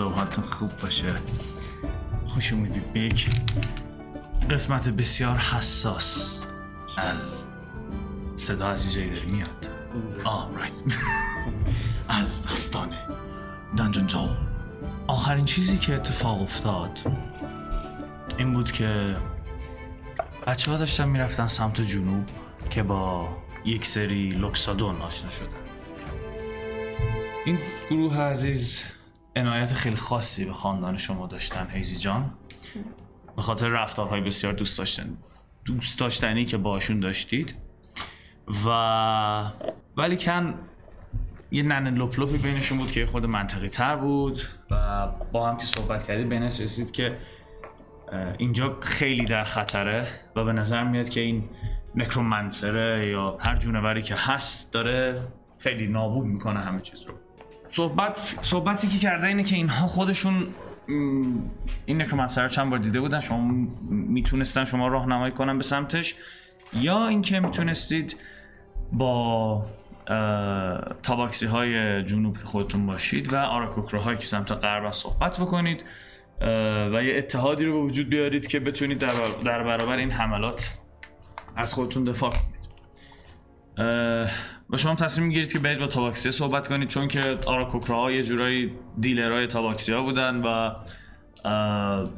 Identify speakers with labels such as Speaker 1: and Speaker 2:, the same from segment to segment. Speaker 1: خوب باشه خوش اومدید به یک قسمت بسیار حساس از صدا از یه جایی داره میاد آه رایت از داستان دانجن جول آخرین چیزی که اتفاق افتاد این بود که بچه ها داشتن میرفتن سمت جنوب که با یک سری لوکسادون آشنا شدن این گروه عزیز عنایت خیلی خاصی به خاندان شما داشتن هیزی جان به خاطر رفتارهای بسیار دوست داشتن دوست داشتنی که باشون داشتید و ولی کن یه ننه لپ لپی بینشون بود که یه خورده منطقی تر بود و با هم که صحبت کردید به نتیجه رسید که اه، اینجا خیلی در خطره و به نظر میاد که این نکرومنسره یا هر جونوری که هست داره خیلی نابود میکنه همه چیز رو صحبت صحبتی که کرده اینه که اینها خودشون م، این نکرومنسر رو چند بار دیده بودن شما میتونستن شما راهنمایی کنن به سمتش یا اینکه میتونستید با تاباکسی های جنوب که خودتون باشید و آراکوکره که سمت غرب هست صحبت بکنید اه، و یه اتحادی رو به وجود بیارید که بتونید در, بر- در برابر این حملات از خودتون دفاع کنید اه، و شما هم تصمیم میگیرید که برید با تاباکسی صحبت کنید چون که آراکوکره ها یه جورایی دیلرهای تاباکسی ها بودن و اه،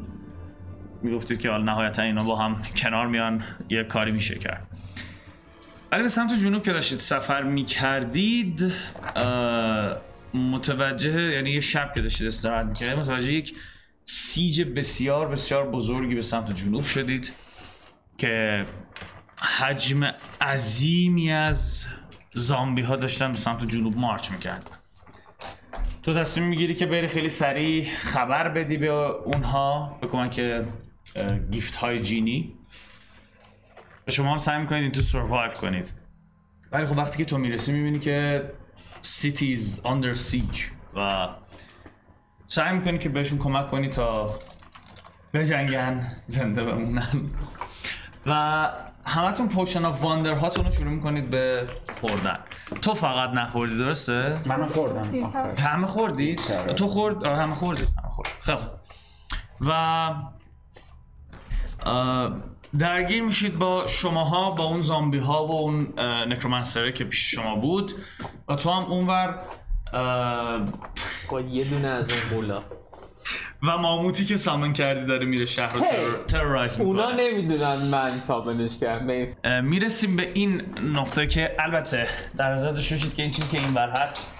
Speaker 1: میگفتید که حالا نهایتا اینا با هم کنار میان یه کاری میشه کرد ولی به سمت جنوب که داشتید سفر میکردید متوجه یعنی یه شب که داشتید استراحت میکردید متوجه یک سیج بسیار بسیار بزرگی به سمت جنوب شدید که حجم عظیمی از زامبی ها داشتن به سمت جنوب مارچ میکردن تو تصمیم میگیری که بری خیلی سریع خبر بدی به اونها به کمک اه، گیفت های جینی و شما هم سعی میکنید این تو سروایو کنید ولی خب وقتی که تو میرسی میبینی که سیتیز under siege و سعی میکنی که بهشون کمک کنی تا بجنگن زنده بمونن و همتون پوشن آف واندر هاتون رو شروع میکنید به خوردن تو فقط نخوردی درسته؟
Speaker 2: منم خوردم آخر.
Speaker 1: همه خوردی؟
Speaker 2: آره.
Speaker 1: تو خورد؟ آره، همه خوردی همه خورد خیلی خوب. و اه، درگیر میشید با شماها با اون زامبی ها و اون اه، نکرومنسره که پیش شما بود و تو هم اونور اه،
Speaker 3: با خب، یه دونه از اون قولا
Speaker 1: و ماموتی که سامن کردی داره میره شهر رو
Speaker 3: هی.
Speaker 1: ترور- ترورایز میکنه
Speaker 3: اونا نمیدونن من سابنش کردم
Speaker 1: میرسیم به این نقطه که البته در نظر داشته باشید که این چیزی که اینور هست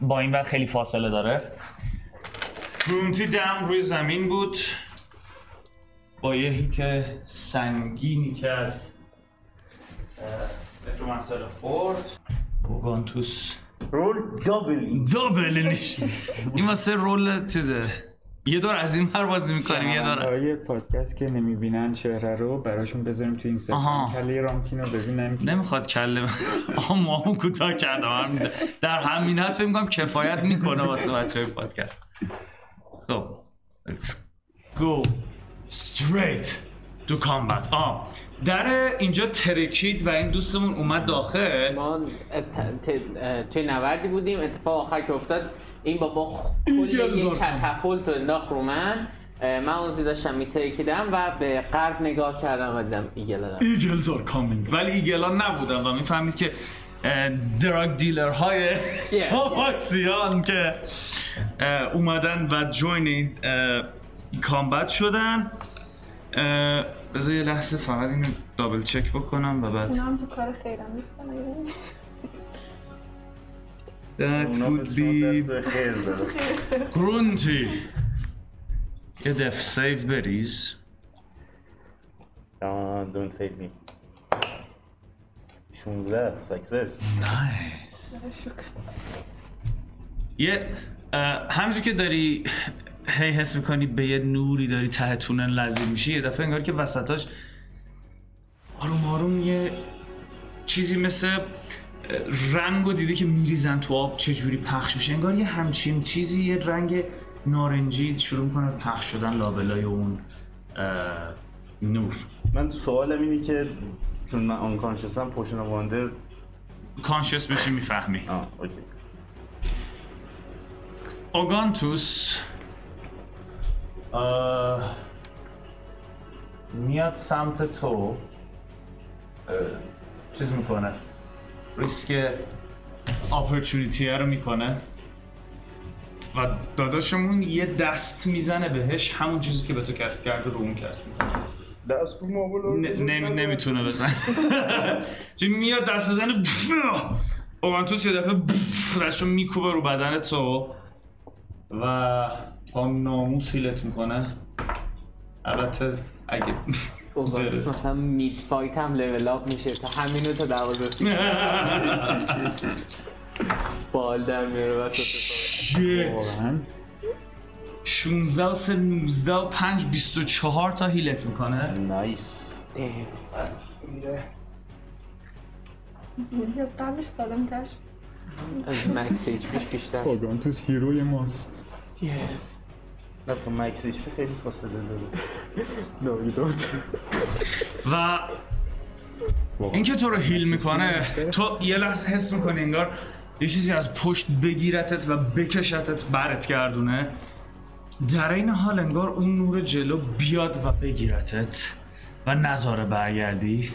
Speaker 1: با اینور خیلی فاصله داره رومتی دم روی زمین بود با یه هیت سنگینی که از مترومنسر خورد اوگانتوس
Speaker 2: رول دابل
Speaker 1: دابل نیش این واسه رول چیزه یه دور از این پر بازی میکنیم یه دور از-
Speaker 2: های پادکست که نمیبینن چهره رو براشون بذاریم تو اینستاگرام
Speaker 1: آها.
Speaker 2: کلی رامتین رو ببینن که
Speaker 1: نمیخواد کله من آها موهام کوتاه کردم هم- در همین حد فکر میکنم کفایت میکنه واسه بچه های پادکست خب let's go straight to combat آه در اینجا ترکید و این دوستمون اومد داخل
Speaker 3: ما ات- ت- اه، توی نوردی بودیم اتفاق آخر که افتاد این بابا خ- کل
Speaker 1: یه هزار
Speaker 3: یه
Speaker 1: تومن.
Speaker 3: کتپولت رو انداخت رو من اه، من اون زیر داشتم میترکیدم و به غرب نگاه کردم و دیدم ایگل دارم
Speaker 1: ایگلز are coming ولی ایگلا نبودن و میفهمید که اه، دراگ دیلر های
Speaker 3: Yeah.
Speaker 1: تاباکسیان که اه، اومدن و جوین این اه، کامبت شدن اه، بذار یه لحظه فقط اینو دابل چک بکنم و بعد
Speaker 4: اینا هم تو کار خیرم نیستن اگه
Speaker 1: That would be grunty یه دف سیف بریز
Speaker 5: دون فیل می 16 ساکسس
Speaker 1: نایس یه اه، همینجور که داری هی حس میکنی به یه نوری داری ته تونل لذیذ میشی یه دفعه انگار که وسطاش آروم آروم یه چیزی مثل اه، رنگ رو دیده که میریزن تو آب چجوری پخش میشه انگار یه همچین چیزی یه رنگ نارنجی شروع میکنه پخش شدن لابلای اون اه، نور
Speaker 5: من سوالم اینه که چون من آنکانشسم پوشن آف واندر
Speaker 1: کانشس بشی میفهمی
Speaker 5: آه اوکی
Speaker 1: اوگانتوس آه، میاد سمت تو اه، چیز میکنه ریسک اپورچونیتی رو میکنه و داداشمون یه دست میزنه بهش همون چیزی که به تو کست کرده رو اون کست میکنه
Speaker 5: دست به موبایل
Speaker 1: ن- نمی- نمیتونه بزن چی میاد دست بزنه اوانتوس یه دفعه دستشو میکوبه رو بدن تو و تا ناموس هیلت میکنه البته اگه
Speaker 3: اوگانتوس
Speaker 1: درست.
Speaker 3: خب، مثلا میت فایت هم لول اپ میشه تا همینو تا دوازه بال در میاره وسط
Speaker 1: شیت
Speaker 2: واقعا
Speaker 1: 16 و 3 19 و 5 24 تا هیلت میکنه
Speaker 5: نایس
Speaker 3: اه،
Speaker 4: یه قبلش دادم کش
Speaker 3: از مکس ایچ پیش بیشتر
Speaker 2: اوگانتوس هیروی ماست
Speaker 3: Yes.
Speaker 5: نه خب مکس ایچ پی خیلی فاصله داره
Speaker 1: و اینکه تو رو هیل میکنه تو یه لحظه حس میکنی انگار یه چیزی از پشت بگیرتت و بکشتت برت گردونه در این حال انگار اون نور جلو بیاد و بگیرتت و نظاره برگردی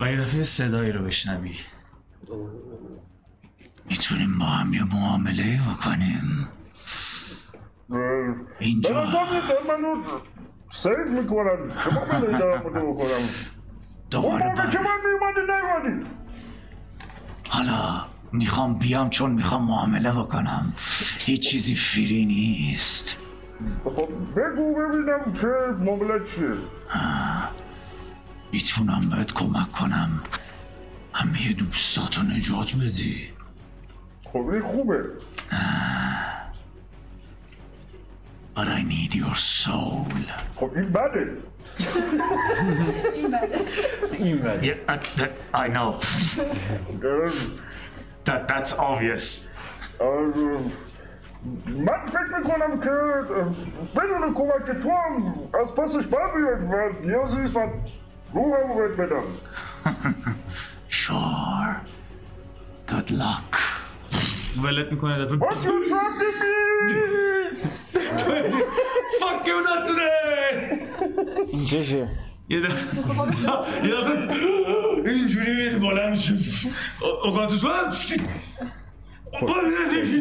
Speaker 1: و یه دفعه صدایی رو بشنوی میتونیم با هم یه معامله بکنیم اینجا
Speaker 5: منو سیف میکنم شما منو اینا بکنم بکنم
Speaker 1: دوباره بر-
Speaker 5: من میمانی نگانی
Speaker 1: حالا میخوام بیام چون میخوام معامله بکنم هیچ چیزی فری نیست
Speaker 5: خب بگو ببینم چه معامله چیه
Speaker 1: میتونم بهت کمک کنم همه دوستاتو نجات بدی
Speaker 5: خب این خوبه
Speaker 1: But I need your soul
Speaker 5: خب این بده
Speaker 4: این بده
Speaker 2: این ولی
Speaker 1: yeah, I, that- I know that, That's obvious
Speaker 5: من فکر میکنم که بدون کمک تو هم از پسش بر بیاد و نیازی نیست من روحم رو بهت بدم
Speaker 1: Sure Good luck ولت میکنه دفعه
Speaker 5: What you trying to be?
Speaker 1: Fuck you not today
Speaker 2: جشه
Speaker 1: یه دفعه یه دفعه اینجوری میری بالا میشه اوگانتوس من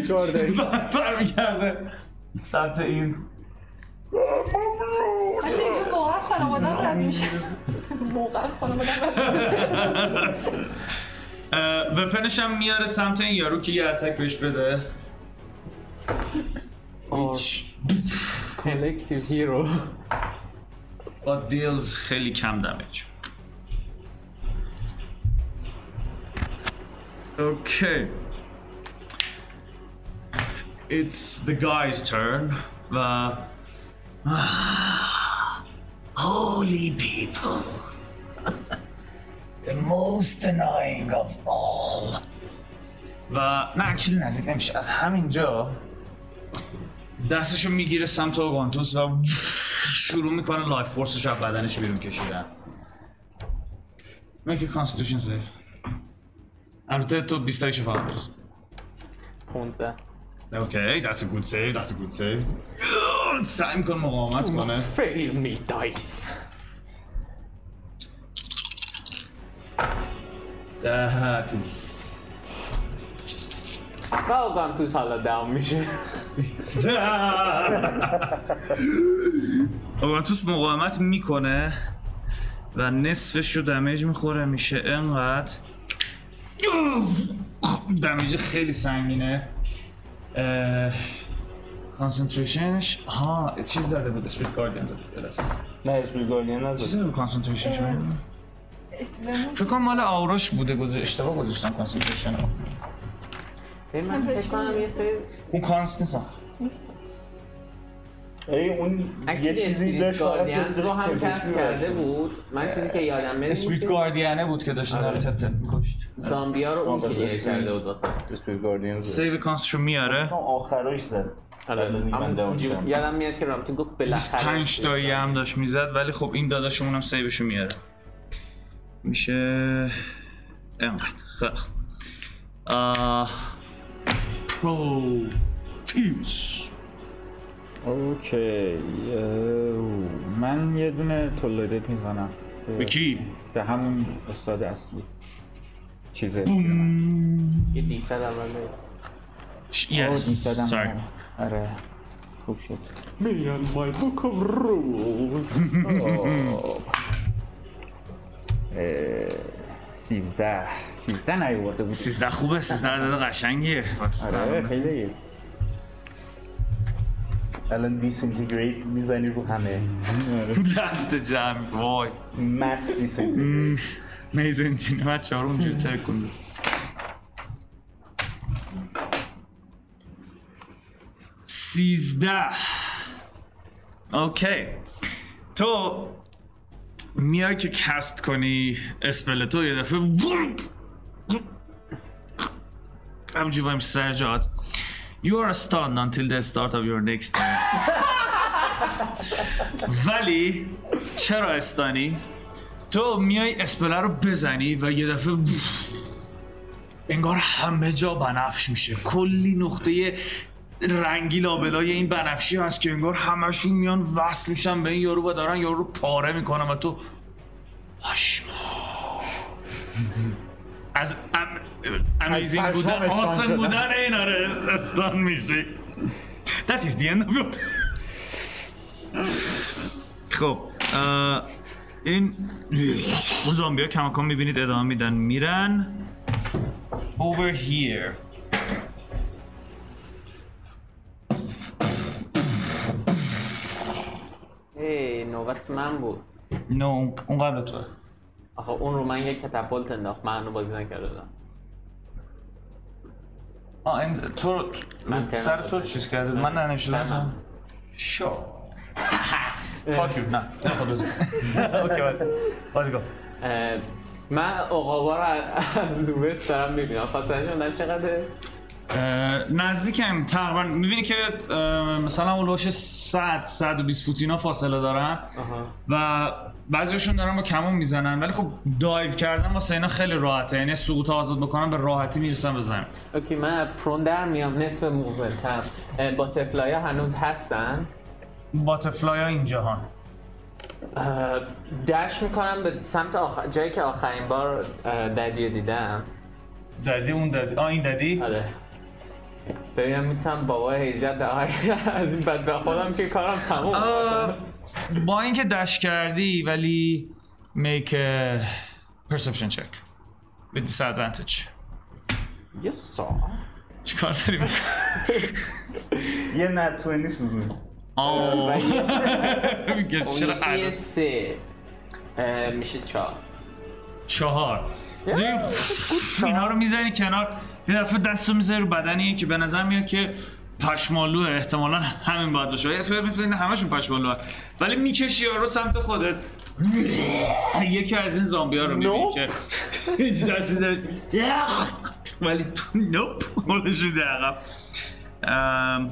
Speaker 2: چهار دقیقه.
Speaker 1: برمیگرده سمت این
Speaker 4: بچه اینجا واقعا خانوادم رد میشه واقعا خانوادم رد میشه.
Speaker 1: اه، وپنش هم میاره سمت این یارو که یه اتک بهش بده هیچ
Speaker 3: کلکتیو هیرو
Speaker 1: با دیلز خیلی کم دمیج اوکی It's the guy's turn Uh, و Ah, Holy people The most annoying of all و نه اکچولی نزدیک نمیشه از همینجا دستشو میگیره سمت آگانتوس و شروع میکنه لایف فورسش از بدنش بیرون کشیدن Make a constitution save البته تو 20 تایشو فقط بود
Speaker 3: 15
Speaker 1: Okay, that's a good save, that's a good save. سعی میکنه مقاومت کنه
Speaker 3: فیل می دایس
Speaker 1: That is...
Speaker 3: و اوگانتوس حالا داون میشه
Speaker 1: اوانتوس خب، مقاومت میکنه و نصفش رو دمیج میخوره میشه انقدر دمیج خیلی سنگینه اه، کانسنتریشنش ها چیز زده بود اسپریت گاردین زده بود بلش.
Speaker 5: نه اسمی گاردین
Speaker 1: چیز
Speaker 5: نزد
Speaker 1: زده بود کانسنتریشنش فکر کنم مال آوراش بوده گذاشت اشتباه گذاشتم کانسنتریشن رو.
Speaker 3: ببین من فکر کنم یه سری
Speaker 1: اون کانس نیست آخه.
Speaker 5: ای اون یه چیزی
Speaker 3: اسپریت
Speaker 5: داشت آره.
Speaker 3: گاردین
Speaker 5: فقط که
Speaker 3: رو هم
Speaker 5: تپش
Speaker 3: کس
Speaker 5: می‌رفت.
Speaker 3: کرده بود من چیزی که یادم میاد
Speaker 1: اسپریت گاردینه یعنی بود که داشت در تپ تپ می‌کشت.
Speaker 3: زامبیا رو اون
Speaker 5: آقا،
Speaker 3: کلیر
Speaker 5: اسپریت.
Speaker 3: کرده بود واسه
Speaker 5: اسمی گاردین زد
Speaker 1: سیو کانسشو میاره
Speaker 5: هم آخراش زد الان
Speaker 3: همون
Speaker 5: من داون شدم.
Speaker 3: یادم میاد که رامتین گفت بالاخره
Speaker 1: 25 تایی هم داشت میزد ولی خب این داداشمون هم سیوشو میاره میشه اینقدر خیلی خوب. آه... پروتیوس
Speaker 2: اوکی اه، من یه دونه تولیدت میزنم
Speaker 1: به کی؟
Speaker 2: به همون استاد اصلی چیزه
Speaker 3: یه دیصد اول بهش.
Speaker 2: آه،
Speaker 1: Yes.
Speaker 2: می‌زدم.
Speaker 1: Sorry.
Speaker 2: آره خوب شد اه، سیزده سیزده نیورده بود
Speaker 1: 13 خوبه 13 عدد قشنگیه
Speaker 2: آره
Speaker 1: آره.
Speaker 2: خیلی
Speaker 6: الان دیسینتگریت میزنی رو همه
Speaker 1: دست جمع وای
Speaker 6: مس دیسینتگریت
Speaker 1: میزن چینه بچه ها رو اونجوری ترک کنده سیزده اوکی تو میای که کست کنی اسپل تو یه دفعه همجوری بایم سر جات You are stunned until the start of your next turn. ولی چرا استانی؟ تو میای اسپلر رو بزنی و یه دفعه انگار همه جا بنفش میشه کلی نقطه رنگی لابلای این بنفشی هست که انگار همشون میان وصل میشن به این یارو و دارن یارو رو پاره میکنن و تو پشما از ام... امیزین
Speaker 2: پشمام
Speaker 1: بودن
Speaker 2: استان
Speaker 1: آسم
Speaker 2: شدم.
Speaker 1: بودن این آره استان میشه That is the end of your خب اه، این زامبی ها کمکان میبینید ادامه میدن میرن Over here
Speaker 3: هی نوبت من بود
Speaker 1: نه اون اون قبل تو
Speaker 3: آخه اون رو من یه کتپولت انداخت من اونو بازی نکرده بودم
Speaker 1: آه این تو رو-
Speaker 3: من ترم
Speaker 1: سر تو
Speaker 3: دادم.
Speaker 1: چیز کرده بود. من ننوشتم
Speaker 3: سر
Speaker 1: تو
Speaker 3: من.
Speaker 1: شو فاک یو نه نه خود بزن اوکی بله. بازی کن
Speaker 3: اه، من اقابا رو از- از دوبست دارم میبینم فاصله شدن چقدر
Speaker 1: اه، نزدیکم تقریبا میبینی که اه، مثلا اون لوش 100 120 فوت اینا فاصله دارن
Speaker 3: آها
Speaker 1: و بعضیشون دارن با کمون میزنن ولی خب دایو کردن واسه اینا خیلی راحته یعنی سقوط آزاد بکنن به راحتی میرسن به زمین
Speaker 3: اوکی من از پرون در میام نصف موومنتم با تفلایا هنوز هستن
Speaker 1: باترفلای ها اینجاهان
Speaker 3: اه، دش میکنم به سمت آخر... جایی که آخرین بار اه، ددی رو دیدم
Speaker 1: ددی اون ددی آ این ددی
Speaker 3: آره ببینم میتونم بابا هیزت از این بد به خودم که کارم تموم
Speaker 1: آه، با اینکه دش کردی ولی میک پرسپشن چک به دیس ادوانتج
Speaker 3: یه سا
Speaker 1: چیکار داری می‌کنی؟
Speaker 6: یه نتوانی سوزون
Speaker 1: آه میگه چرا
Speaker 3: اون یکی
Speaker 1: عدد؟
Speaker 3: سه اه، میشه چهار
Speaker 1: چهار یه- اینا رو میزنی کنار یه دفعه دست رو میزنی رو بدنی که به نظر میاد که پشمالوه احتمالا همین باید باشه یه فکر می‌کنی نه، همشون پشمالوه ولی میکشی رو سمت خودت یکی از این زامبی ها رو میبینی که هیچ دستی داشت ولی نوپ مالش رو عقب ام،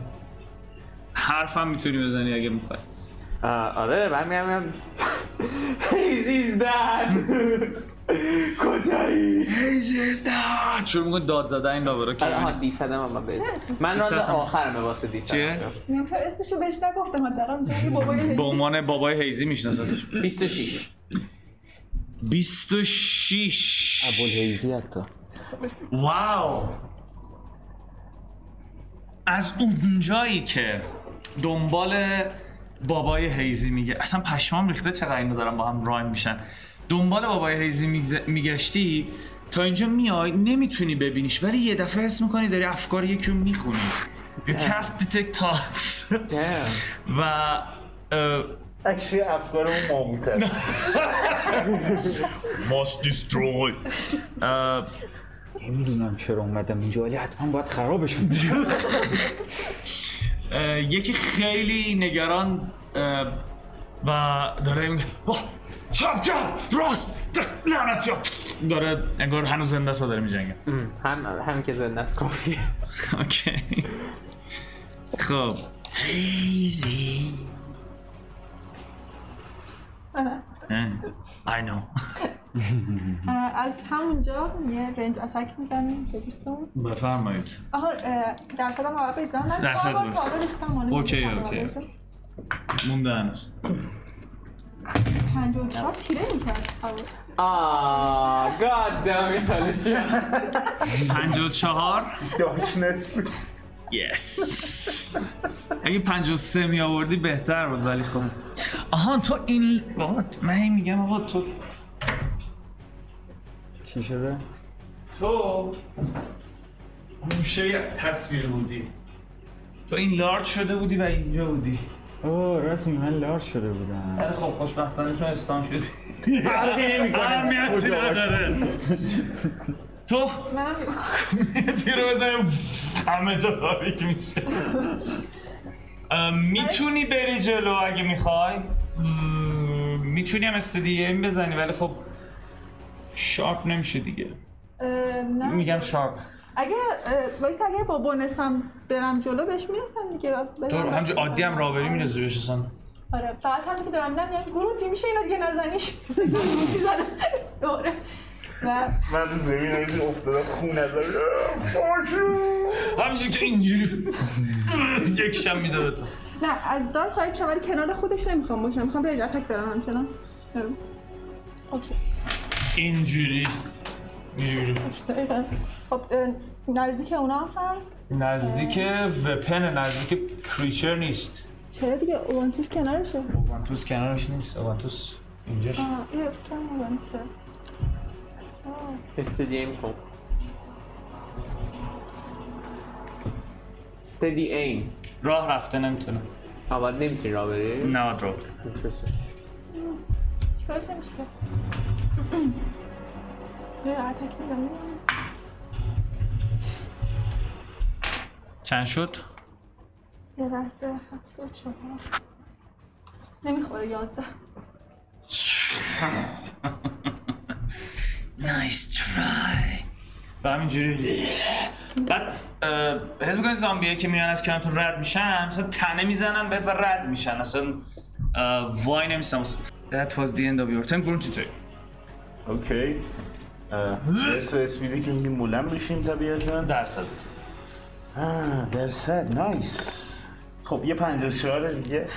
Speaker 1: حرفم میتونی بزنی اگه میخوای
Speaker 3: آه، آره من میام هیزیز داد کجایی
Speaker 1: شروع میکنی داد زدن این لابرا که
Speaker 3: آره آها
Speaker 1: ببینی.
Speaker 3: دیصدم هم من بهت من راز
Speaker 1: دیصدم.
Speaker 3: آخرمه واسه دیصدم
Speaker 1: چیه؟
Speaker 4: میگم که اسمشو بهش نگفتم حداقل جایی بابای
Speaker 1: به عنوان بابای هیزی میشناسدش
Speaker 3: 26
Speaker 1: 26
Speaker 3: هیزی حتی
Speaker 1: واو از اونجایی که دنبال بابای هیزی میگه اصلا پشمام ریخته چقدر اینو دارم با هم رایم میشن دنبال بابای هیزی میگز- میگشتی تا اینجا میای نمیتونی ببینیش ولی یه دفعه حس میکنی داری افکار یکی رو میخونی You cast detect thoughts. و اه،
Speaker 6: اکشوی افکارمون مابوتر
Speaker 1: must destroy اه،
Speaker 2: نمیدونم چرا اومدم اینجا ولی حتما باید خرابشون
Speaker 1: اه، یکی خیلی نگران اه، و داره میگه "آه، چپ چپ راست ده، لعنت چپ داره انگار هنوز زنده است و داره میجنگه
Speaker 3: هم هم که زنده است کافیه
Speaker 1: اوکی خب هیزی
Speaker 4: نه آره.
Speaker 1: I know
Speaker 4: از همونجا یه رنج اتک میزنیم به دوستمون
Speaker 1: بفرمایید
Speaker 4: آها اه، درصدم آقا بریزم من
Speaker 1: درصد
Speaker 4: چهار
Speaker 1: بریز.
Speaker 4: بار کارو ریختم مانه
Speaker 1: اوکی، اوکی. مونده هنوز
Speaker 4: پنج و چهار تیره میکرد آره.
Speaker 3: آه گاد دامی تالیسیا
Speaker 1: 54
Speaker 6: دارکنس
Speaker 1: یس اگه 53 می آوردی بهتر بود ولی خب آهان تو این بابا من هی میگم آقا تو
Speaker 2: چی شده؟
Speaker 1: تو گوشه تصویر بودی تو این لارج شده بودی و اینجا بودی
Speaker 2: اوه راست میگی، من لار شده بودم
Speaker 1: ولی خب خوشبختانه چون استان شدی
Speaker 6: فرقی نمی‌کنه.
Speaker 1: اهمیتی نداره تو
Speaker 4: منم
Speaker 1: تیر بزنی همه جا تاریک میشه میتونی بری جلو اگه میخوای میتونی هم استدی ایم بزنی ولی خب شارپ نمیشه دیگه
Speaker 4: اه، نه
Speaker 1: میگم شارپ
Speaker 4: اگه وایس اگه با بونسم برم جلو بهش میرسم دیگه
Speaker 1: تو همجور عادی هم رابری میرسی بهش اصلا
Speaker 4: آره فقط همین که دارم میدم یعنی گروه دی میشه اینا دیگه نزنی گروهی زدم دوره و
Speaker 6: من رو زمین همیشه افتادم خون ازم
Speaker 1: همینجوری که اینجوری یک شب میده به تو
Speaker 4: نه از دار خواهید شد ولی کنار خودش نمیخوام باشم میخوام رنج اتک دارم همچنان آره. اوکی
Speaker 1: اینجوری اینجوری
Speaker 4: دقیقاً. خب اه، نزدیک اونا هم هست
Speaker 1: نزدیک وپن نزدیک کریچر نیست
Speaker 4: چرا دیگه اونتیس کنارشه
Speaker 1: اوگانتوس کنارش نیست اوگانتوس اینجاش
Speaker 4: آه این فکرم اونتیسه
Speaker 3: استدی ایم کن استدی ایم
Speaker 1: راه رفته نمیتونه
Speaker 3: آباد نمیتونی را بری؟
Speaker 1: نواد راه
Speaker 4: چیکارش نمیشه که یه اتک میزنم
Speaker 1: چند شد؟
Speaker 4: یه لحظه هفت و چهار نمیخوره یازده
Speaker 1: نایس ترای و همینجوری بعد اه، حس میکنی زامبیه که میان از کنارتون رد میشن مثلا تنه میزنن بهت و رد میشن اصلا اه، وای نمیسن That was the end of your turn. Grunty turn.
Speaker 6: اوکی اس و اسپیدی که میگیم بلند بشیم طبیعتا
Speaker 1: درصد
Speaker 6: آه، درصد نایس خب یه پنج و چهار دیگه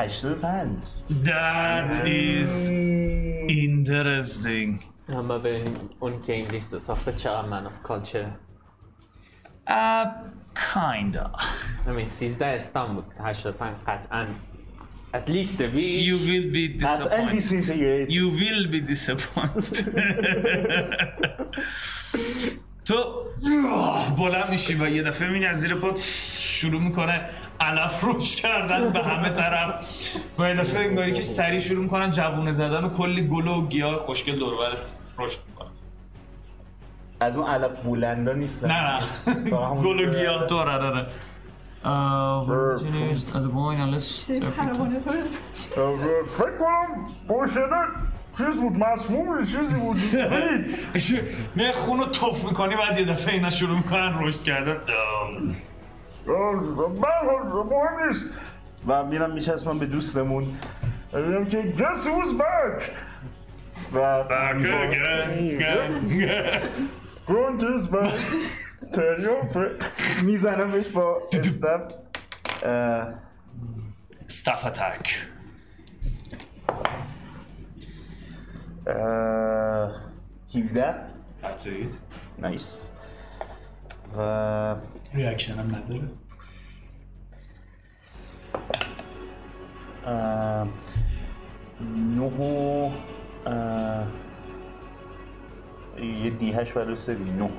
Speaker 6: هشتاد و پنج
Speaker 1: That is interesting.
Speaker 3: هم با بریم اون که این لیست رو ساخته چقدر من آف کالچره
Speaker 1: Uh, kinda.
Speaker 3: همین 13 استان بود 85 قطعا at least a bit.
Speaker 1: You will be
Speaker 6: قطعا
Speaker 1: disappointed.
Speaker 6: دیسینتگریت
Speaker 1: You will be disappointed. تو بلند میشی و یه دفعه میبینی از زیر پات شروع میکنه علف روش کردن به همه طرف و یه دفعه انگاری که سریع شروع میکنن جوونه زدن و کلی گل و گیاه خوشگل دورورت رشد میکنن
Speaker 6: از اون علب بلندا نیستن
Speaker 1: نه نه گل و گیاه تو آره آره
Speaker 4: چیز پروانه تو رو
Speaker 5: فکر کنم پرشده چیز بود مسموم یه چیزی بود برید
Speaker 1: نه خون رو توف میکنی بعد یه دفعه اینا شروع میکنن رشد کردن
Speaker 5: آه، برحال مهم نیست
Speaker 6: و میرم میچسبم به دوستمون
Speaker 5: میگم که guess who's back
Speaker 6: و
Speaker 5: Grunt is back Tell your friend
Speaker 6: میزنمش با استپ اه،
Speaker 1: ستاف اتک
Speaker 6: اه، 17
Speaker 1: That's
Speaker 6: نایس و
Speaker 1: ریاکشن هم نداره
Speaker 6: اه، نه و اه، یه دی هشت برای سه دی نه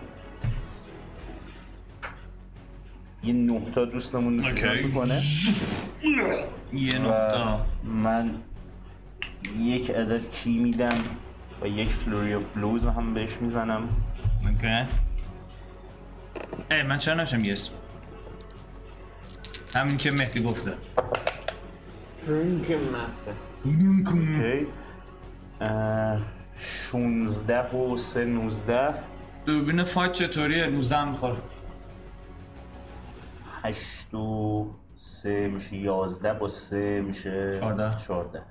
Speaker 6: یه نه تا دوستمون نشون
Speaker 1: اوکی
Speaker 6: میکنه
Speaker 1: یه
Speaker 6: و
Speaker 1: نقطه
Speaker 6: من یک عدد کی میدم و یک فلوری آف بلوز هم بهش میزنم
Speaker 1: اوکی ای من چرا نشم یس همین که مهدی گفته
Speaker 3: که مسته
Speaker 6: اوکی اه، 16 و 3 19
Speaker 1: دوربین فایت چطوریه 19 هم میخوره
Speaker 6: 8 و 3 میشه 11 با 3 میشه
Speaker 1: 14.
Speaker 6: 14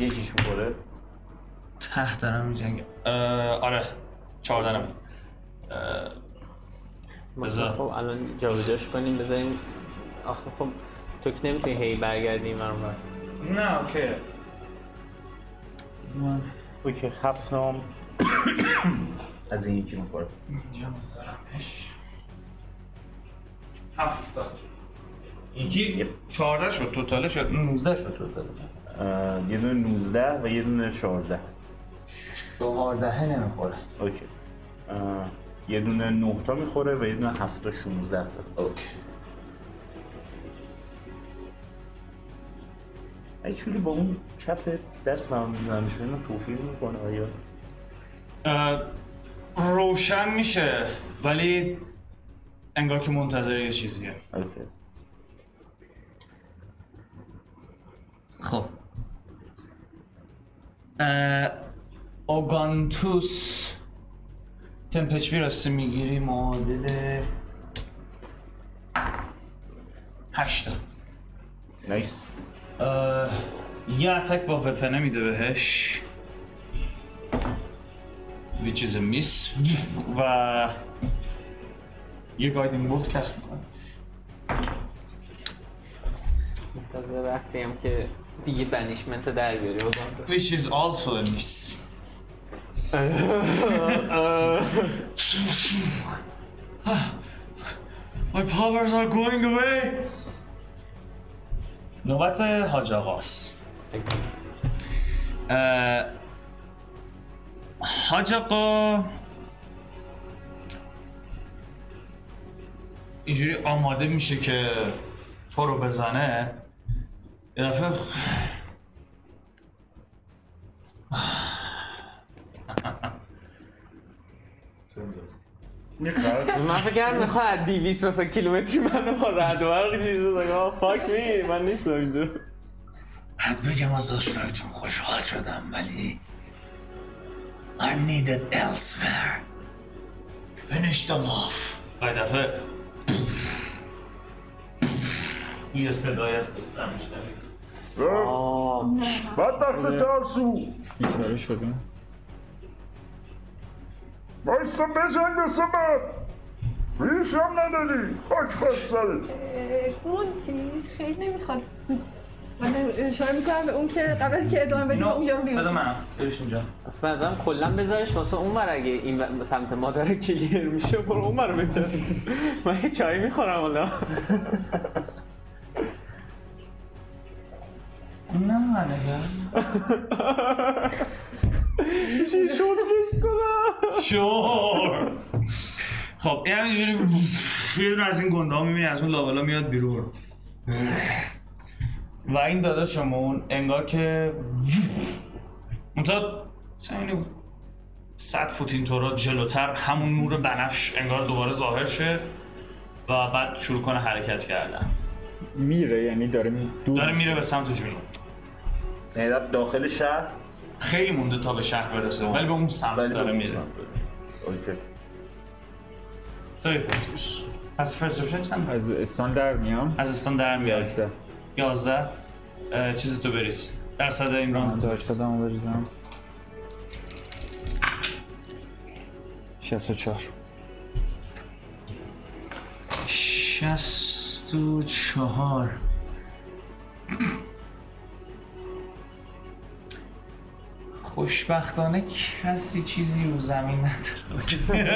Speaker 6: یکیش میخوره
Speaker 1: ته دارم میجنگم آره چهار دارم بذار.
Speaker 3: خب الان جابجاش کنیم بذاریم آخه خب تو که نمیتونی هی برگردی این ور اون ور.
Speaker 1: نه اوکی من
Speaker 6: اوکی هفت نام از این یکی میخوره
Speaker 1: اینجا بذارمش هفتاد یکی چهارده شد توتاله شد نوزده شد توتاله
Speaker 6: یه دونه 19 و یه دونه 14
Speaker 1: چهاردهه نمیخوره
Speaker 6: اوکی اه، یه دونه 9 تا میخوره و یه دونه 7 تا 16 تا
Speaker 1: اوکی
Speaker 6: اکچولی با اون کف دست نام میزنم شده توفیق میکنه آیا
Speaker 1: اه، روشن میشه ولی انگار که منتظر یه چیزیه
Speaker 6: اوکی
Speaker 1: خب اه، اوگانتوس تمپچ راستی میگیری معادل هشتا
Speaker 6: نایس
Speaker 1: اه، یه اتک با وپنه میده بهش which is a miss و یه گایدینگ بولت کسب میکنه
Speaker 3: منتظر وقتی هم که دیگه بنیشمنت رو در بیاری بازم تو
Speaker 1: which is also a miss My powers are going away نوبت حاج آقاست اه، حاج آقا اینجوری آماده میشه که تو رو بزنه یه دفعه
Speaker 3: من فکر کردم میخواد از 200 مثلا کیلومتری منو با رد و برق چیز بزنه آه، فاک می من نیستم اینجا
Speaker 1: بگم از آشنایتون خوشحال شدم ولی I'm needed elsewhere Finish them off یه دفعه یه صدای از پستم میشنوید
Speaker 3: آه
Speaker 5: بدبخت ترسو
Speaker 2: بیچاره شدیم
Speaker 5: بایستا بجنگ مثل من ریشم نداری خاک بر سرت
Speaker 4: اه، گرونتی خیلی نمیخواد زود. من اشاره میکنم به اون که قبل از که ادامه بدیم
Speaker 1: اینو
Speaker 4: به اون یارو
Speaker 1: بده
Speaker 4: بیرون
Speaker 1: من ببیش اینجا
Speaker 3: اصلا از هم کلا بذارش واسه اون ور اگه این ور- سمت ما داره کلیر میشه برو اون ور بچه من یه چای میخورم حالا
Speaker 1: نه نگه
Speaker 3: میشه شورت ریس کنم
Speaker 1: شور خب این همینجوری یه دونه از این گنده ها میبینی از اون لابلا میاد بیرون و این داداشمون انگار که اونتا سمینه صد فوت اینطورا جلوتر همون نور بنفش انگار دوباره ظاهر شه و بعد شروع کنه حرکت کردن
Speaker 2: میره یعنی داره دور
Speaker 1: داره میره به سمت جنوب
Speaker 6: نیدب داخل شهر
Speaker 1: خیلی مونده تا به شهر برسه ولی به اون سمت
Speaker 6: ولی
Speaker 1: داره
Speaker 6: به
Speaker 1: میره
Speaker 6: اون اوکی
Speaker 1: داری پنتوس. از پرسپشن چند
Speaker 2: از استان در میام
Speaker 1: از استان در میاری
Speaker 2: یازده
Speaker 1: 11 اه، چیز تو بریز درصد این ران تو
Speaker 2: داشت
Speaker 1: بریز
Speaker 2: دادم بریزم 64
Speaker 1: شست و چهار خوشبختانه کسی چیزی رو زمین نداره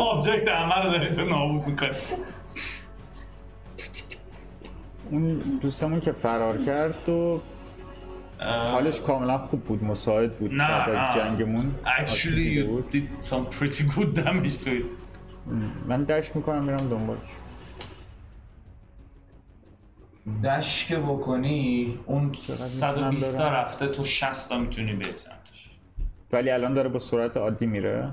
Speaker 2: اه،
Speaker 1: آبجکت همه رو داری تو نابود میکنی
Speaker 2: اون دوستمون که فرار کرد و حالش کاملا خوب بود مساعد بود
Speaker 1: نه،
Speaker 2: بعد
Speaker 1: نه.
Speaker 2: از جنگمون
Speaker 1: Actually
Speaker 2: آسیب دیده
Speaker 1: you
Speaker 2: بود.
Speaker 1: did some pretty good damage to it
Speaker 2: من دشت میکنم میرم دنبالش
Speaker 1: دشت که بکنی اون
Speaker 2: میتونم
Speaker 1: 120 تا
Speaker 2: برم؟
Speaker 1: رفته تو 60 تا میتونی بری سمتش
Speaker 2: ولی الان داره با سرعت عادی میره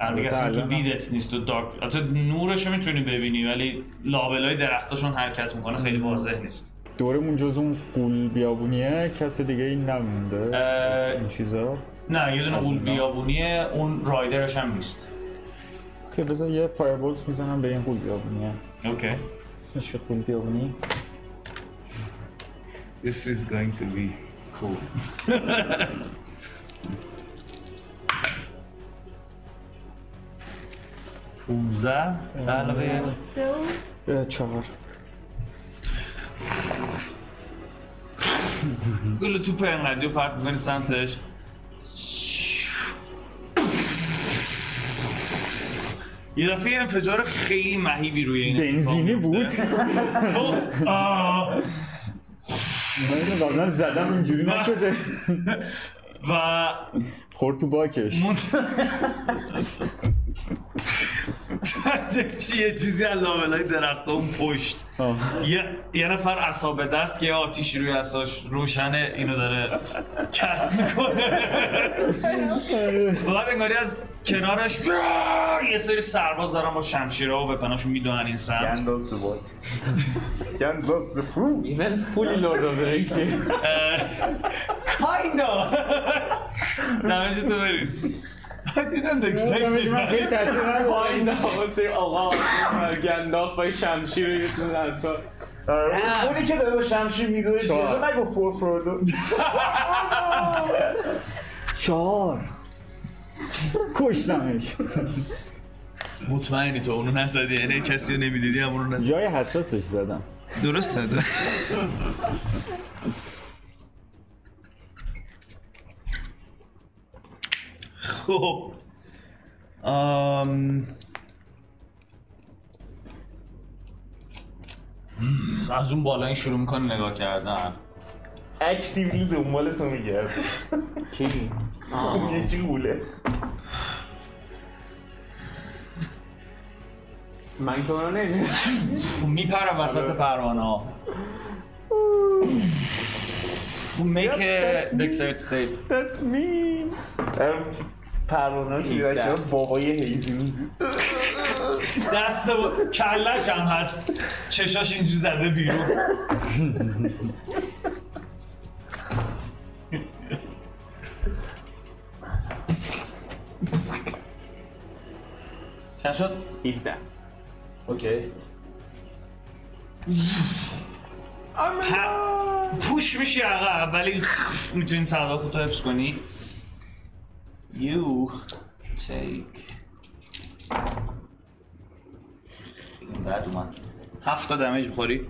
Speaker 1: الان دیگه
Speaker 2: البته
Speaker 1: اصلا تو
Speaker 2: آره، الان هم-
Speaker 1: دیدت نیست تو دارک البته نورش رو میتونی ببینی ولی لابلای درختاشون حرکت میکنه خیلی واضح نیست
Speaker 2: دورمون جز اون قول بیابونیه کس دیگه این نمونده
Speaker 1: اه،
Speaker 2: این چیزا
Speaker 1: نه یه دونه
Speaker 2: از
Speaker 1: اون
Speaker 2: اونا.
Speaker 1: بیابونیه اون رایدرش هم نیست
Speaker 2: که بذار یه فایربولت میزنم به این قول بیابونیه
Speaker 1: اوکی
Speaker 2: اسمش چه قول بیابونی
Speaker 1: This is going to be cool. پونزده
Speaker 2: بله،
Speaker 1: علاوه
Speaker 4: سه و
Speaker 2: اه، چهار
Speaker 1: گل توپ انقدی رو پرت میکنی سمتش یه دفعه یه انفجار خیلی مهیبی روی این اتفاق
Speaker 2: بنزینی
Speaker 1: میفته.
Speaker 2: بود
Speaker 1: تو آه.
Speaker 2: من اینو قبلا زدم اینجوری نشده
Speaker 1: و
Speaker 2: خورد تو باکش
Speaker 1: متوجه یه چیزی از لابلای درخت اون پشت
Speaker 2: آه.
Speaker 1: یه, یه نفر عصا به دست که یه آتیش روی عصاش روشنه اینو داره کست میکنه و بعد انگاری از کنارش یه سری سرباز دارن با شمشیرها و بپناشون میدونن این سمت
Speaker 6: Gandalf the what? Gandalf the fool.
Speaker 3: ایون فولی لورد آف ریکسی
Speaker 1: کایدا دمجه تو بریز I didn't expect it.
Speaker 2: یعنی من خیلی تاثیر نداره.
Speaker 3: پایین واسه آقا گنداف با شمشیر رو یه دونه اصلا
Speaker 6: اونی که داره با شمشیر میدوه جلو نگو فور فرودو
Speaker 2: چهار کشتمش
Speaker 1: مطمئنی تو اونو نزدی یعنی کسی رو نمیدیدی هم اونو نزدی
Speaker 2: جای حساسش زدم
Speaker 1: درست نده خب آم... از اون بالا این شروع میکنه نگاه کردن
Speaker 6: اکتیولی دنبال تو میگرد
Speaker 3: کی
Speaker 6: اون یکی گوله
Speaker 3: من که اونو نمیدونم
Speaker 1: میپرم وسط پروانه ها Make a dexterity save.
Speaker 6: That's me ام، پروانه رو که بیرد کرد بابای هیزی میزی
Speaker 1: دست و کلش هم هست چشاش اینجوری زده بیرون چند شد؟
Speaker 3: 17
Speaker 1: اوکی پوش میشی عقب ولی میتونیم تدافع تو حفظ کنی You take این بعد اومد هفت تا دمیج میخوری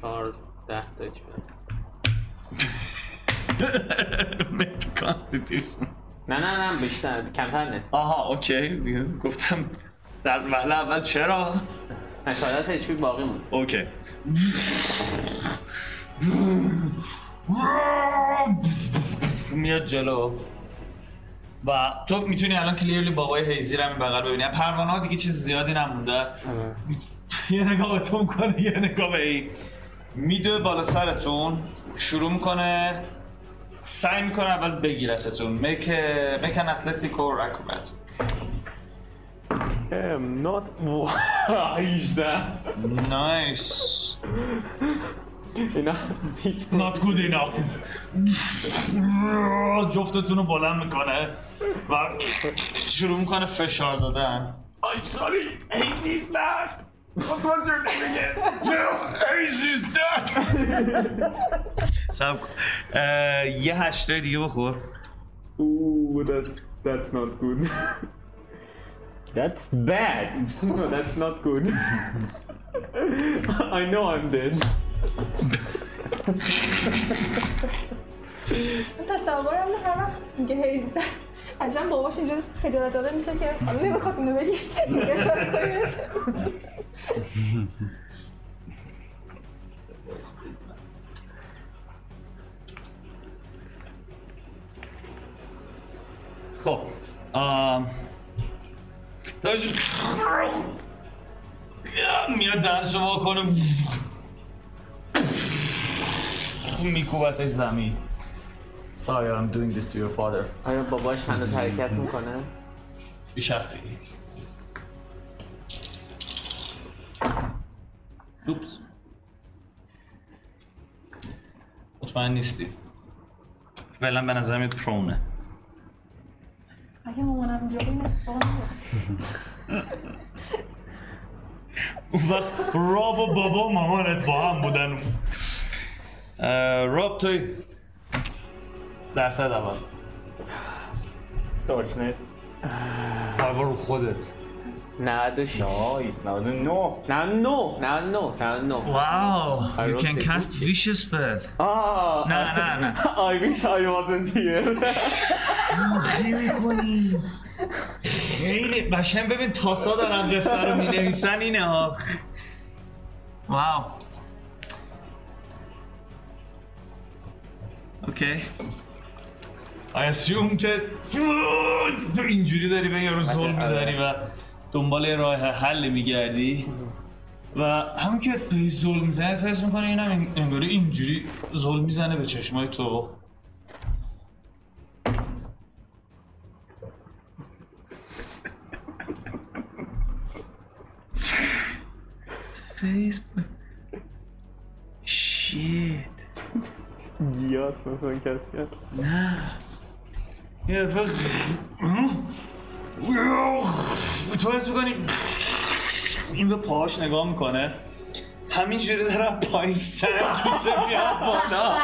Speaker 3: 14 تا چقدر؟
Speaker 1: Make constitution.
Speaker 3: نه نه نه بیشتر کمتر نیست
Speaker 1: آها اوکی دیگه گفتم در وهله اول چرا
Speaker 3: نشادت اچ باقی مون
Speaker 1: اوکی میاد جلو و تو میتونی الان کلیرلی بابای هیزی رو همین بغل ببینی پروانه ها دیگه چیز زیادی نمونده یه نگاه به تو میکنه یه نگاه به این میدوه بالا سرتون شروع میکنه سعی میکنه اول بگیرتتون میک میکن اتلتیک و اکروباتیک
Speaker 3: ام نات 18
Speaker 1: نایس
Speaker 3: اینا هیچ
Speaker 1: Not good enough. جفتتون رو بلند میکنه و شروع میکنه فشار دادن I'm sorry, Hazy's not. What was your name again? No, Hazy's not. سب یه هشته دیگه بخور
Speaker 3: Ooh, that's that's not good.
Speaker 2: That's bad
Speaker 3: no, that's not good. I know I'm dead.
Speaker 4: من تصورم نه هر وقت میگه هی عجب باباش اینجور خجالت داده میشه که نمیخواد اونو بگی میگه شاید کنیش
Speaker 1: خب آم، تا اینجا میاد دهن شما کنه میکوبتش زمین Sorry, I'm doing this to your father.
Speaker 3: آیا باباش هنوز حرکت میکنه؟
Speaker 1: Chassis. Oops. مطمئن نیستی. فعلا به نظر میاد پرونه.
Speaker 4: اگه مامانم اینجا بود، این اتفاق نمی‌افتاد.
Speaker 1: اون وقت راب و بابا و مامانت با هم بودن اه، راب توی درصد اول
Speaker 6: دارکنس
Speaker 1: اول رو خودت
Speaker 3: 96
Speaker 6: نایس 99
Speaker 3: 99 99 99
Speaker 1: واو
Speaker 3: you can cast
Speaker 1: wish spell
Speaker 3: آه
Speaker 1: نه، نه، نه.
Speaker 3: I wish I wasn't here
Speaker 1: خیلی کنی خیلی بشن ببین تاسا دارن قصه رو می نویسن اینه ها واو اوکی I assume که تو اینجوری داری به یارو زل میزنی و دنبال یه راه حل میگردی و همون که به زل میزنی فکر میکنه این هم انگاری اینجوری زل میزنه به چشمای تو Facebook. Shit.
Speaker 3: گیاس مثلا کسی کرد
Speaker 1: یه دفعه تو حس میکنی این به پاهاش نگاه میکنه همینجوری دارم پای سر میشه میاد بالا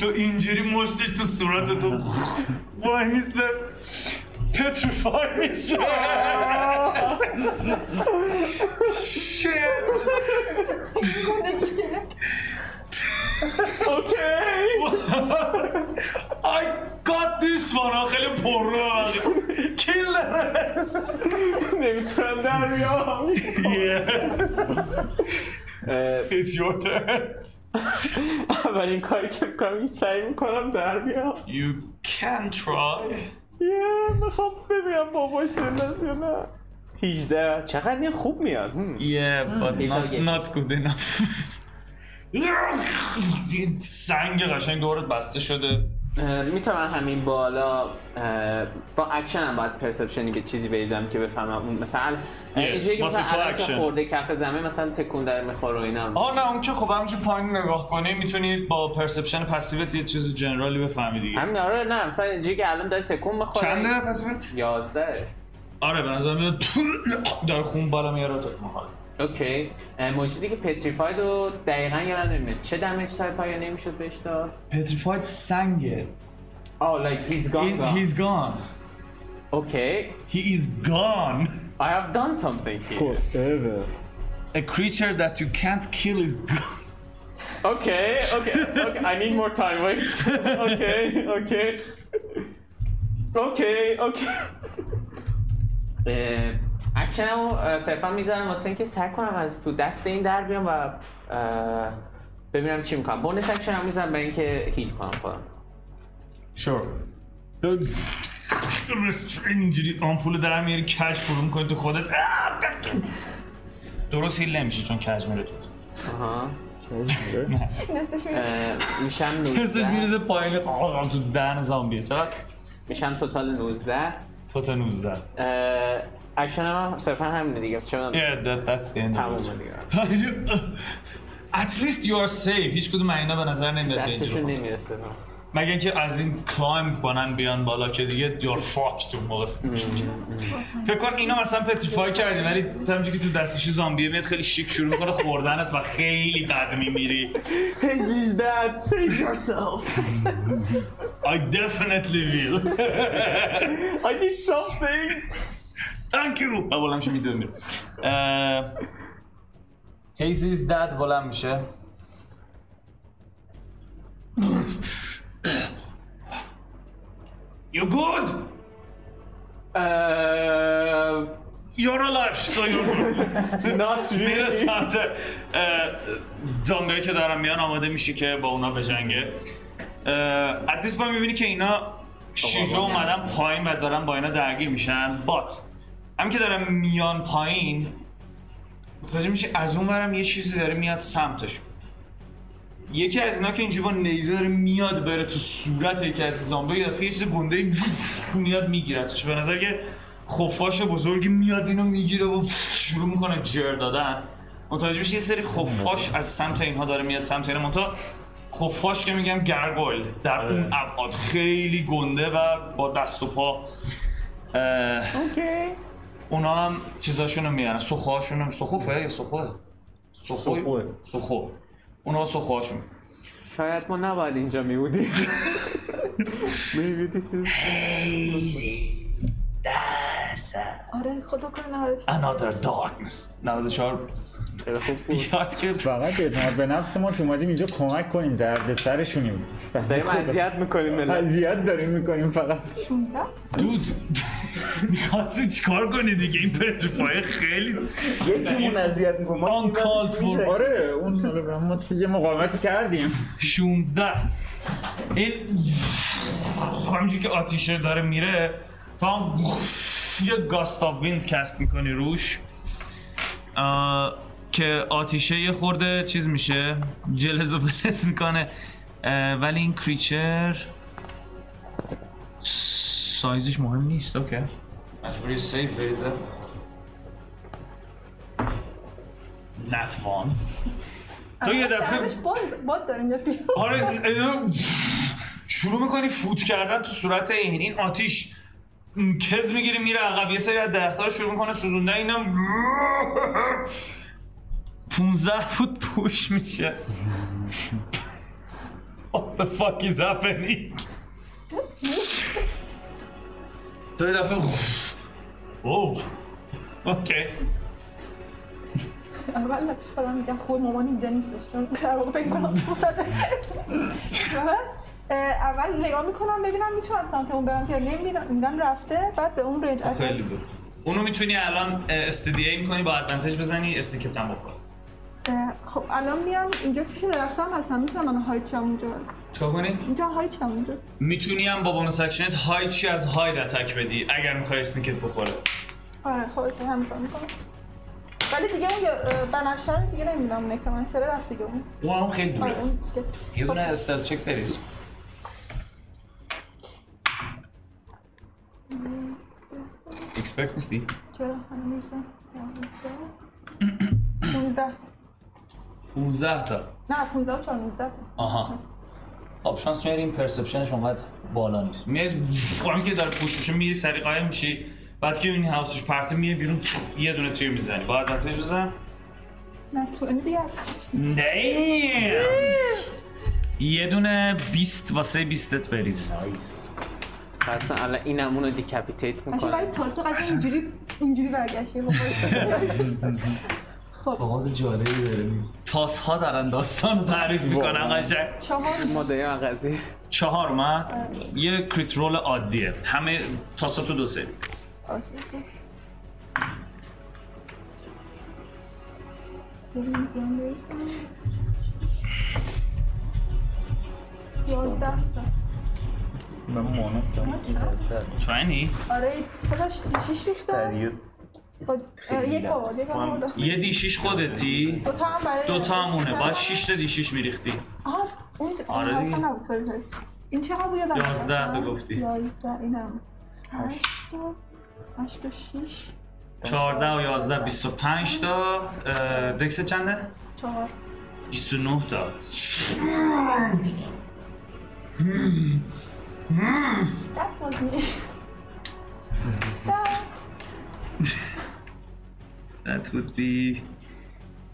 Speaker 1: تو اینجوری مشتش تو صورت تو وای میسته پترفای میشه شیت I got this one آه، خیلی پررو Kill the rest
Speaker 3: نمیتونم در بیام
Speaker 1: Yeah It's your turn
Speaker 3: اولین کاری که میکنم سعی میکنم در بیام
Speaker 1: You can try
Speaker 3: یه میخوام ببینم باباش زنده است یا نه 18 چقدر این خوب میاد هم.
Speaker 1: Yeah but not, not good enough این سنگ قشنگ دورت بسته شده
Speaker 3: اه، میتونم همین بالا اه، با اکشن هم باید پرسپشنی به چیزی بریزم که بفهمم اون مثلا اه،
Speaker 1: Yes.
Speaker 3: اینجوری که
Speaker 1: واسه
Speaker 3: مثلا
Speaker 1: تو
Speaker 3: الان که
Speaker 1: اکشن.
Speaker 3: خورده کف زمین مثلا تکون در میخوره و اینم
Speaker 1: آه نه اون که خب همون که پایین نگاه کنی میتونی با پرسپشن پسیوت یه چیز جنرالی بفهمی دیگه
Speaker 3: همین آره نه مثلا اینجوری که الان داره تکون میخوره
Speaker 1: چنده پسیوت؟
Speaker 3: 11
Speaker 1: آره به نظر میاد در خون بالا میاره تو مخاله
Speaker 3: اوکی اه، موجودی که پتریفاید رو دقیقا یادم نمیاد چه دمیج تایپ ها یا نمیشد بهش داد Oh,
Speaker 1: پتریفاید سنگه
Speaker 3: آه لایک هیز
Speaker 1: این
Speaker 3: گان
Speaker 1: he's gone
Speaker 3: اوکی
Speaker 1: He is gone
Speaker 3: I have done something here
Speaker 2: Whatever.
Speaker 1: A creature that you can't kill is gone
Speaker 3: اوکی اوکی اوکی I need more time wait اوکی اوکی اوکی اوکی اکشنمو اه، صرفا میزنم واسه اینکه سعی کنم از تو دست این در بیام و اه، ببینم چی میکنم بونس اکشنم میزنم به اینکه هیل کنم خودم
Speaker 1: Sure رسترین اینجوری آمپول در میاری کج فرو میکنی تو خودت آه، درست هیل نمیشه چون کج میره تو
Speaker 3: آها
Speaker 4: نصفش می‌ره.
Speaker 3: اه، میشم
Speaker 1: پرستش
Speaker 3: 19
Speaker 1: میریزه پایین آه، تو دهن زامبیه چقدر؟
Speaker 3: میشم توتال 19
Speaker 1: توت 19
Speaker 3: اه، اکشنم هم صرفا همینه دیگه چه بدونم.
Speaker 1: Yeah that, that's the end
Speaker 3: تمومه
Speaker 1: of it
Speaker 3: دیگه
Speaker 1: At least you are safe هیچ کدوم از اینا به نظر نمیاد danger
Speaker 3: دستشون
Speaker 1: خورده.
Speaker 3: نمیرسه
Speaker 1: مگه اینکه از این کلایم کنن بیان بالا که دیگه یور فاک تو موقع است. فکر کن اینا مثلا پتریفای کردی ولی تو همونجوری که تو دستشی زامبیه میاد خیلی شیک شروع میکنه خوردنت و خیلی بد میمیری
Speaker 3: This is that save yourself
Speaker 1: I definitely will
Speaker 3: I did something
Speaker 1: Thank you و بلند میشه میدون میره اه، Haze is dead بلند میشه You good? You're alive so you're good
Speaker 3: Not
Speaker 1: میره
Speaker 3: really
Speaker 1: سمت اه، زامبیایی که دارن میان آماده میشه که با اونا بجنگه E, ادیس با میبینی که اینا شیجو اومدن پایین و دارن با اینا درگیر میشن بات هم که دارن میان پایین متوجه میشه از اون برم یه چیزی داره میاد سمتشون یکی از اینا که اینجوری با نیزه داره میاد بره تو صورت یکی از زامبی یه دفعه یه چیز گنده ای میاد میگیرتش به نظر که خفاش بزرگی میاد اینو میگیره و شروع میکنه جر دادن متوجه میشه یه سری خفاش از سمت اینها داره میاد سمت اینا منتها خفاش که میگم گرگل در اون ابعاد خیلی گنده و با دست و پا اه،
Speaker 3: Okay
Speaker 1: اونا هم چیزاشونو میارن سخوهاشونو سخوفه یا سخوه سخوه
Speaker 6: خوبه.
Speaker 1: سخو اونا سخوهاشون
Speaker 3: شاید ما نباید اینجا می بودیم Maybe this is
Speaker 4: آره خدا کنه نهارش
Speaker 1: Another darkness 94
Speaker 3: خیلی خوب بود
Speaker 1: یاد که
Speaker 2: فقط اعتماد به نفس ما که اومدیم اینجا کمک کنیم درد سرشونیم
Speaker 3: داریم اذیت میکنیم ملت
Speaker 2: اذیت داریم میکنیم فقط
Speaker 4: 16
Speaker 1: دود میخواستی چیکار کنی دیگه این پتریفای خیلی
Speaker 6: یکیمون اذیت میکنه ما
Speaker 1: آن کال فور
Speaker 2: آره اون حالا ما یه مقاومتی کردیم
Speaker 1: 16 این همجور که آتیشه داره میره تو هم یه گاست آف ویند کست میکنی روش آه، که آتیشه یه خورده چیز میشه جلز و فلز میکنه اه، ولی این کریچر سایزش مهم نیست اوکی مجبوری سیف بریزه نتوان تو یه دفعه
Speaker 4: بعدش باز باد داره اینجا بیا
Speaker 1: آره اه، شروع میکنی فوت کردن تو صورت این این آتیش م، کز میگیری میره عقب یه سری از درختها رو شروع میکنه سوزوندن اینم 15 فوت پوش میشه What the fuck is happening? تو یه دفعه اوه اوکی
Speaker 4: اول پیش خودم میگم خود مامان اینجا نیستش چون در واقع فکر کنم فرصت و اه، اول نگاه میکنم ببینم میتونم سمت اون برم که نمیدونم میدم رفته بعد به اون رنج
Speaker 1: خیلی بود اونو میتونی الان استدیه میکنی با ادوانتج بزنی استیکت هم بخور
Speaker 4: اه، خب الان میام اینجا پیش درختم هستم میتونم من هایت شم اونجا
Speaker 1: چه کنی؟
Speaker 4: اینجا هایت شم اونجا
Speaker 1: میتونی هم با بونوس اکشنت های چی از هاید اتک بدی اگر میخوای اسنیکت بخوره
Speaker 4: آره خب اوکی همین کار میکنم ولی دیگه اون اه، بنفشه رو دیگه نمیدونم نکنم سره رفت دیگه اون
Speaker 7: اون هم خیلی دوره
Speaker 4: آره اون دیگه
Speaker 7: یه دونه استل چک بریز اکسپکت نیستی
Speaker 4: چرا همه میرسن 15
Speaker 7: 15 تا
Speaker 4: نه 15 و 14
Speaker 7: آها خب شانس میاریم پرسپشنش اونقدر بالا نیست
Speaker 1: میز اون که داره پوش میشه میری سری قایم میشی بعد که ببینی حواسش پرته میری بیرون یه دونه تیر میزنی با ادوانتج بزن
Speaker 4: نه تو این دیگه
Speaker 1: نه یه دونه 20 واسه 20 بریز
Speaker 3: پس من الان اینم اونو دیکپیتیت
Speaker 4: قشنگ
Speaker 3: میکنم
Speaker 4: برای تاسو قشنگ اینجوری اینجوری برگشتی خب
Speaker 1: تاس ها دارن داستان رو تعریف میکنن قشنگ
Speaker 4: چهار
Speaker 3: ما داریم از قضیه
Speaker 1: چهار اومد یه کریت رول عادیه همه تاسا تو دو سری
Speaker 4: آسیب زد. یازده تا.
Speaker 6: من مانم
Speaker 1: توانی
Speaker 4: آره صداش شیش ریخته با- اه، یک آورد یک آورد
Speaker 1: یه دیشیش خودتی
Speaker 4: دو تا هم برای
Speaker 1: دو تا همونه باید 6 تا دیشیش میریختی
Speaker 4: آه اون
Speaker 1: آره
Speaker 4: آره
Speaker 1: دیگه.
Speaker 4: نبود سوری سوری این چه هم بوده
Speaker 1: یازده تا گفتی.
Speaker 4: یازده اینم هشت تا هشت تا شیش
Speaker 1: 14 و 11 25 تا اه، دکس چنده
Speaker 4: چهار
Speaker 1: 29 تا
Speaker 4: ده بازی
Speaker 1: That would be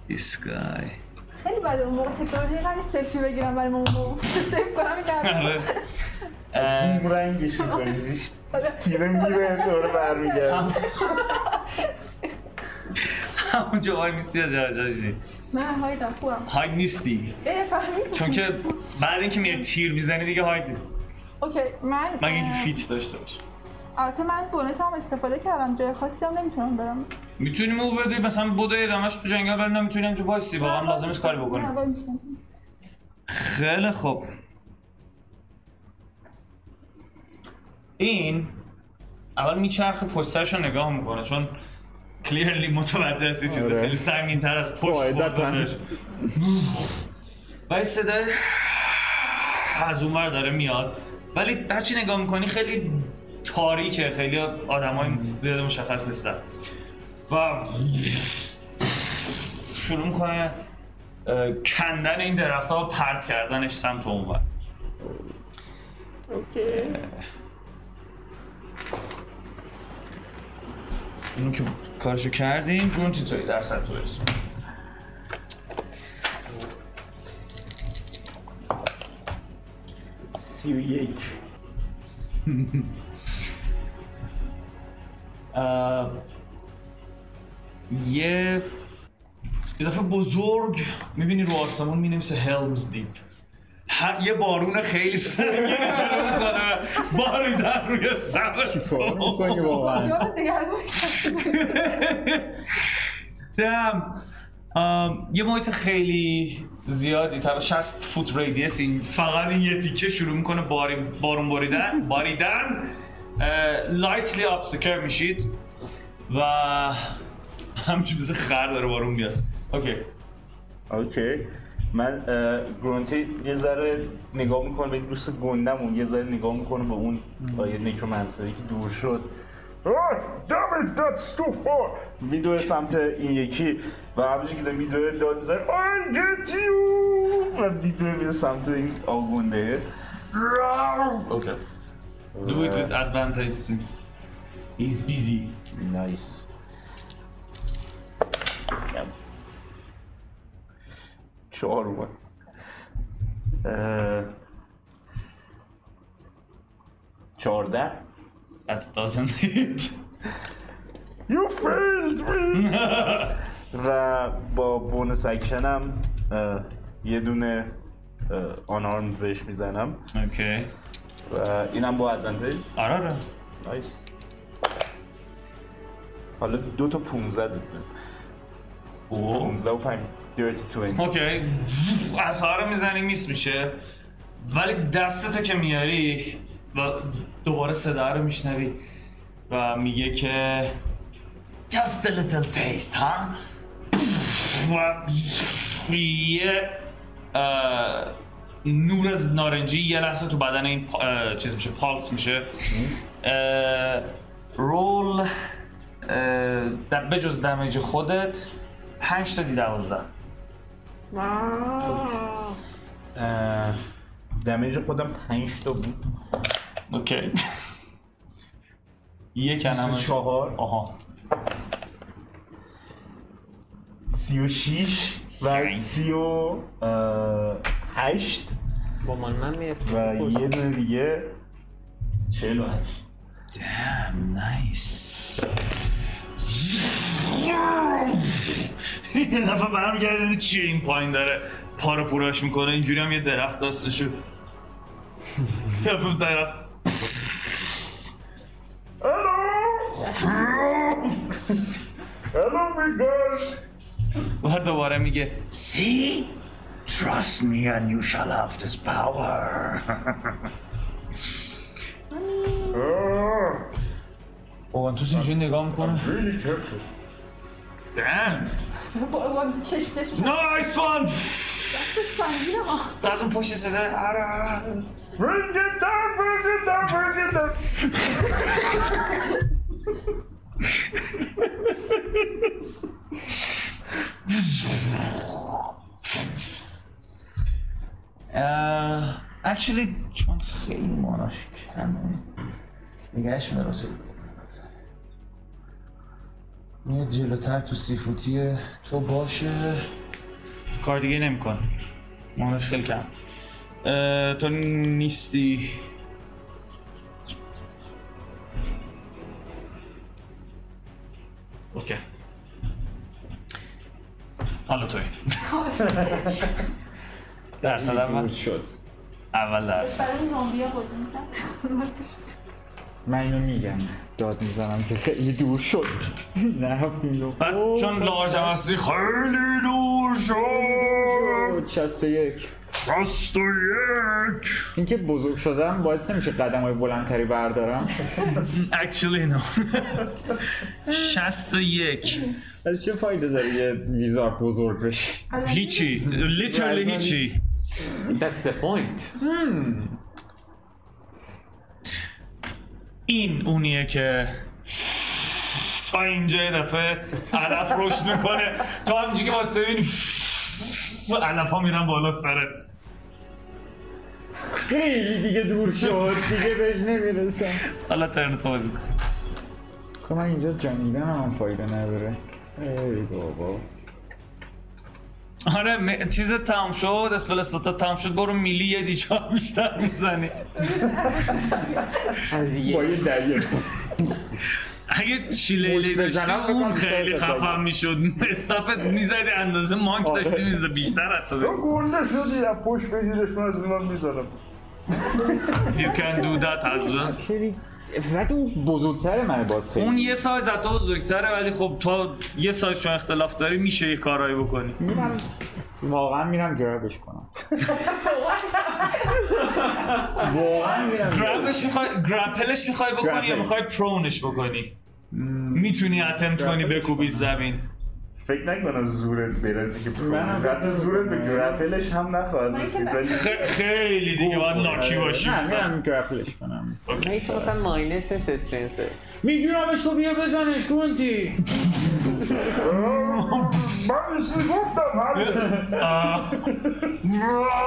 Speaker 1: this guy
Speaker 4: خیلی بده اون موقع تکنولوژی اینقدر سلفی بگیرم برای اون موقع سیف کنم این کار
Speaker 1: آره. اه،
Speaker 6: رنگش می‌کنی، زیش تیره میره دوره برمیگرد
Speaker 1: همونجا های میستی از جاجاشی
Speaker 4: من های دم خوبم
Speaker 1: هاید نیستی
Speaker 4: اه، فهمیدی؟
Speaker 1: چون که بعد اینکه میری تیر میزنی دیگه هاید نیست
Speaker 4: اوکی من
Speaker 1: مگه اینکه
Speaker 4: اه،
Speaker 1: فیت داشته باشه
Speaker 4: البته من بونس هم استفاده کردم جای خاصی هم نمیتونم برم
Speaker 1: میتونی مو بدی مثلا بدو ادامش تو جنگل ولی نمیتونیم تو وایسی واقعا لازم نیست کاری بکنی
Speaker 4: نه، وای میستم.
Speaker 1: خیلی خوب این اول میچرخه پشتش رو نگاه میکنه چون کلیرلی متوجه است یه چیز
Speaker 2: آره.
Speaker 1: خیلی سنگین تر از پشت
Speaker 2: قاعدتاً.
Speaker 1: خوردنش و این صدای از اونور داره میاد ولی هرچی نگاه میکنی خیلی تاریکه خیلی آدمای زیاد مشخص نیستن و شروع میکنه کندن این درخت ها و پرت کردنش سمت اونور اونو که کارشو کردیم گون چی توی درصد تو برسون
Speaker 6: سی و یک
Speaker 1: اه، یه یه دفعه بزرگ میبینی رو آسمون مینویسه هلمز دیپ هر یه بارون خیلی سنگین شروع میکنه باری در روی سرت
Speaker 2: کار می‌کنی واقعا
Speaker 4: یاد دگرگون
Speaker 1: دم ام، یه محیط خیلی زیادی تا 60 فوت ریدیس این فقط این یه تیکه شروع میکنه باری بارون باریدن باریدن لایتلی ابسکر میشید و همچون مثل خر داره بارون میاد اوکی
Speaker 6: اوکی من اه، گرونتی یه ذره نگاه میکنه به این دوست گندمون یه ذره نگاه میکنه به اون با یه نیکرومنسری که دور شد
Speaker 5: Ah, damn it, that's too far.
Speaker 6: میدوه سمت این یکی و همونجور که داره میدوه داد میزنه I'll get you و میدوه میره سمت این آگونده اوکی
Speaker 1: Do it with advantage since he's busy
Speaker 6: نایس چهار اومد اه، چهارده
Speaker 1: that doesn't hit
Speaker 6: You failed me و با بونس اکشنم اه، یه دونه آنارم بهش میزنم
Speaker 1: اوکی
Speaker 6: و اینم با ادوانتج
Speaker 1: آره آره
Speaker 6: نایس حالا دو تا 15 دادم
Speaker 1: اوه.
Speaker 6: 15 و 5 دیرتی 20
Speaker 1: اوکی از رو میزنی میس میشه ولی دستتو که میاری و دوباره صدا رو میشنوی و میگه که Just a little taste, ها؟ و یه اه، نور از نارنجی یه لحظه تو بدن این پا- اه، چیز میشه پالس میشه اه، رول اه، در- بجز دمیج خودت 5 تا دی 12
Speaker 6: اه، دمیج خودم 5 تا بود
Speaker 1: اوکی یک کلمه
Speaker 6: é 24
Speaker 1: آها
Speaker 6: 36 و
Speaker 4: یعنی؟
Speaker 6: 38
Speaker 3: با من من میرفت
Speaker 6: و یه دونه دیگه 48
Speaker 1: نایس این دفعه برمیگردن چی این پایین داره پا رو پوراش میکنه اینجوری هم یه درخت دستشو دفعه درخت
Speaker 5: Hello, big guys.
Speaker 1: و دوباره میگه
Speaker 8: See? Trust me and you shall have this power.
Speaker 5: Ah,
Speaker 1: اوانتوس اینجوری نگاه میکنه
Speaker 5: really careful.
Speaker 1: دن نایس وان از اون پشت صدا آره، آره.
Speaker 5: Bring it down, bring it down, bring it down.
Speaker 1: اه، اکچولی چون خیلی ماناش کمه نگهش میدارم سیب میاد جلوتر تو سیفوتی تو باشه کار دیگه نمیکن ماناش خیلی کم اه، تو نیستی اوکی حالا توی درصد اول
Speaker 2: شد
Speaker 1: اول درصد
Speaker 4: برای اون زامبیا بازی می‌کرد.
Speaker 2: من اینو میگم داد میزنم که خیلی دور شد نرفت اینو
Speaker 1: بعد چون لارج هم هستی خیلی دور شد
Speaker 2: اوه، 61
Speaker 1: شست و یک
Speaker 2: اینکه بزرگ شدم باعث نمیشه قدم های بلندتری بردارم
Speaker 1: اکچولی نو شست و یک
Speaker 2: از چه فایده داره یه ویزار بزرگ بشه
Speaker 1: هیچی لیترلی هیچی
Speaker 3: That's the point
Speaker 1: این اونیه که تا اینجا یه دفعه علف رشد میکنه تا همینجا که واسه ببینی علف ها میرن بالا سرت
Speaker 2: خیلی دیگه دور شد دیگه بهش نمیرسم
Speaker 1: حالا ترن تو بازی کن
Speaker 2: تو من اینجا جنگیدن هم فایده نداره ای بابا
Speaker 1: آره م- چیزت تمام شد اسپل استاتت تمام شد برو میلی یه دیجا بیشتر میزنی
Speaker 3: از
Speaker 2: با
Speaker 3: یه
Speaker 2: یه دریه
Speaker 1: اگه شیلیلی
Speaker 2: مچ
Speaker 1: داشتی
Speaker 2: بزنم،
Speaker 1: اون
Speaker 2: بکنم
Speaker 1: خیلی آره.
Speaker 2: سرت
Speaker 1: خفم
Speaker 2: بزنم.
Speaker 1: میشد استفت میزدی اندازه مانک داشتی میزد بیشتر حتی
Speaker 9: تو گنده شدی از پشت بگیرش من از من میزنم
Speaker 1: You can do that as well
Speaker 2: ولی اون بزرگتر منه باز خیلی
Speaker 1: اون یه سایز از تو بزرگتره ولی خب تو یه سایز چون اختلاف داری میشه یه کارایی بکنی
Speaker 2: میرم واقعا میرم گربش کنم واقعا میرم
Speaker 1: گرپلش میخوای گرپلش میخوای بکنی یا
Speaker 2: گرپل.
Speaker 1: میخوای پرونش بکنی میتونی اتمت کنی بکوبی زمین
Speaker 6: فکر نکنم زورت برسی که
Speaker 2: منم
Speaker 6: حتی زورت به گرپلش هم نخواهد
Speaker 4: که
Speaker 6: رسید
Speaker 4: نه.
Speaker 6: ولی
Speaker 1: خ- خیلی دیگه باید لاکی باشی
Speaker 2: آره. نه
Speaker 1: مثلا.
Speaker 2: میرم گرپلش کنم
Speaker 3: نه تو مثلا ماینس سستنسه
Speaker 2: میگیرمش رو بیا بزنش گونتی
Speaker 9: من یه چیزی گفتم همین
Speaker 1: آه.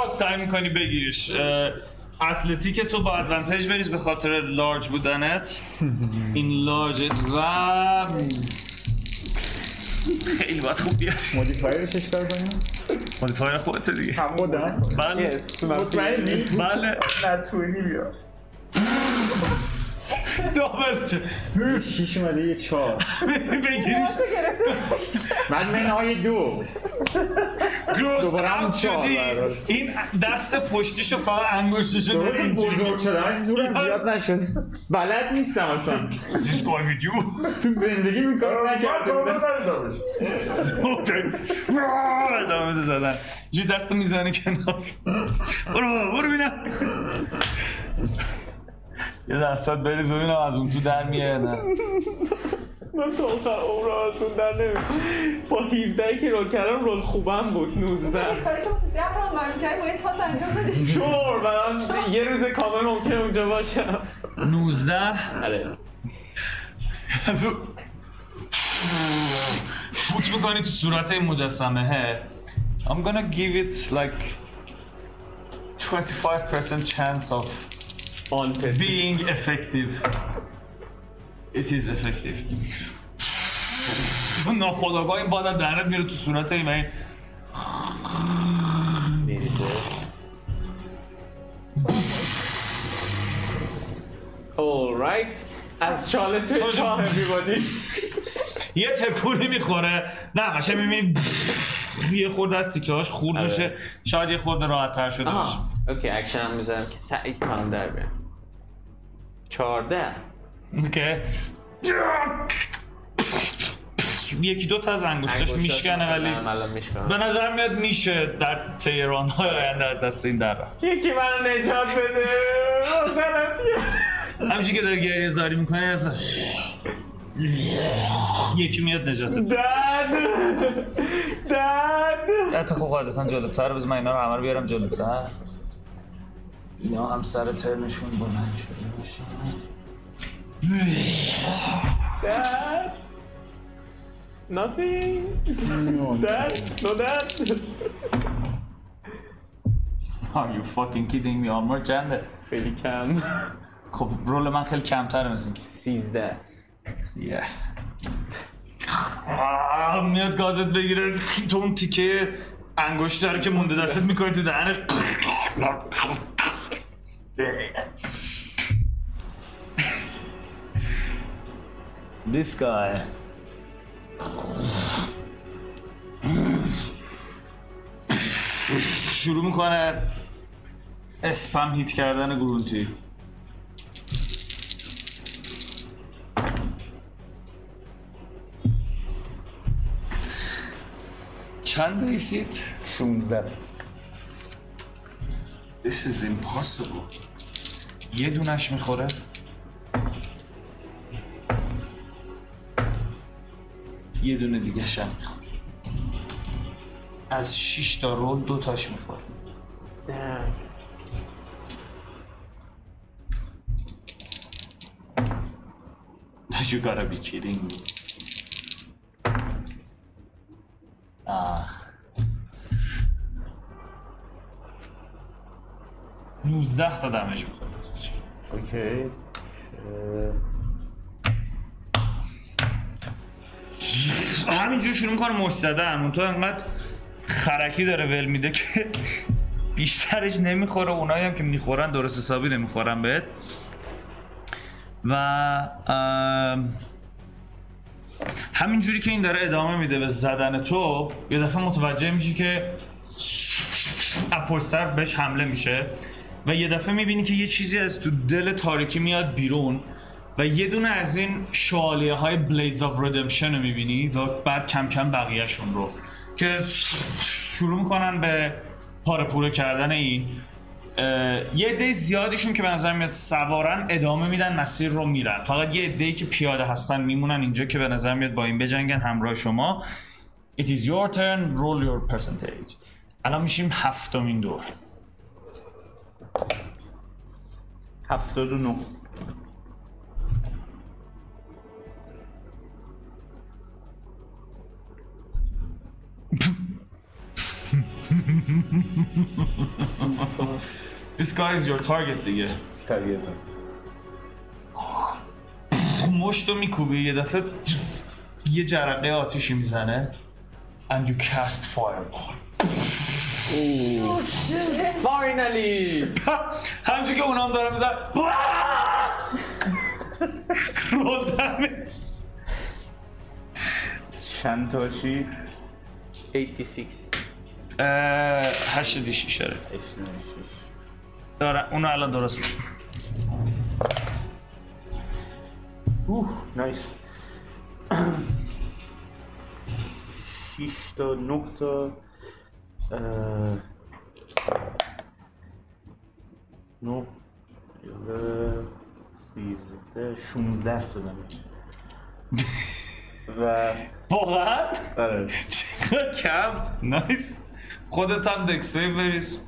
Speaker 1: را، سعی میکنی بگیریش اه، اتلتیک تو با ادوانتج بریز به خاطر لارج بودنت این لارجت و خیلی باید خوب بیاری
Speaker 2: مودیفایرش چیکار کنیم
Speaker 1: مودیفایر خودت دیگه
Speaker 2: خودم
Speaker 1: بله بله
Speaker 6: نتونی بیا
Speaker 1: دابل چه
Speaker 2: شیش اومده یه چهار
Speaker 1: بگیریش
Speaker 2: بعد منهای دو
Speaker 1: گروس
Speaker 2: دوباره هم
Speaker 1: اوت
Speaker 2: چهار
Speaker 1: شدی
Speaker 2: برابر.
Speaker 1: این دست پشتیشو فقط انگشتشو داری اینجوری
Speaker 2: بزرگ شدم زورم زیاد نشد بلد نیستم اصلا
Speaker 1: This guy with you.
Speaker 2: تو زندگی میکنم
Speaker 9: من تا
Speaker 2: نکردم
Speaker 9: حالا ندیدمش.
Speaker 1: را، ادامه بده زدن جو دستو میزنه کنار برو برو ببینم یه درصد بریز ببینم از اون تو در میاد نه
Speaker 3: من تا آخر عمر آسون در نمیم با 17 که رول کردم رول خوبم بود 19
Speaker 4: کاری که واسه ده رو من کردم با یه تاس انجام بدی
Speaker 3: شور من یه روز کامل ممکن اونجا باشم
Speaker 1: 19
Speaker 3: آره
Speaker 1: فوت میکنی تو صورت این مجسمه I'm gonna give it like 25% chance of
Speaker 3: آن پس
Speaker 1: being effective. It is effective. ناخداگاه این بادم درنت میره تو صورت این یعنی و این
Speaker 3: alright از چاله توی چاه everybody
Speaker 1: یه تکونی میخوره نه قشنگ میبینی یه خورده از تیکه هاش خورد
Speaker 3: آره.
Speaker 1: میشه شاید یه خورده راحت تر شده باشه
Speaker 3: آها اوکی اکشن هم میزنم که سعی کنم در بیام 14
Speaker 1: اوکی یکی دو تا از انگشتاش
Speaker 3: انگشتاش
Speaker 1: میشکنه
Speaker 3: مثلا
Speaker 1: ولی
Speaker 3: الان میشکنه
Speaker 1: به نظر میاد میشه در تهران های آینده از دست این در رفت.
Speaker 3: یکی منو نجات بده آه، غلطیه.
Speaker 1: همچین که داره گریه زاری میکنه یکی میاد نجاتت
Speaker 3: داد داد
Speaker 1: حتی خب قاعدتا جلوتر بذار من اینا رو همه رو بیارم جلوتر اینا هم سر ترنشون بلند شده باشه
Speaker 3: Dad? Nothing? Dad? No dad?
Speaker 1: Are you fucking kidding me armor چنده؟
Speaker 3: خیلی کم
Speaker 1: خب رول من خیلی کمتره مثل اینکه
Speaker 3: سیزده
Speaker 1: یه آه، میاد گازت بگیره تو اون تیکه انگشت رو که مونده دستت میکنه تو دهنه This guy شروع میکنه اسپم هیت کردن گرونتی چند ایسید؟
Speaker 2: 16
Speaker 1: This is impossible. یه دونش میخوره. یه دونه دیگه هم میخوره. از 6 تا رول دو تاش میخوره. You gotta be kidding me. آه. 19 تا دمج میخوره.
Speaker 6: اوکی
Speaker 1: همینجور شروع میکنه مش زدن اونطور انقدر خرکی داره ول میده که بیشترش نمیخوره اونایی هم که میخورن درست حسابی نمیخورن بهت و ام، همینجوری که این داره ادامه میده به زدن تو یه دفعه متوجه میشی که از پشت سر بهش حمله میشه و یه دفعه میبینی که یه چیزی از تو دل تاریکی میاد بیرون و یه دونه از این شوالیه های بلیدز آف ردمشن رو میبینی و بعد کم کم بقیهشون رو که شروع میکنن به پاره پوره کردن این اه، یه عده زیادیشون که به نظر میاد سوارن ادامه میدن مسیر رو میرن فقط یه عده که پیاده هستن میمونن اینجا که به نظر میاد با این بجنگن همراه شما It is your turn, roll your percentage الان میشیم هفتمین دور
Speaker 6: هفتاد و نه
Speaker 1: This guy is your target دیگه
Speaker 6: طبیعتا
Speaker 1: مشت رو میکوبی یه دفعه یه جرقه آتیشی میزنه and you cast fireball
Speaker 3: فاینالی
Speaker 1: همچون که اونام داره میزن رول دمیج
Speaker 6: چند تا چی؟
Speaker 3: 86
Speaker 1: هشت دیشی شده داره آره، اونو الان درست می‌کنم.
Speaker 6: اوه نایس شیش تا نه تا اه، نه یازده، سیزده شونزده تا دمش و
Speaker 1: واقعا
Speaker 6: آره
Speaker 1: چقدر کم نایس خودت هم دکسه بریز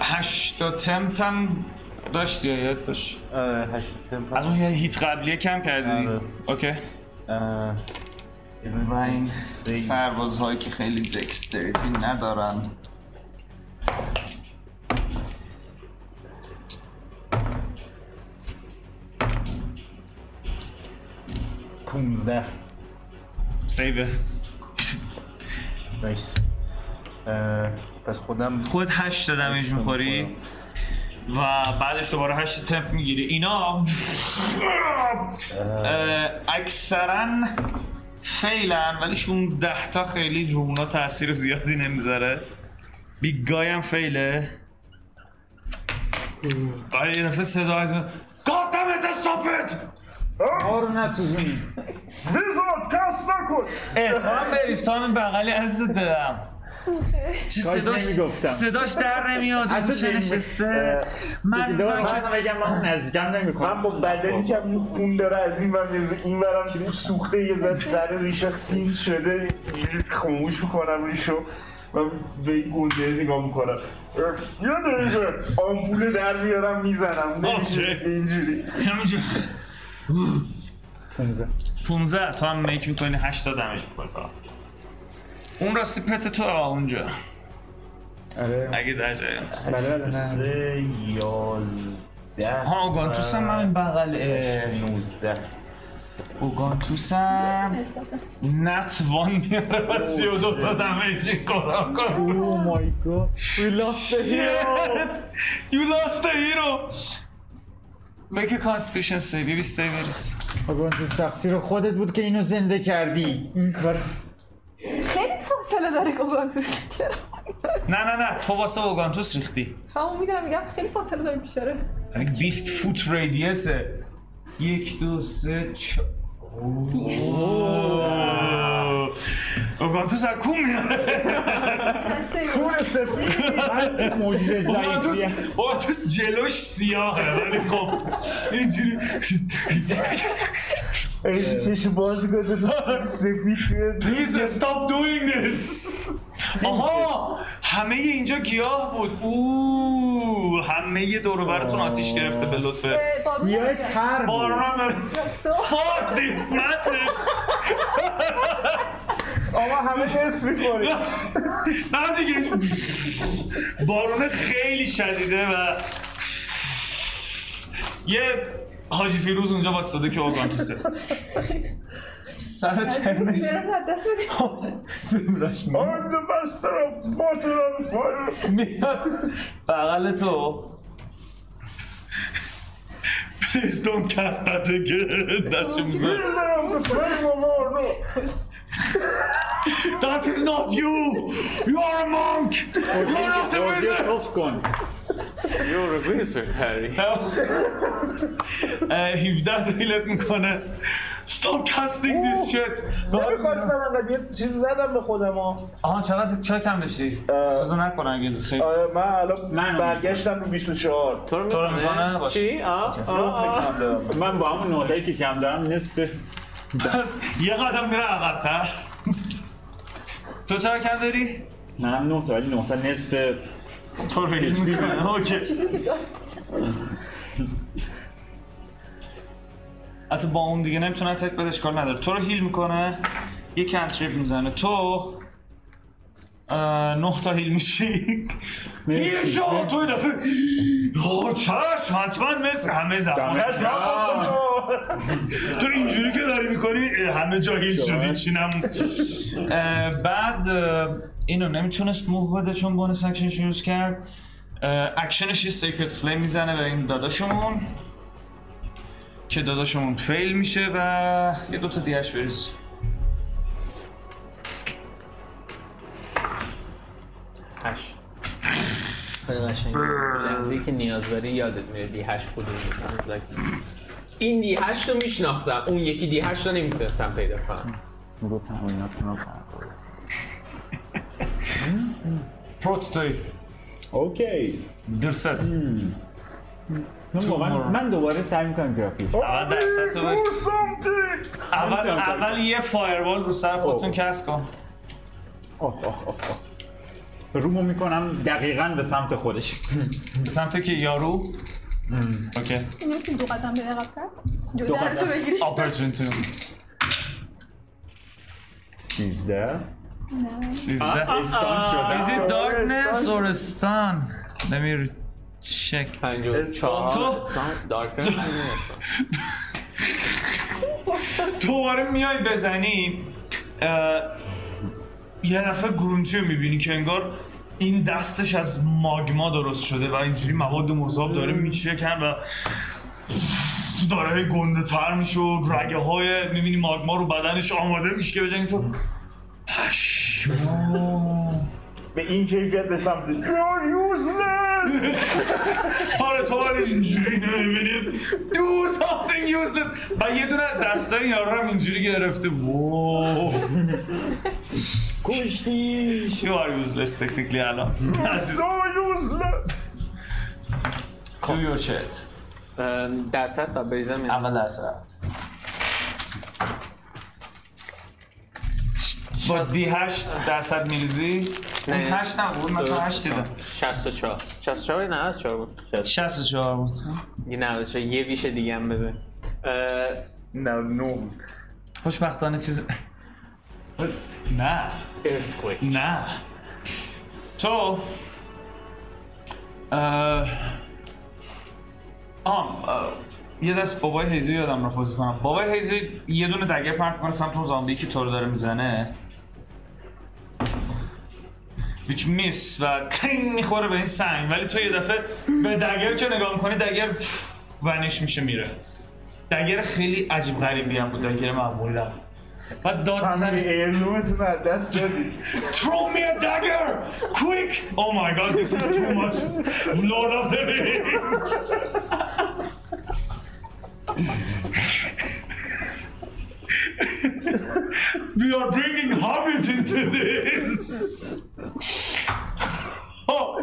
Speaker 1: هشتا تمپ هم داشتی یا یاد باش
Speaker 6: آره هشت تمپ
Speaker 1: از اون یه هیت قبلیه کم کردی
Speaker 6: آره.
Speaker 1: اوکی
Speaker 6: اه،
Speaker 1: و این
Speaker 6: سی-
Speaker 1: سربازهایی که خیلی دکستریتی ندارن
Speaker 6: پونزده
Speaker 1: سیبه
Speaker 6: نایس اه، پس خودم
Speaker 1: خود هشت تا دمیج میخوری و بعدش دوباره هشت تمپ میگیری اینا اه، اکثرا فیلن ولی 16 تا خیلی رو اونا تاثیر زیادی نمیذاره بیگ گای هم فیله بعد آره، یه دفعه صدا از God damn it, stop it!
Speaker 5: آه، ویزارد کس نکن
Speaker 1: اه، تو هم بریز تو همین بغلی عزت دادم چه صداش
Speaker 2: نمی‌گفتم.
Speaker 1: صداش در نمیاد اون
Speaker 2: حتی
Speaker 1: گوشه
Speaker 2: نمی-
Speaker 1: نشسته من
Speaker 2: دوباره
Speaker 1: من
Speaker 2: من بگم من نزدیکم نمیکنم
Speaker 6: من با بدنی که هم خون داره از این ور میز این ورم تو سوخته یه ذره سر ریشه سین شده خاموش میکنم ریشو و به این گنده نگاه میکنم
Speaker 5: یه دقیقه
Speaker 6: آمپول در میارم میزنم نمیشه
Speaker 1: آکی.
Speaker 6: اینجوری
Speaker 1: همینجا 15 تو هم میک میکنی 8 تا دمیج میکنی فقط اون راستی پت تو آه، اونجا
Speaker 2: آره
Speaker 1: اگه در جایی هست.
Speaker 2: بله بله نه
Speaker 6: سه یازده
Speaker 1: ها اوگانتوس هم همین بغل اه،
Speaker 6: نوزده
Speaker 1: اوگانتوس هم نت وان میاره و 32 تا دمیج میکنه
Speaker 2: او مای گاد وی لاست
Speaker 1: You lost the hero Make a constitution save, you stay very safe.
Speaker 2: اون تو تقصیر خودت بود که اینو زنده کردی این کار
Speaker 4: خیلی فاصله داره گفتم توش چرا
Speaker 1: نه نه نه تو واسه اوگانتوس ریختی
Speaker 4: همون میدونم میگم خیلی فاصله داره بیچاره
Speaker 1: یعنی 20 فوت ریدیسه یک دو سه چه اوگانتوس از کون میاره
Speaker 6: کور سفید
Speaker 2: من موجود
Speaker 1: اوگانتوس
Speaker 2: ضعیفیم
Speaker 1: اوگانتوس جلوش سیاهه ولی خب اینجوری
Speaker 6: ای، چشم باز کرده سفید توی
Speaker 1: Please stop doing this آها همه اینجا گیاه بود او همه دور و برتون آتیش گرفته به لطف
Speaker 4: بارون
Speaker 2: یای
Speaker 4: نمیاد.
Speaker 2: تر بود
Speaker 1: بارون داره. Fuck this madness
Speaker 6: آقا همه حس میکنی
Speaker 1: نه دیگه بارون خیلی شدیده و یه حاجی فیروز اونجا باستاده که آگانتوسه سر ترنش
Speaker 4: برم دست بدی
Speaker 1: داشت می-
Speaker 10: I'm the master of water and fire.
Speaker 1: میاد بغل تو
Speaker 11: Please don't cast that again. دستشو میزن.
Speaker 10: Builder of the flame of our no.
Speaker 11: That is not you! You are a monk! You are not a wizard!
Speaker 2: افت کن
Speaker 3: You're a wizard, Harry.
Speaker 1: اه، 17 دیلت Uh, میکنه Stop casting this shit
Speaker 6: نمیخواستم انقدر یه چیز زدم به خودم ها
Speaker 1: آها چقدر چرا کم داشتی؟
Speaker 6: اه.
Speaker 1: سوزو نکنه اگه خیلی
Speaker 6: آره، من الان
Speaker 2: من-
Speaker 6: برگشتم رو 24
Speaker 3: تو رو
Speaker 1: تو رو
Speaker 3: می‌کنه؟
Speaker 1: می‌کنه؟ باشه.
Speaker 3: چی؟ آه؟ آه، آه.
Speaker 6: نقطه کم دارم
Speaker 2: من با همون نقطه‌ای که کم دارم نصف
Speaker 1: پس یه قدم میره عقبتر تو چرا کم داری؟
Speaker 2: منم نه تا ولی نه تا نصف
Speaker 1: تو رو هیچ میکنه اوکی حتی با اون دیگه نمیتونه اتک بده اشکال نداره تو رو هیل میکنه یه کنتریپ میزنه تو اه، نه تا هیل میشی هیل شو تو یه دفعه آه، چشم حتما مثل همه زمان تو اینجوری که داری میکنی همه جا هیل شدی چینم اه، بعد اه، اینو نمیتونست موو بده چون بونس اکشنش یوز کرد اه، اکشنش یه سیکرت فلیم میزنه به این داداشمون که داداشمون فیل میشه و یه دوتا دیهش بریز
Speaker 3: هشت. خیلی قشنگ. لحظه‌ای که نیاز داری یادت میره دی هشت کدوم بود. این دی هشت رو میشناختم اون یکی دی هشت رو نمیتونستم پیدا کنم
Speaker 2: رو تمریناتون رو کن.
Speaker 1: پروتوتایپ
Speaker 2: اوکی خب،
Speaker 1: درصد
Speaker 2: من واقعاً- من دوباره سعی میکنم گرافیک
Speaker 1: اول درصد تو
Speaker 10: Do
Speaker 1: بریز
Speaker 10: something.
Speaker 1: اول اول یه فایروال رو سر خودتون
Speaker 2: خب.
Speaker 1: کس کن
Speaker 2: آه، آه، آه، آه. رومو میکنم دقیقا به سمت خودش
Speaker 1: به سمت که یارو اوکی
Speaker 4: اینو می‌تونی دو قدم به عقب کرد جو
Speaker 2: دو
Speaker 4: در
Speaker 2: قدم.
Speaker 4: تو بگیری
Speaker 1: اپورتونتی
Speaker 2: 13
Speaker 1: 13
Speaker 2: استان
Speaker 1: Is
Speaker 2: شده
Speaker 1: it darkness or stun? Let me check.
Speaker 3: پنج و چهار دارکن
Speaker 1: دوباره میای بزنی اه، یه دفعه گرونتی رو میبینی که انگار این دستش از ماگما درست شده و اینجوری مواد مذاب داره میچکن و داره هی گنده تر میشه و رگه های میبینی ماگما رو بدنش آماده میشه که بجنگی تو پشما
Speaker 6: به این کیفیت به سمت
Speaker 1: آره تو ولی اینجوری نمیبینید Do something useless و یه دونه دستای یارو رو هم اینجوری گرفته وو
Speaker 2: کشتیش
Speaker 1: You are useless technically الان Do your shit
Speaker 3: درصد و یعنی. بریزم این.
Speaker 1: اول درصد با دی هشت درصد میریزی اون
Speaker 3: نه.
Speaker 1: هشت نبود من تو
Speaker 3: درست.
Speaker 1: هشت دیدم
Speaker 3: 64 64 یا 94 بود
Speaker 1: 64 بود
Speaker 3: یه 94 یه ویش دیگه هم بده اه،
Speaker 6: نه نه
Speaker 1: خوشبختانه چیز نه
Speaker 3: Earthquake
Speaker 1: نه تو اه... آم اه، یه دست بابای هیزی یادم رفت بازی کنم بابای هیزی یه دونه دگه پرت کنه سمت اون زامبی که تو رو داره میزنه which میس و تنگ میخوره به این سنگ ولی تو یه دفعه به دگر که نگاه میکنی دگر ونش میشه میره دگر خیلی عجیب غریبی هم بود دگر معمولی نبود و داد میزنی
Speaker 6: ایرلومتون از دست دادی
Speaker 1: Throw me a dagger! Quick! Oh my god, this is too much. Lord of the Rings! We are bringing Hobbit into this! خب.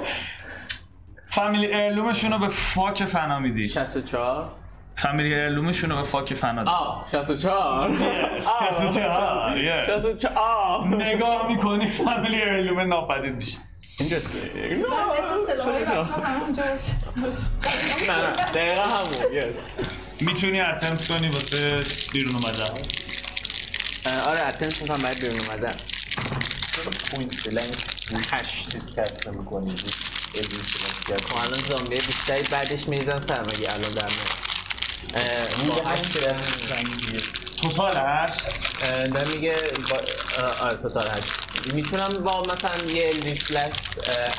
Speaker 1: فامیلی ارلومشون رو به فاک فنا میدی
Speaker 3: 64
Speaker 1: فامیلی ارلومشون رو به فاک فنا دی
Speaker 3: آه 64
Speaker 1: کسی چه آه، yes.
Speaker 3: 64 آه
Speaker 1: نگاه میکنی فامیلی ارلوم ناپدید میشه
Speaker 3: Interesting.
Speaker 4: مثل سلاحی بچه هم همون جاش
Speaker 3: نه نه دقیقا همون yes.
Speaker 1: میتونی اتمپت کنی واسه بیرون اومدن
Speaker 3: اه، آره اتنس میکنم برای بیرون اومدن هشت
Speaker 6: کسته میکنی
Speaker 3: خب الان زامبی بیشتری بعدش میریزن سر مگه الان در نه اه، با هشت اه،
Speaker 1: توتال هشت
Speaker 3: اه، نه میگه با- اه، آره توتال هشت میتونم با مثلا یه ریفلکس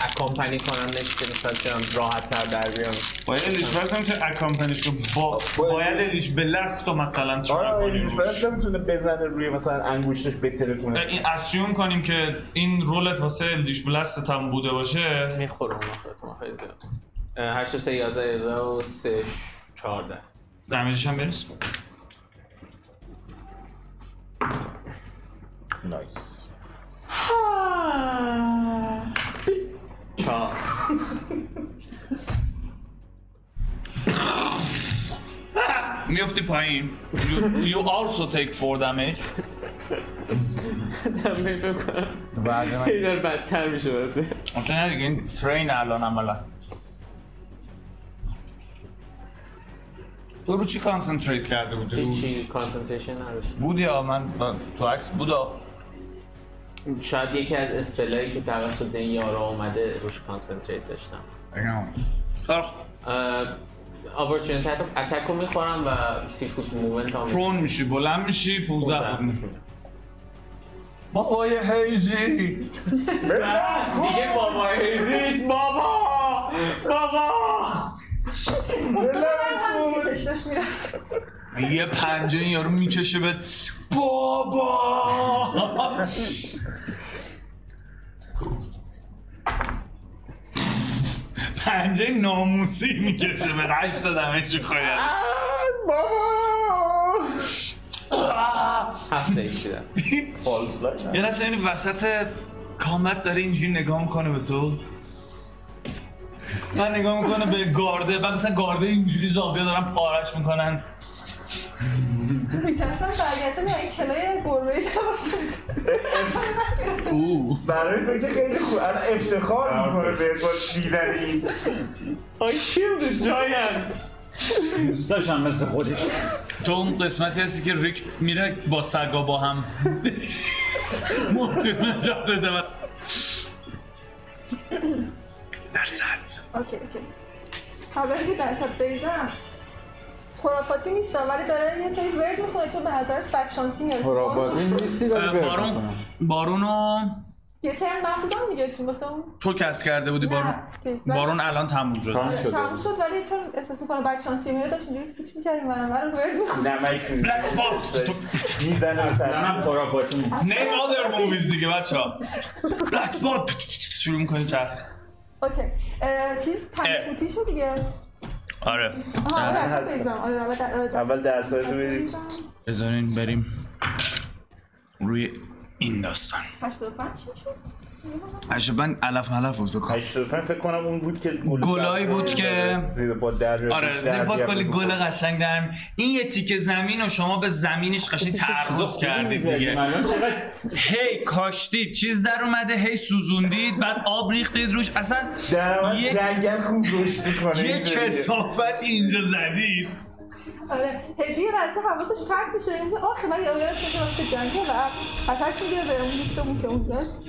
Speaker 3: اکامپنی کنم نشته مثلا چرم راحت تر در بیام
Speaker 1: باید الیش بس نمیتونه اکامپنش کنه با... باید الیش بلست رو مثلا
Speaker 6: آره
Speaker 1: چرا کنیم
Speaker 6: الیزابت نمیتونه بزنه روی مثلا انگشتش بتره کنه
Speaker 1: این اسیوم کنیم که این رولت واسه الیش بلست هم بوده باشه
Speaker 3: میخورم ما خیلی زیاد اه، هشت و سه یازده یازده و سه ش- چهارده
Speaker 1: دمیجش هم برس
Speaker 6: نایس
Speaker 3: چهار
Speaker 1: میفتی پایین you, you also take 4 damage
Speaker 2: بعد من
Speaker 3: داره بدتر میشه بازه
Speaker 1: آخه نه دیگه این ترین الان عملا تو رو چی کانسنتریت کرده بودی؟
Speaker 3: هیچی کانسنتریشن نداشت
Speaker 1: بود یا من با- تو عکس بودا
Speaker 3: شاید یکی از اسپلایی که توسط این یارا اومده روش کانسنتریت داشتم
Speaker 1: خیلی خوب.
Speaker 3: اپورتونیتی اتک رو میخورم و سی فوت موومنت هم
Speaker 1: پرون میشی بلند میشی 15
Speaker 3: بودم.
Speaker 1: فوت می‌شی. بابای هیزی
Speaker 3: دیگه بابا هیزیس بابا بابا
Speaker 4: همین که داشتش میرفت
Speaker 1: یه پنجه این یارو میکشه به بابا پنجه ناموسی میکشه به هشت دمش خواهد
Speaker 3: هفته ایشیدم
Speaker 6: فالس لایت
Speaker 1: یه لحظه این وسط کامت داره اینجوری نگاه میکنه به تو من نگاه میکنه به گارده من مثلا گارده اینجوری زامبیا دارن پارش میکنن
Speaker 4: میترسم برگشتم یا این چلای گربه تماشا
Speaker 1: او
Speaker 6: برای تو که خیلی خوب الان افتخار میکنه به با دیدن این
Speaker 3: I killed a giant
Speaker 2: دوست داشتم مثل خودش
Speaker 1: تو اون قسمتی هستی که ریک میره با سگا با هم محتوی نجات داده بس درصد
Speaker 4: اوکی اوکی خبری که در شب بریزم خرافاتی نیست ولی داره یه سری ورد میخونه چون به نظرش بدشانسی میاد
Speaker 2: خرافاتی نیستی ولی
Speaker 1: اه،
Speaker 2: برد
Speaker 1: بارون
Speaker 2: می‌کنم.
Speaker 1: بارونو
Speaker 4: یه ترم من بودم دیگه تو واسه اون
Speaker 1: تو کس کرده بودی بارون
Speaker 4: نه، چیز. ولی-
Speaker 1: بارون الان تموم شده
Speaker 4: آره، تموم شد ولی چون احساس میکنم بدشانسی میاد داشت اینجوری پیچ میکردیم من رو ورد میخونه
Speaker 6: نمک
Speaker 1: بلکس باکس تو-
Speaker 6: میزنه مثلا
Speaker 1: نه آدر موویز دیگه بچه ها بلک سپات شروع میکنی چرخ
Speaker 4: اوکی اه، چیز
Speaker 1: اه.
Speaker 4: پنج فوتی شد دیگه
Speaker 1: آره
Speaker 4: آها آره، در شب
Speaker 6: هستم.
Speaker 4: بریزم آره آره، در- آره، در-
Speaker 6: اول درصد رو بدید
Speaker 4: بریزم.
Speaker 12: بذارین بریم روی این داستان
Speaker 4: 85 چی شد
Speaker 12: عجبا علف ملف بود بکن
Speaker 6: 85 فکر کنم اون بود که گل
Speaker 1: گلایی
Speaker 6: زد.
Speaker 1: بود که-
Speaker 6: زیر با در
Speaker 1: آره زیر باد کلی گل قشنگ در می- این یه تیکه زمین و شما به زمینش قشنگ تعرض کردید دیگه هی کاشتید چیز در اومده هی سوزوندید بعد آب ریختید روش اصلا
Speaker 6: در
Speaker 1: یه-
Speaker 6: جنگل خوب رشد کنه
Speaker 1: یه کسافت اینجا زدید
Speaker 4: آره هدیه راسته حواسش ترک میشه این آخه من یادم رفت که واسه جنگه و اتک میگیره به اون دوستمون که اونجاست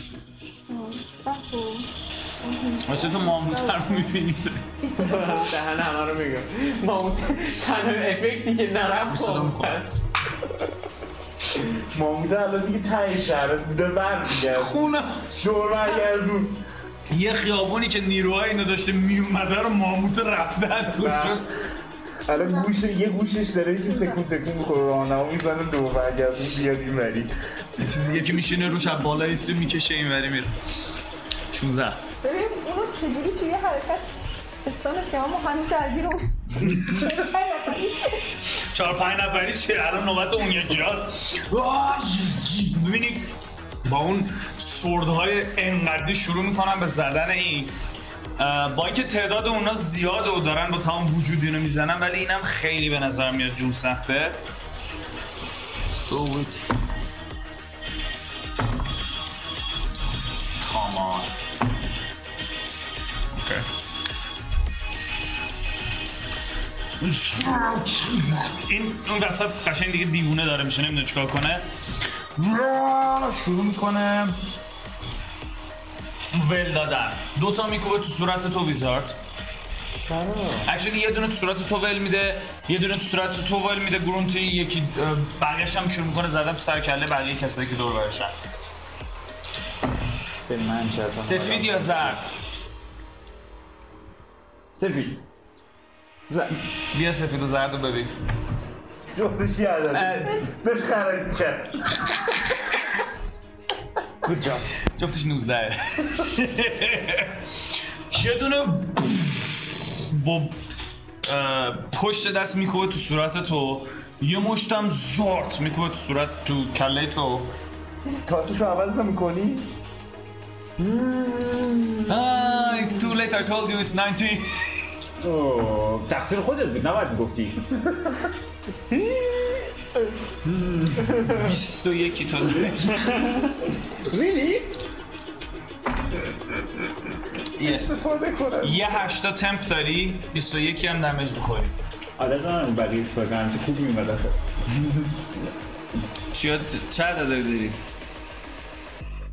Speaker 4: آه، بس و-
Speaker 1: واسه تو ماموتر رو میبینید
Speaker 4: بیست و دو.
Speaker 3: دهن همه رو میگم ما اون تنها افکتی که نرفت
Speaker 1: صدا می‌خوره.
Speaker 6: ماموده الان دیگه تای شهر بوده برمیگرد
Speaker 1: خونه
Speaker 6: دور برگردون
Speaker 1: یه خیابونی که نیروهای اینو داشته میومده رو ماموت رفتن تو
Speaker 6: الان گوش یه گوشش داره یه چیز تکون تکون میخوره راهنما میزنه دور برگردون بیاد اینوری
Speaker 1: چیزی یکی میشینه روش از بالا ایسی میکشه اینوری میره 16
Speaker 4: ببین اونو چجوری توی یه حرکت استانش که همون هنوز درگیر اون
Speaker 1: چهار پنج نفری چیه الان نوبت اون یکی هست ببینید با اون سردهای انقدی شروع میکنن به زدن این اه، با اینکه تعداد اونا زیاده و دارن با تمام وجود اینو میزنن ولی اینم خیلی به نظر میاد جون سخته کامان این اون وسط قشنگ دیگه دیوونه داره میشه نمیدونه چیکار کنه شروع میکنه ول دادن دو تا میکوبه تو صورت تو ویزارد اکشن یه دونه تو صورت تو ول میده یه دونه تو صورت تو ول میده گرونتی یکی اه، بقیه‌ش هم شروع میکنه زدن تو سر کله بقیه کسایی که دور برشن
Speaker 2: به من چه اصلا
Speaker 1: سفید یا زرد
Speaker 2: سفید زن.
Speaker 1: بیا سفید و زرد رو ببین
Speaker 6: جفتش یه عدد به خرکی کرد
Speaker 1: جفتش 19 یه دونه با اه، پشت دست میکوبه تو صورت تو یه مشتم زارت میکوبه تو صورت تو کله تو
Speaker 6: تاسش رو عوض نمیکنی؟
Speaker 1: آه it's too late I told you it's 19
Speaker 2: اوه، تقصیر خودت بود نباید گفتی
Speaker 1: 21 تا
Speaker 2: ریلی
Speaker 1: yes یه 8 تا تمپ داری 21 هم دمیج می‌خوری
Speaker 2: عادت ندارم آره بقیه سوگه همچه خوب میومد اصلا
Speaker 1: چیا چه عدد داری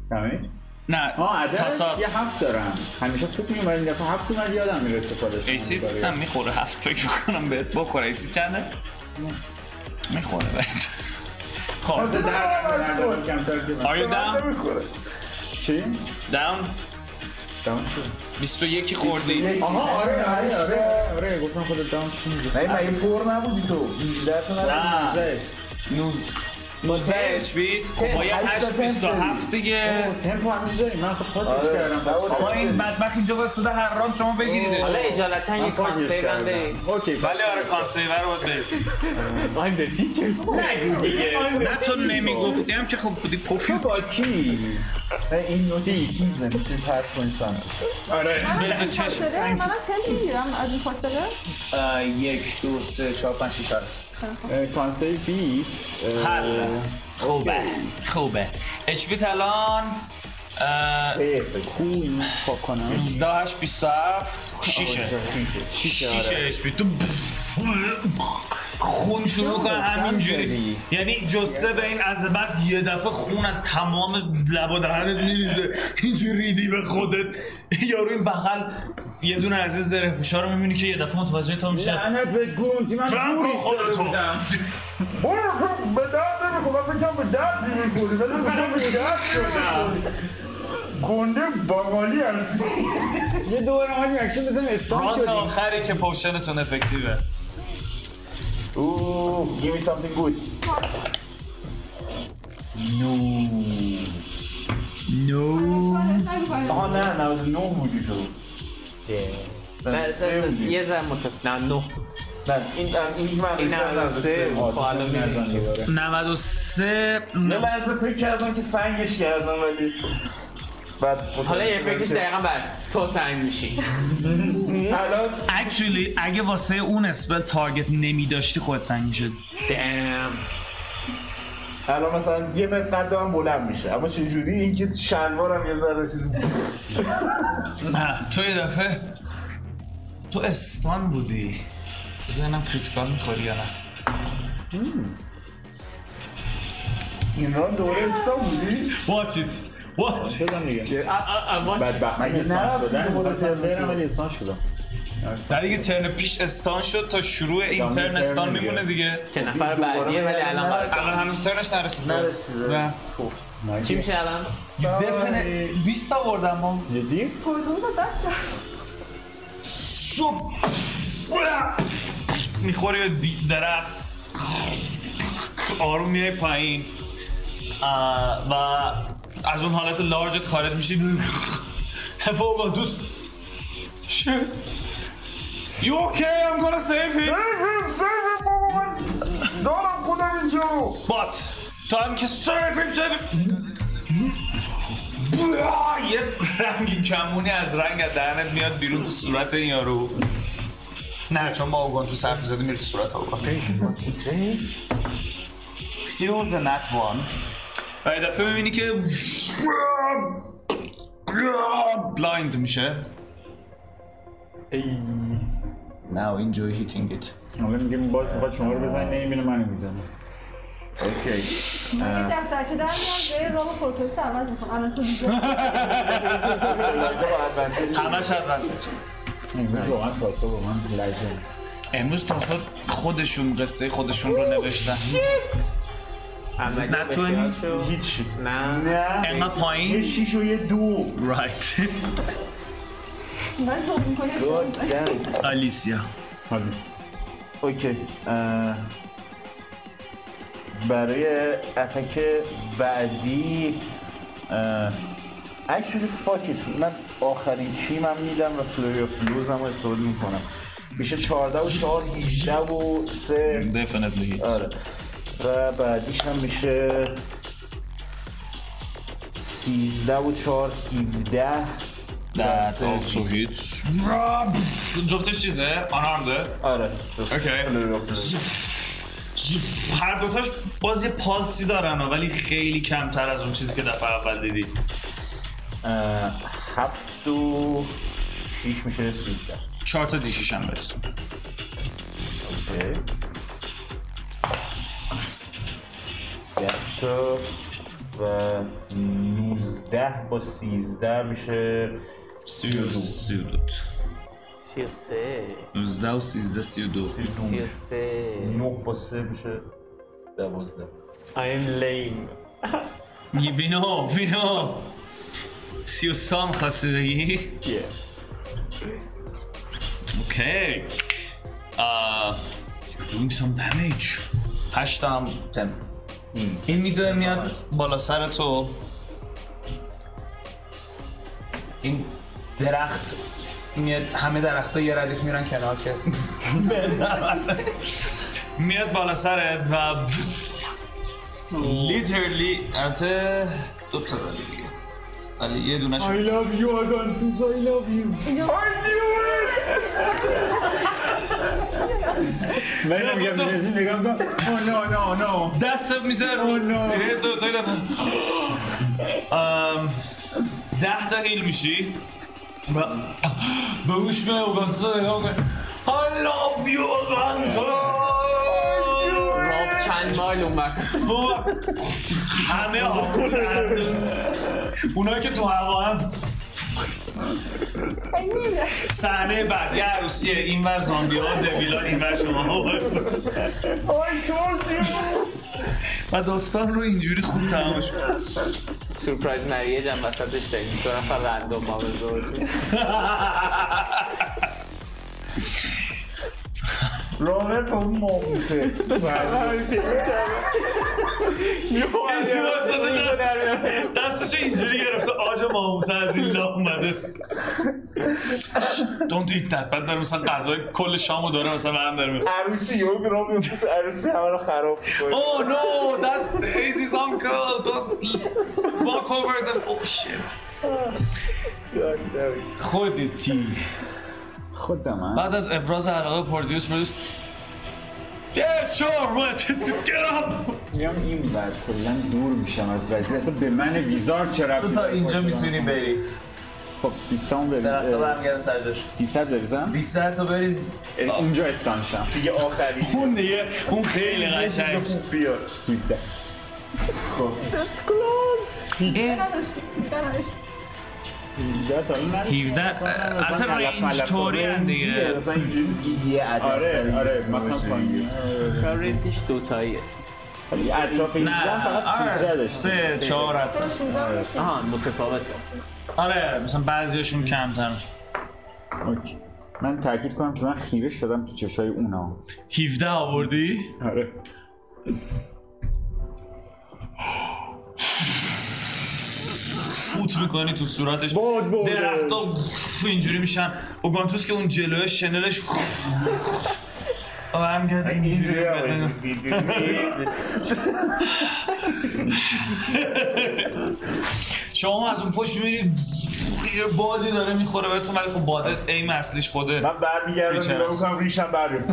Speaker 2: کمی؟
Speaker 1: نه
Speaker 2: آه عدد
Speaker 1: تاسات
Speaker 2: یه هفت دارم همیشه خوب میومد این دفعه هفت اومد یادم میره آره. استفاده
Speaker 1: ایسید هم میخوره هفت فکر کنم بهت بخوره ایسید چنده میخوره بهت خب
Speaker 2: تازه در نمی‌آورد، کمتر که من.
Speaker 1: Are you down?
Speaker 2: چی؟
Speaker 1: Down?
Speaker 2: دام شد
Speaker 1: 21 خوردی
Speaker 2: آها آره آره آره آره گفتم خودت دام شد
Speaker 6: نه من این پر نبودی تو 18 تا
Speaker 1: نه.
Speaker 6: نبودی
Speaker 1: نوز 19 اچ بیت خب با یه 8
Speaker 6: هشت تا تمپ
Speaker 1: 27 دیگه
Speaker 2: تمپو همیشه داری من خب خودت
Speaker 6: آره
Speaker 2: کردم
Speaker 1: آقا این
Speaker 6: نبود.
Speaker 1: بدبخت اینجا واسه هر ران شما بگیریدش
Speaker 3: حالا اجالتا
Speaker 2: من
Speaker 3: یک
Speaker 2: پاکش
Speaker 3: کانسیو هم
Speaker 2: کردم.
Speaker 3: دارید
Speaker 2: اوکی
Speaker 1: ولی آره کانسیور رو باید برسی
Speaker 2: I'm the teacher نگو دیگه
Speaker 1: نه تو نمیگفتی هم که خب بودی پوفیوز
Speaker 2: با کی؟
Speaker 6: این نوتی سیزن میتونی پرس کنی سمت
Speaker 4: من از این
Speaker 1: چشم.
Speaker 4: فاصله منم تل میگیرم از این فاصله
Speaker 1: یک دو سه چهار پنج شیش هفت
Speaker 2: کانسل 20
Speaker 1: حل خوبه خوبه اچ بیت الان اه،
Speaker 2: کوین پاک کنم
Speaker 1: 19 8 27 شیشه شیشه اچ بی تو خون شروع کنه همینجوری یعنی جسه به این از بعد یه دفعه خون از تمام لب و دهنت میریزه اینجوری ریدی به خودت یارو این بغل یه دونه از این زره پوشا رو میبینی که یه دفعه متوجه تو میشه
Speaker 2: لعنت به گونتی من
Speaker 1: جمع کن
Speaker 2: گوری
Speaker 1: خودتو.
Speaker 2: سر بودم.
Speaker 13: برو خب، به درد نمیخور من فکرم به درد نمیخوری ولی فکرم به درد نمیخوری. گنده باقالی هستی
Speaker 2: یه دوباره ما این اکشن بزنیم استان
Speaker 1: راند
Speaker 2: شدیم
Speaker 1: آخری که پوشنتون افکتیوه
Speaker 6: اوه give me something good
Speaker 4: نگو باید.
Speaker 6: آها نه 99 بودی تو
Speaker 3: نه،
Speaker 6: نه
Speaker 3: نه،
Speaker 6: سه
Speaker 3: نه،
Speaker 6: بودی
Speaker 3: یه زن متف نه نه
Speaker 6: نه این این من
Speaker 3: این نه سه خب، الان می‌بینی.
Speaker 1: 93
Speaker 6: نه لحظه فکر کردم که سنگش کردم ولی بعد
Speaker 3: حالا یه فکرش دقیقا بر تو سنگ میشی
Speaker 6: الان
Speaker 1: Actually اگه واسه اون اسپل تارگت نمیداشتی خودت سنگ میشد
Speaker 3: دم
Speaker 6: الان مثلا یه متر قد هم بلند میشه اما چجوری اینکه شلوارم یه ذره چیز
Speaker 1: نه تو یه دفعه تو استان بودی ذهنم کریتیکال میخوری یا نه
Speaker 6: ایران دوره اسلام بودی
Speaker 1: Watch it Watch it
Speaker 2: بدبخت من استان شدم می‌خواستم برم ولی استان شدم
Speaker 1: نه دیگه ترن پیش استان شد تا شروع این
Speaker 2: جامعه
Speaker 1: ترن
Speaker 2: ترن
Speaker 1: استان
Speaker 2: دیگه.
Speaker 1: میمونه دیگه
Speaker 3: که نفر بعدیه ولی الان برات
Speaker 1: الان هنوز ترنش نرسید
Speaker 6: نرسیده.
Speaker 1: نه
Speaker 3: چی میشه الان
Speaker 1: دفنه 20 آوردم ما
Speaker 2: جدی؟
Speaker 4: پرزور رو دست کرد.
Speaker 1: صبح میخوری به دی- درخت آروم میای پایین آه، و از اون حالت لارجت خارج میشی فوق دوست Shit. You okay? I'm gonna save him.
Speaker 13: سیفیم سیفیم بابا من دارم خودم اینجا
Speaker 1: But تو هم که save him, save him. بیا! یه رنگی کمونی از رنگ از دهنت میاد بیرون تو صورت این یارو نه چون با اوگان تو سرف زده میره تو صورت اوگان He holds a nat one و یه دفعه میبینی که بلایند میشه Now enjoy hitting it
Speaker 2: حالا میگیم باز میخواد شما رو بزن نمیبینه منو میزنه
Speaker 4: من یه دفترچه در میام به راه پرکرس عوض میکنم الان تو دیگه
Speaker 1: همش advantage
Speaker 2: امروز واقعا تاسا با من لجن
Speaker 1: امروز تاسا خودشون قصه خودشون رو نوشتن
Speaker 3: عملی
Speaker 1: نه تو این-
Speaker 3: بسیار شد.
Speaker 6: هیچ
Speaker 3: نه
Speaker 6: نه
Speaker 1: انقدر
Speaker 6: یه
Speaker 1: پایین
Speaker 6: شیش و یه دو
Speaker 1: رایت
Speaker 4: من زوم میکنه
Speaker 1: آلیسیا
Speaker 2: حالی
Speaker 6: اوکی اه، برای اتک بعدی اکچولی فاکیت من آخرین کیمم میدم و فلوری آف بلوز هم استفاده میکنم میشه 14 و 4 18 و 3
Speaker 1: دفنتلی
Speaker 6: آره و بعدیش هم میشه 13 و 4 17 و
Speaker 1: That
Speaker 6: سه.
Speaker 1: also hits. جفتش چیزه؟ آنارمده؟
Speaker 6: آره
Speaker 1: اوکی
Speaker 6: Flurry of blows.
Speaker 1: زف، هر دوتاش باز یه پالسی دارن ولی خیلی کمتر از اون چیزی که دفعه اول دیدی
Speaker 6: اه، هفت و شیش میشه سیزده
Speaker 1: چهار تا دیشیش هم برسون
Speaker 6: اوکی ده تا و نوزده با سیزده میشه
Speaker 1: سی و سی و دو
Speaker 3: سی و سه
Speaker 1: نوزده و سیزده سی و دو
Speaker 6: سی
Speaker 3: سی
Speaker 6: و
Speaker 3: و سه
Speaker 6: دو. نه با سه میشه دوازده
Speaker 3: I am lame
Speaker 1: یه بینو بینو سی و سام خواستی بگی؟ اوکی آه، Uh, You're doing some damage هشتم این میدوه میاد بالا سر تو این درخت میاد همه درخت یه ردیف میرن کنار که میاد بالا سرت و لیترلی البته دو تا داره دیگه ولی یه دونه
Speaker 2: من نمیگم بیرسی نگم کن Oh, no, no, no.
Speaker 1: دست میزنه رو
Speaker 2: نه.
Speaker 1: سینه تو تو اینم. ام، ده تا هیل میشی و به گوش میای اوگانتوس رو نگاه کنی I love you اوگانتوس
Speaker 3: راب چند مایل اومد
Speaker 1: همه آکل اونایی که تو هوا هم صحنه بعد یه عروسیه این ور زامبی ها دویلان این ور شما ها و داستان رو اینجوری خوب تمام شد
Speaker 3: سورپرایز مریج هم وسطش داریم دو نفر رندوم ما به زور
Speaker 6: رابط اون ماموته
Speaker 1: یه جوری واسطه دست- دستش اینجوری گرفته آج ماموته از این لا اومده Don't eat that بعد داره مثلا غذای کل شامو داره مثلا برم داره میخوره
Speaker 6: عروسی یه به رابط میفته عروسی همه رو خراب میکنه
Speaker 1: Oh no that's Daisy's uncle don't walk over them oh shit خودتی
Speaker 2: خود من
Speaker 1: بعد از ابراز علاقه پردیوس پردیوس Yeah sure what get up
Speaker 2: میام این بر کلا دور میشم از وزیر اصلا به من ویزار چرا
Speaker 1: تو تا اینجا میتونی بری
Speaker 2: خب 20 هم
Speaker 1: درخت
Speaker 2: بریز
Speaker 1: برمیگرده سرجاش
Speaker 2: 200 بریزم
Speaker 1: 200 تا بریز
Speaker 2: اه، اونجا یعنی استانشم
Speaker 6: دیگه آخری
Speaker 1: اون دیگه اون خیلی قشنگ
Speaker 6: بیاد
Speaker 2: 17
Speaker 4: That's close. نداشتی، نداشتی.
Speaker 2: 17 تا من
Speaker 1: 17 البته
Speaker 2: مثلا علف-
Speaker 1: رنج
Speaker 2: علف-
Speaker 1: طوری هم دیگه
Speaker 6: اصلا اینجوری نیست که یه عدد
Speaker 2: آره آره مثلا پایین
Speaker 3: کارنتش دوتاییه
Speaker 2: ولی اطراف 18
Speaker 1: نه
Speaker 2: فقط 13
Speaker 1: آره
Speaker 2: داشت
Speaker 1: سه چهار حتی.
Speaker 4: تو 16 میشی.
Speaker 3: آها متفاوته
Speaker 1: آره مثلا بعضیاشون کمتر
Speaker 2: اوکی. من تاکید کنم که من خیره شدم تو چشای اونا
Speaker 1: 17 آوردی
Speaker 2: آره
Speaker 1: فوت میکنی تو صورتش درختا اینجوری میشن اوگانتوس که اون جلوه شنلش و همگرد اینجوری بدن. شما از اون پشت میبینید یه بادی داره میخوره بهتون ولی خب باده ایم اصلیش خوده
Speaker 6: من برمیگردم
Speaker 1: ریچه
Speaker 6: نگاه
Speaker 1: هست.
Speaker 6: میکنم ریشم برمیاد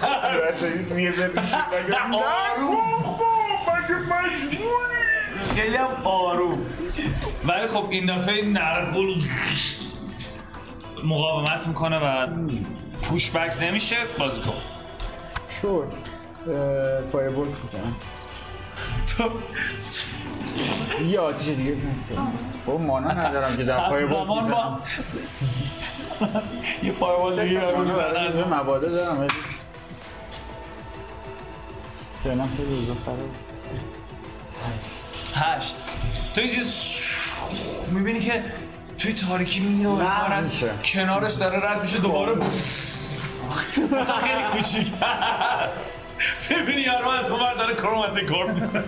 Speaker 6: صورت ریز میزه ریشم بگم
Speaker 1: نه، آروم.
Speaker 6: مگه مجبوری
Speaker 1: خیلی هم آروم ولی خب این دفعه این نرغول مقاومت میکنه و پوش بک نمیشه بازی کن
Speaker 2: شور فایربولت میزنم
Speaker 1: تو
Speaker 2: یه آتیش دیگه بابا مانا ندارم که در فایربولت
Speaker 1: زمان
Speaker 2: میزنم
Speaker 1: با یه فایروال دیگه رو میزنه از
Speaker 2: یه مواده دارم ولی فعلا خیلی روزا خراب
Speaker 1: هشت تو این چیز میبینی که توی تاریکی میره و انگار از
Speaker 2: میشه.
Speaker 1: کنارش داره رد میشه دوباره اتاق خیلی کوچیکتر میبینی یارو از اون ور داره کروماتیک کار می‌کنه.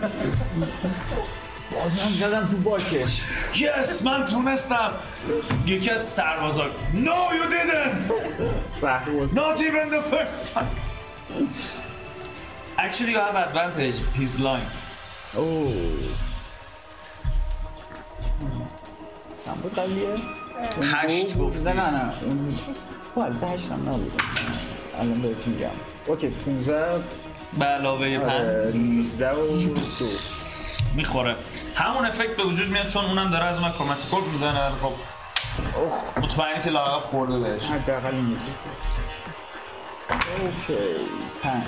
Speaker 2: بازم زدم تو باکش
Speaker 1: یس من تونستم یکی از سربازا No you didn't Not even the first time Actually you have advantage He's blind
Speaker 2: اوه سمبو قویه
Speaker 1: هشت
Speaker 2: او بود.
Speaker 1: گفتی.
Speaker 2: نه نه نه اون او البته هشت هم نبود الان بهت میگم اوکی 15
Speaker 1: به علاوه پنج
Speaker 2: 19 و 2
Speaker 1: میخوره همون افکت به وجود میاد چون اونم داره از اون کروماتیک کورد میزنه خب مطمئنی که لاغب خورده بهش
Speaker 2: حداقل این یکی اوکی 5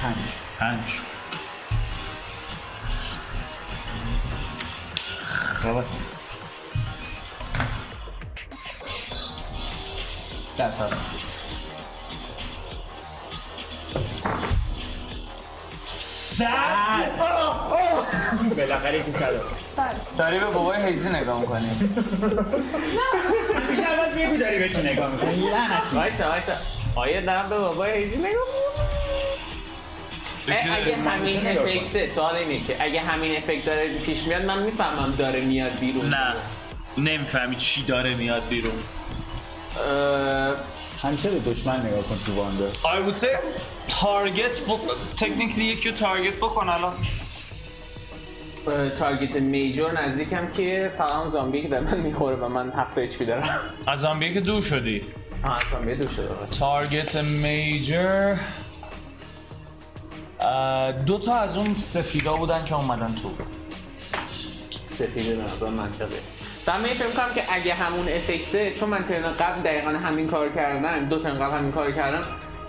Speaker 2: 5
Speaker 1: پنج خب درصد صد
Speaker 3: بالاخره یکی صدا
Speaker 4: بله
Speaker 1: داری به بابای هیزی نگاه میکنی
Speaker 3: همیشه اول بگو داری به کی نگاه میکنی لعنتی وایسا وایسا آیا دارم به بابای هیزی نگاه می‌کنم؟ اه، اگه همین افکته سوال اینه که اگه همین افکت داره پیش میاد من میفهمم داره میاد بیرون
Speaker 1: نه نمیفهمی چی داره میاد بیرون
Speaker 3: اه،
Speaker 2: همیشه به دشمن نگاه کن تو واندا
Speaker 1: I would say تارگت بک... تکنیکلی یکی رو تارگت بکن الان
Speaker 3: اه، تارگت میجور نزدیکم که فقط هم زامبی که به من میخوره و من هفته اچ پی دارم
Speaker 1: از زامبیه که دور شدی
Speaker 3: آه زامبی دو شده باشه.
Speaker 1: تارگت میجر اه، دو Ee, تا از اون سفیدا بودن که اومدن تو
Speaker 3: سفیده به نظر منطقه و من فکر می‌کنم که اگه همون افکته چون من ترن قبل دقیقا همین کار کردم دو ترن قبل همین کار کردم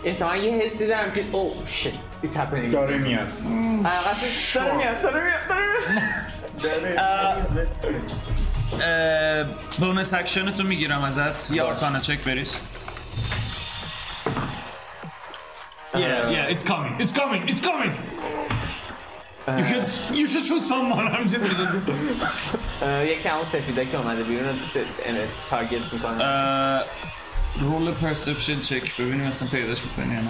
Speaker 3: احتمالا یه حسی دارم که او شت ایتس هپنینگ
Speaker 2: داره میاد
Speaker 3: قصدش داره میاد داره میاد داره میاد
Speaker 1: اه، بونس اکشنتو میگیرم ازت یه آرکانا چک بریز Yeah, yeah, it's coming, it's coming, it's coming! You, can, you should shoot someone, همینجوری شد.
Speaker 3: اه، یکی همون سفیده که اومده بیرون رو ت- تارگت میکنه
Speaker 1: اه، رول پرسپشن چک ببینیم اصلا پیداش میکنی یا نه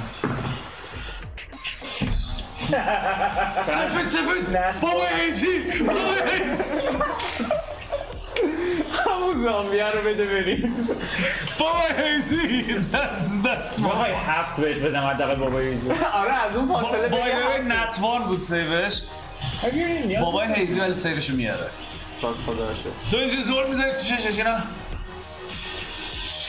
Speaker 1: سفید سفید بابا ایزی بابا ایزی
Speaker 3: همون زامبیه رو بده بریم
Speaker 1: بابا ایزی that's that's my
Speaker 2: آقای هفت بهت بدم حداقل بابای ویدیو
Speaker 3: آره از اون فاصله
Speaker 1: بابا
Speaker 3: بگم.
Speaker 1: نتوان بود سیوش بابا هیزی ولی سیوشو میاره
Speaker 3: باز خدا رو شکر.
Speaker 1: تو اینجا زور میذاری تو ششش اینا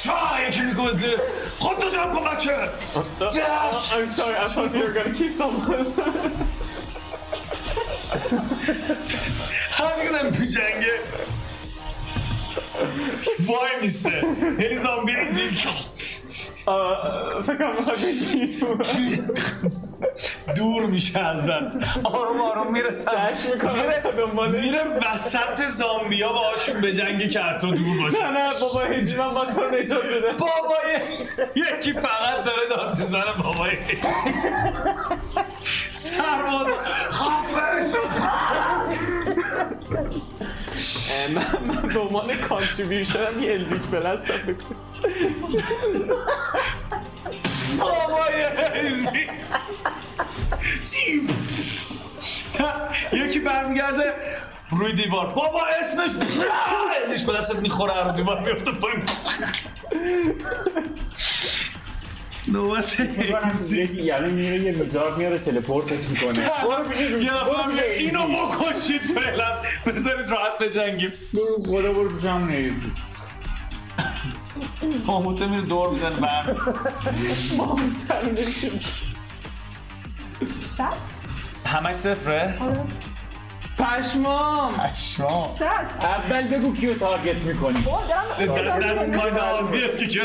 Speaker 1: شا یکی میکنه زیر خود تو جمع کن بچه Yes!
Speaker 3: I'm sorry, I thought you were gonna kill someone.
Speaker 1: همین دارم میجنگه وای میسته یعنی زامبی اینجوری
Speaker 3: آه، فکر کنم می‌خواد بشینی تو.
Speaker 1: دور میشه ازت آروم آروم میرسم
Speaker 3: دشت میکنه دنباله
Speaker 1: میره وسط زامبیا باهاشون به جنگی که از تو دور باشه
Speaker 3: نه بابا هیچی من با تو رو نجات بده
Speaker 1: بابا یکی فقط داره داد میزنه بابای سرباز خفش
Speaker 3: اه، من من به عنوان کانتریبیوشنم یه الویچ پلس هم بکنم
Speaker 1: بابای هیزی چی؟ یکی برمیگرده روی دیوار بابا اسمش پلش به دستت میخوره رو دیوار میفته پایین نوبت هیزی
Speaker 2: یعنی میره یه ویزار میاره تلپورتش میکنه
Speaker 1: یه نفر میگه اینو بکشید فعلا بذارید راحت بجنگیم
Speaker 2: برو خدا برو پیش هم نیست.
Speaker 1: ماموته میره دور میزنه بر
Speaker 4: صد
Speaker 1: همش صفره
Speaker 4: آره
Speaker 3: پشمام
Speaker 1: اشرام
Speaker 4: صد
Speaker 2: اول بگو کیو تارگت میکنی
Speaker 4: وای، دارم
Speaker 1: That's kind of obvious که که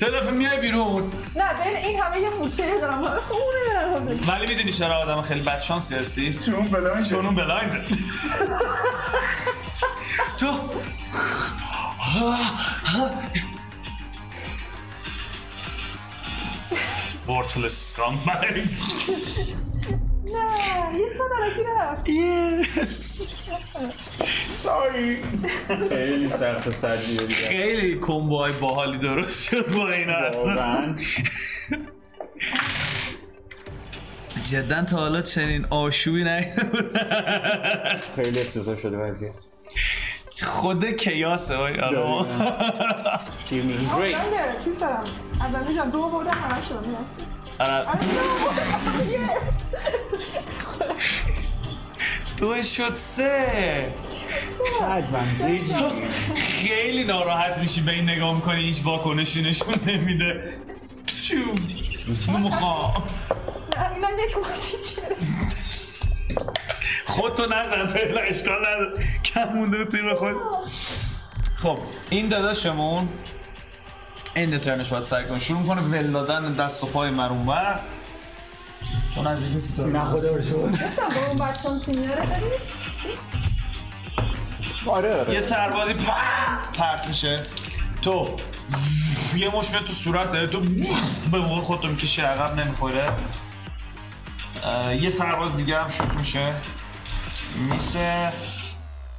Speaker 1: چه دفعه میای بیرون
Speaker 4: نه بین این همه یه موچه دارم آره، خونه
Speaker 1: ولی میدونی چرا آدم خیلی بدشانسی هستی
Speaker 6: چون
Speaker 14: um
Speaker 6: بلند شد
Speaker 1: چون اون بلاینده تو
Speaker 14: بورتل سکان برگ
Speaker 4: نه یه سال رفت
Speaker 2: خیلی سخت سر
Speaker 14: خیلی کمبوهای باحالی درست شد با این
Speaker 1: خب،
Speaker 14: اصلا
Speaker 2: واقعا
Speaker 1: جدا تا حالا چنین آشوبی نیده بودم.
Speaker 2: خیلی افتضاح شده وضعیت
Speaker 1: خود کیاسه وای آدم.
Speaker 3: Great.
Speaker 4: من ده چیز دارم اول میشم دو بردم همه شدم
Speaker 14: آره،
Speaker 1: دو شد سه
Speaker 14: تو خیلی ناراحت میشی به این نگاه میکنی هیچ واکنشی نشون نمیده پشو، نمیخوام
Speaker 4: اینم یک قوطی چرا
Speaker 14: خودتو نزن فعلا اشکال نداره کم مونده بود تیر خود
Speaker 1: خب این داداشمون این ترنش باید سعی کنه شروع کنه ول دادن دست و پای مرون و چون از این ستاره نه خدا
Speaker 4: گفتم با اون بچم سینیاره داری؟
Speaker 14: یه سربازی پرت پرت میشه تو یه مش میاد تو صورته تو به موقع خودتو میکشی عقب نمیخوره اه، یه سرباز دیگه هم شوت میشه میسه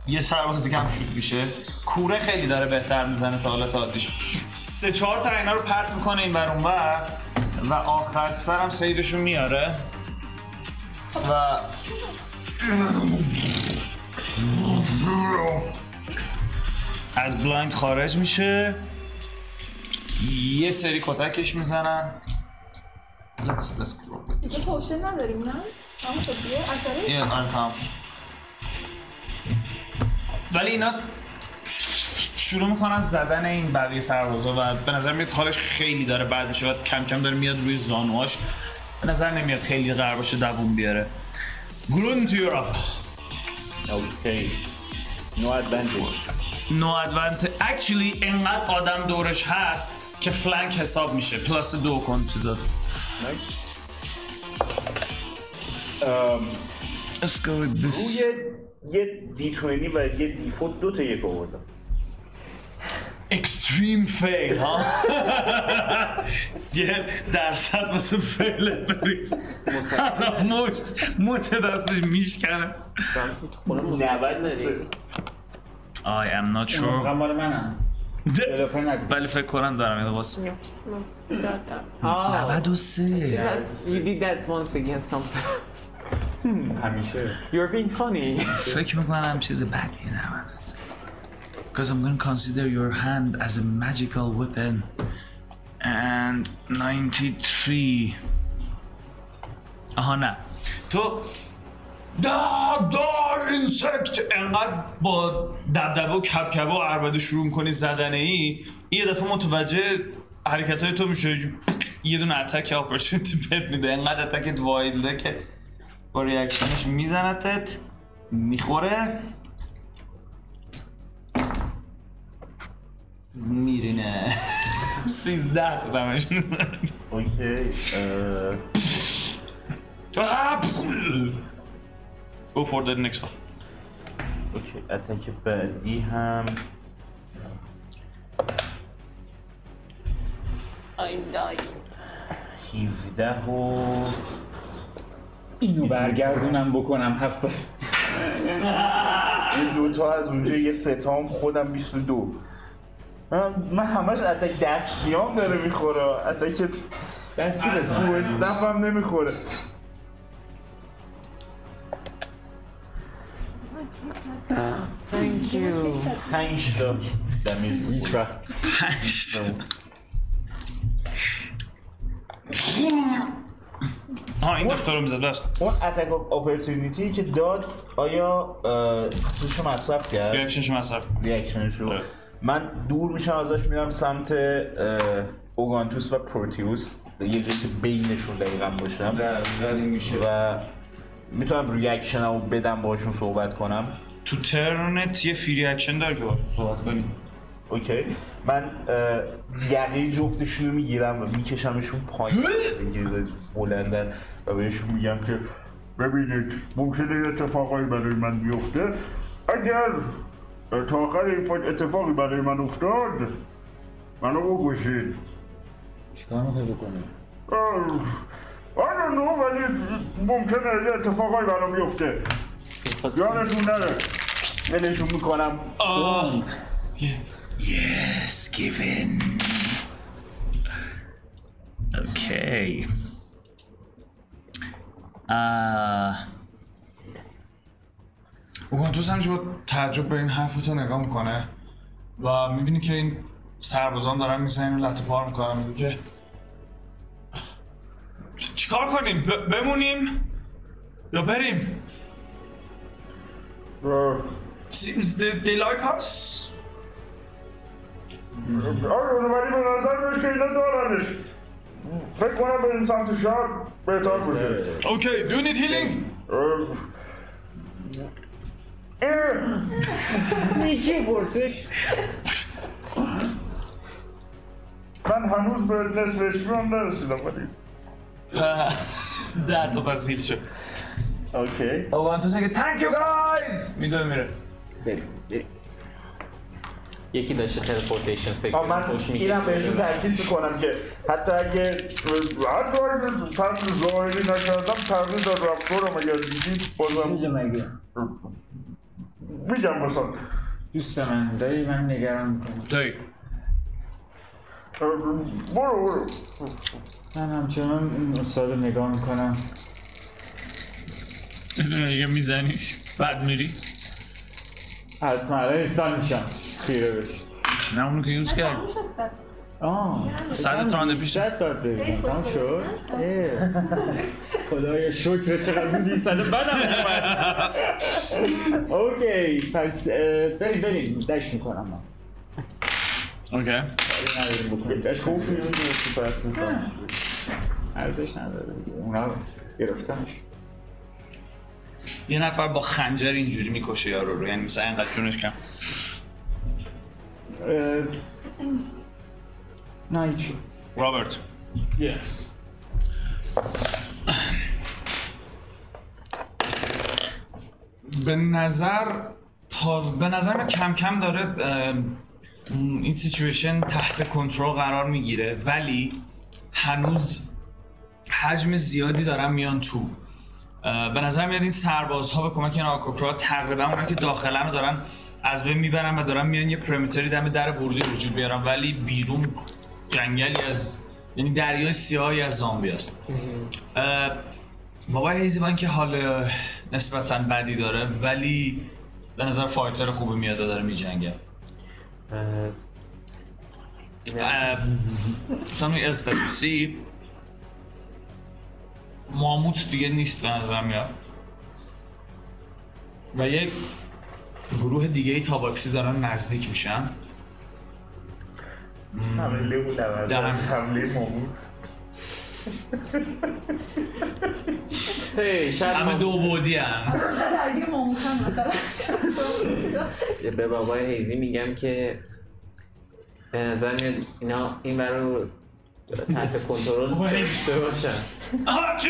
Speaker 14: یه سرباز دیگه هم شوت میشه کوره خیلی داره بهتر میزنه تا حالت عادیش سه چهار تا اینا رو پرت میکنه این بر اون بر و آخر سرم سیدشون میاره و از بلایند خارج میشه یه سری کتکش میزنن Let's, let's go.
Speaker 4: دیگه پوشن نداریم نه؟ خب، همون تو دیگه اثره
Speaker 1: یه آره، تمام. ولی اینا شروع میکنن زدن این بقیه سربازا و به نظر میاد حالش خیلی داره بد میشه و کم کم داره میاد روی زانوهاش به نظر نمیاد خیلی قرار باشه دووم بیاره گرون تو یورپ
Speaker 2: اوکی نو ادوانتیج
Speaker 1: نو ادوانت اکچولی انقدر آدم دورش هست که فلنک حساب میشه پلاس دو کن چیزات Let's go with this.
Speaker 6: روی یه دی 20 و یه دی فوت دو تا یک آوردم
Speaker 1: اکستریم فیل ها یه درصد واسه فیل بریز الان مشت مت دستش میشکنه
Speaker 6: 93
Speaker 1: I am not sure
Speaker 2: مال منم بلافر نکن
Speaker 1: ولی فکر کنم دارم اینو واسه
Speaker 3: آه.
Speaker 1: 93
Speaker 3: You did that once again sometime.
Speaker 2: همیشه
Speaker 3: You're being funny.
Speaker 1: فکر میکنم چیز بدی نه Because I'm gonna consider your hand as a magical weapon and 93 آها نه تو دا دا اینسکت انقدر با دبدبه و کبکبه و عربده شروع میکنی زدنه ای یه دفعه متوجه حرکت های تو میشه یه دونه اتک اپورچونیتی بهت میده انقدر اتکت وایلده که با ریاکشنش میزنتت میخوره میرینه سیزده تا دمش میزنه
Speaker 6: اوکی اه،
Speaker 14: Go for the next one.
Speaker 6: اوکی اتک بعدی هم
Speaker 3: I'm dying.
Speaker 6: 17 و
Speaker 2: اینو برگردونم بکنم هفت بار.
Speaker 6: این دوتا از اونجا یه ستام خودم 22 من من همش اتک دستیام داره میخوره اتک
Speaker 2: دستی
Speaker 6: از
Speaker 2: بزن
Speaker 6: رو استف هم نمیخوره
Speaker 3: Ah, Thank you.
Speaker 6: پنج تا دمیج
Speaker 2: هیچ وقت
Speaker 14: ها این دکتر رو میزد بس
Speaker 6: اون اتک اپورتونیتی که داد آیا اه، توش مصرف کرد
Speaker 14: ریاکشنش مصرف کن.
Speaker 6: ریاکشنش رو
Speaker 14: آره.
Speaker 6: من دور میشم ازش میرم سمت اه، اوگانتوس و پروتیوس یه جایی که بینشون دقیقا باشم
Speaker 2: میشه
Speaker 6: و میتونم ریاکشن رو بدم باشون صحبت کنم
Speaker 14: تو ترنت یه فری اکشن داری که باشون صحبت کنی
Speaker 6: اوکی من اه، یقه جفتشون رو میگیرم و میکشمشون پایین انگلیسی بلندن و بهشون میگم که
Speaker 5: ببینید ممکنه یه اتفاقایی برای من بیفته اگر تا آخر این فاج اتفاقی برای من افتاد منو بکشید
Speaker 2: چیکار میخوای بکنی
Speaker 5: آره نو ولی ممکنه یه اتفاقایی برام بیفته یادتون نره
Speaker 6: ولشون میکنم
Speaker 7: Yes, given. Okay.
Speaker 1: اه. اوگانتوس همش با تعجب به این حرفتو نگاه میکنه و میبینی که این سربازان دارن میزنین و لطو پار میکنن میگه که چیکار کنیم؟ ب- بمونیم؟ یا بریم؟
Speaker 5: اه،
Speaker 1: Seems they, they like us.
Speaker 5: آره ولی به نظر میشه اینا دارنش فکر کنم بریم سمت شهر بهتر باشه
Speaker 1: Okay, do you need healing?
Speaker 6: میگی پرسش
Speaker 5: من هنوز به نصف اشمام نرسیدم ولی
Speaker 1: ده تا پس هیل شد
Speaker 6: اوکی
Speaker 1: اوگانتوس میگه Thank you guys! میگه میره
Speaker 3: بریم بریم یکی داشته تلپورتیشن
Speaker 6: آه،
Speaker 3: سیکل
Speaker 6: من اینم بهشون تاکید میکنم که حتی اگه
Speaker 5: حتی اگه ترد ظاهری نکردم تغییر در رفتارم اگر دیدید بازم
Speaker 2: چیزی مگه
Speaker 5: میگم بسن
Speaker 2: دوست من داری من نگران میکنی
Speaker 1: دایی
Speaker 5: برو برو
Speaker 2: من همچنان این استاد رو نگاه میکنم
Speaker 15: دیگه
Speaker 1: یعنی
Speaker 15: میزنیش بعد میری
Speaker 2: از مرای انسان میشم خیره بش
Speaker 15: نه اونو که یوز کرد
Speaker 2: آه
Speaker 15: صد ترانه پیش
Speaker 2: بیشتر داد ببینم تمام شد اه. خدایا شکر چقدر این سال بدم اومد. اوکی پس اه، بریم بریم دش میکنم من
Speaker 15: اوکی
Speaker 2: کاری نداریم بکنیم دش
Speaker 6: توفی میدونی که پرس میسن
Speaker 2: ارزش نداره اونا گرفتمش
Speaker 1: یه نفر با خنجر اینجوری میکشه یارو رو یعنی مثلا اینقدر جونش کم
Speaker 2: اه، نه هیچی
Speaker 1: رابرت
Speaker 3: یس
Speaker 1: به نظر تا به نظر من کم کم داره ام، این سیچویشن تحت کنترل قرار میگیره ولی هنوز حجم زیادی دارن میان تو اه، به نظر میاد این سربازها به کمک این آکوکرا تقریبا اونایی که داخلا رو دارن از بین میبرن و دارن میان یه پرمیتری دم در ورودی وجود بیارن ولی بیرون جنگلی از یعنی دریای سیاهی از زامبی است اه، بابا هیزیبان که حال نسبتا بدی داره ولی به نظر فایتر خوبی میاد و داره میجنگه something else that you see ماموت دیگه نیست به نظر میاد و یک گروه دیگه ای تاباکسی دارن نزدیک میشن
Speaker 6: حمله بودم از
Speaker 1: دارم.
Speaker 6: حمله مامون
Speaker 3: هی شاید
Speaker 1: همه
Speaker 3: ما
Speaker 1: دو بودی هم
Speaker 4: درگیر ماموسن مثلا
Speaker 3: به بابای هیزی میگم که به نظر میاد اینا این ور رو تحت کنترل داشته باشن
Speaker 1: چی؟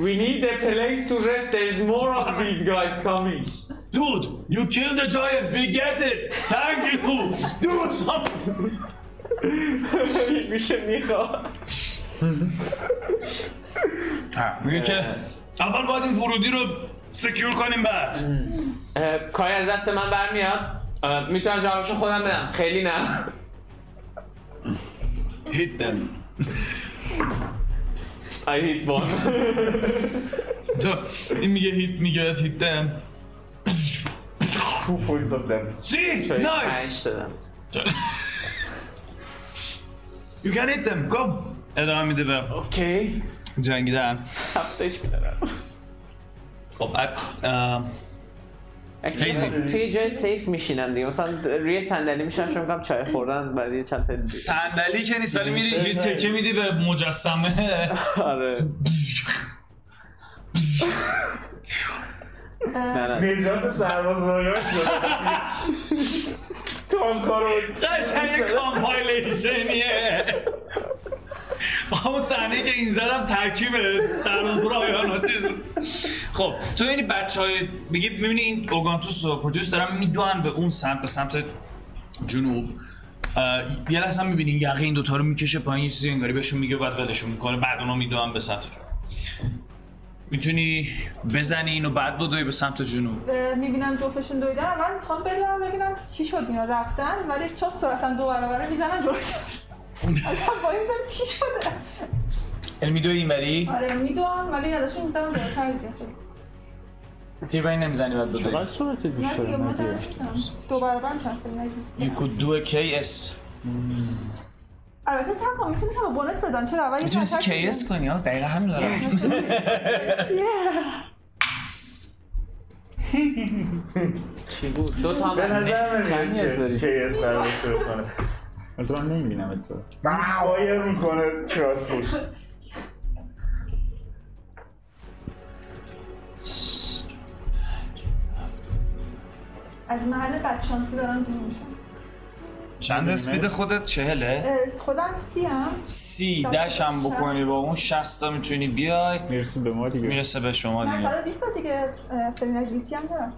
Speaker 3: We need a place to rest. There is more of these guys coming.
Speaker 1: Dude, you killed the giant, we get it! Thank you! Do something!
Speaker 3: میشه میخواد
Speaker 1: میگه که اول باید این ورودی رو سکیور کنیم بعد
Speaker 3: کاری از دست من برمیاد اه، میتونم جوابشو خودم بدم خیلی نه
Speaker 1: هیت دم
Speaker 3: I hit one
Speaker 1: تو این میگه هیت میگه هیت دم
Speaker 6: تو پوینتس آف دم
Speaker 1: سی
Speaker 3: پنج
Speaker 1: نایس
Speaker 3: شدم
Speaker 1: You can hit them, go ادامه میده به
Speaker 3: اوکی
Speaker 1: جنگیدن
Speaker 3: هفتش میدارم
Speaker 1: خب بعد ام، هیزی.
Speaker 3: توی جای سیف میشینم دیگه مثلا روی صندلی میشینم چون میگم چای خوردن بعد یه چند تا دیگه.
Speaker 1: صندلی که نیست ولی میری اینجوری تکه میدی به مجسمه
Speaker 3: آره نه نه
Speaker 6: نجات سرباز رایان شد
Speaker 3: تو هم کارو
Speaker 1: قشنگ کامپایلیشنیه همون صحنه که این زدم ترکیب سرز رایان چیز بود. خب تو این بچه های میگی میبینی این اوگانتوس و پروتیوس دارن میدوان به اون سمت به سمت جنوب اه، یه لحظه هم میبینی یقه این دوتا رو میکشه پایین یه چیزی انگاری بهشون میگه و بعد ولشون میکنه بعد اونا میدوان به سمت جنوب میتونی بزنی اینو بعد بدوی به سمت جنوب
Speaker 4: میبینم جفتشون دویدن من میخوام بدونم ببینم چی شد اینا رفتن ولی چون سرعتن دو برابره میزنن جلوش آدم با این زن چی شده
Speaker 1: یعنی میدوی اینوری
Speaker 4: آره میدونم ولی یادشون میزنم جلوتر دیگه
Speaker 1: تیر به این نمیزنی بعد بدوی
Speaker 2: چقدر سرعت
Speaker 4: نه دیگه
Speaker 2: بیشتر
Speaker 4: من
Speaker 2: نگیر
Speaker 4: نمی‌دونم. دو برابر هم چند خیلی نگیر.
Speaker 1: You could do a KS
Speaker 4: البته سم کنم میتونستم به بونس بدم چرا اول یه
Speaker 1: میتونستی
Speaker 4: ترک بدم.
Speaker 1: KS کنی ها دقیقا همین دارم
Speaker 3: چی بود؟ دو تا
Speaker 6: به
Speaker 3: هم
Speaker 6: نظر
Speaker 3: خمیت
Speaker 6: نمیاد که
Speaker 3: داری.
Speaker 6: کیس قرار شروع کنه
Speaker 2: البته من نمیبینم تو
Speaker 6: فایر میکنه کراس بوش
Speaker 4: از محل بدشانسی دارم دور میشم
Speaker 1: چند اسپید خودت چهله
Speaker 4: اه، خودم سی هم
Speaker 1: سی دش هم بکنی با اون 60 تا میتونی بیای
Speaker 2: میرسی به ما دیگه
Speaker 1: میرسه به شما
Speaker 4: من
Speaker 1: دیگه
Speaker 4: 120 تا دیگه اه، فعلی نجلیتی هم دارم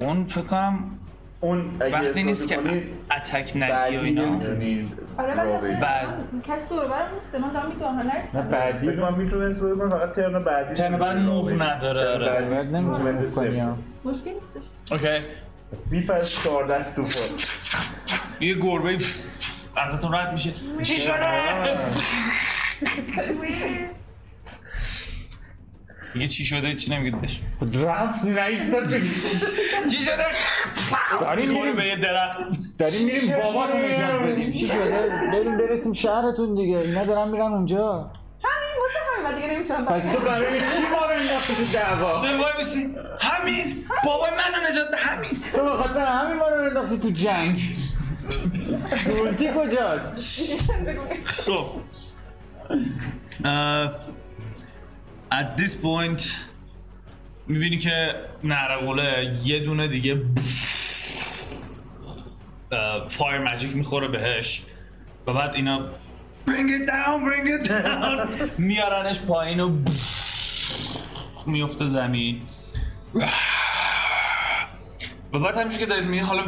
Speaker 1: اون فکر کنم
Speaker 6: اون اگه
Speaker 1: وقتی نیست
Speaker 6: احساس
Speaker 1: که
Speaker 6: کنی، یعنی-
Speaker 1: اتک نگی
Speaker 6: بعدی
Speaker 1: و اینا
Speaker 6: نمی‌تونی
Speaker 4: آره
Speaker 6: را بگی.
Speaker 4: ولی
Speaker 1: بعد.
Speaker 4: بعد کسی دور برم نیست من دارم میدونم
Speaker 2: نه
Speaker 4: نرسیدم
Speaker 2: بعدی
Speaker 6: فکر
Speaker 2: رو
Speaker 6: کنم میتونه استفاده کنه فقط ترن بعدی
Speaker 1: ترن بعد موو نداره، آره.
Speaker 2: بعد نمیتونم
Speaker 6: موومنت
Speaker 2: موف کنی
Speaker 6: سفت.
Speaker 2: ها.
Speaker 4: مشکل نیستش
Speaker 1: اوکی
Speaker 6: بیف از 14 است تو پر
Speaker 1: یه گربه ازتون رد میشه چی شده میگه چی شده چی نمیگه بهش
Speaker 2: رفت نیفتاد
Speaker 1: چی شده
Speaker 2: داریم
Speaker 1: میخوره
Speaker 2: میریم.
Speaker 1: به یه درخت
Speaker 2: داریم میریم باباتون نجات بدیم چی شده بریم برسیم شهرتون دیگه اینا دارن میرن اونجا
Speaker 4: همین واسه همین من دیگه نمیتونم
Speaker 2: پس تو برای چی ما رو انداختی تو دعوا
Speaker 1: وای میسی همین بابای منو نجات ده، همین
Speaker 2: تو به خاطر همین ما رو انداختی تو جنگ دولتی کجاست
Speaker 1: خب اه، uh, at this point میبینی که نرقوله یه دونه دیگه فایر ماجیک میخوره بهش و بعد اینا bring it down bring it down میارنش پایین و میفته زمین و بعد همینجور که دارید میبینید حالا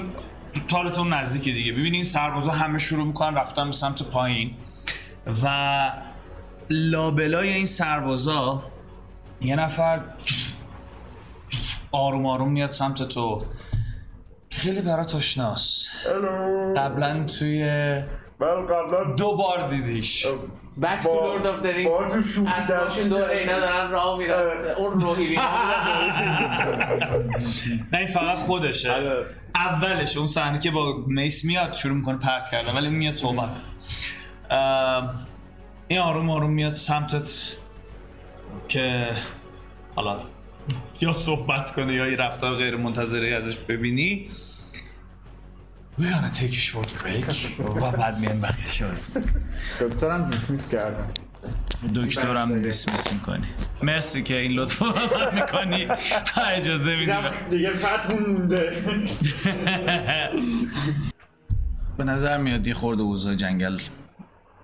Speaker 1: تالتون نزدیکه دیگه ببینین سربازا همه شروع میکنن رفتن به سمت پایین و لابلای این سربازا یه نفر آروم آروم میاد سمت تو خیلی برات آشناس قبلا توی
Speaker 6: من قبلا
Speaker 1: دو بار دیدیش
Speaker 3: بک تو
Speaker 6: با-
Speaker 3: لورد آف د
Speaker 6: با تو
Speaker 3: رینگز
Speaker 6: شوخی
Speaker 3: اسباشون
Speaker 6: دست-
Speaker 3: دور اینا دارن راه میرن اون روحی بیرن
Speaker 1: نه این فقط خودشه اولش اون صحنه که با میس میاد شروع میکنه پرت کردن ولی میاد صحبت کنه. ام، این آروم آروم میاد سمتت که حالا یا صحبت کنه یا یه رفتار غیر منتظری ازش ببینی We're gonna take a short break و بعد میان بخش
Speaker 2: دکترم دیسمیس کردم
Speaker 1: دکترم دیسمیس میکنی مرسی که این لطف رو به من میکنی و اجازه میدی من-
Speaker 2: دیگه فتون مونده
Speaker 1: به نظر میاد یه خورده اوضاع جنگل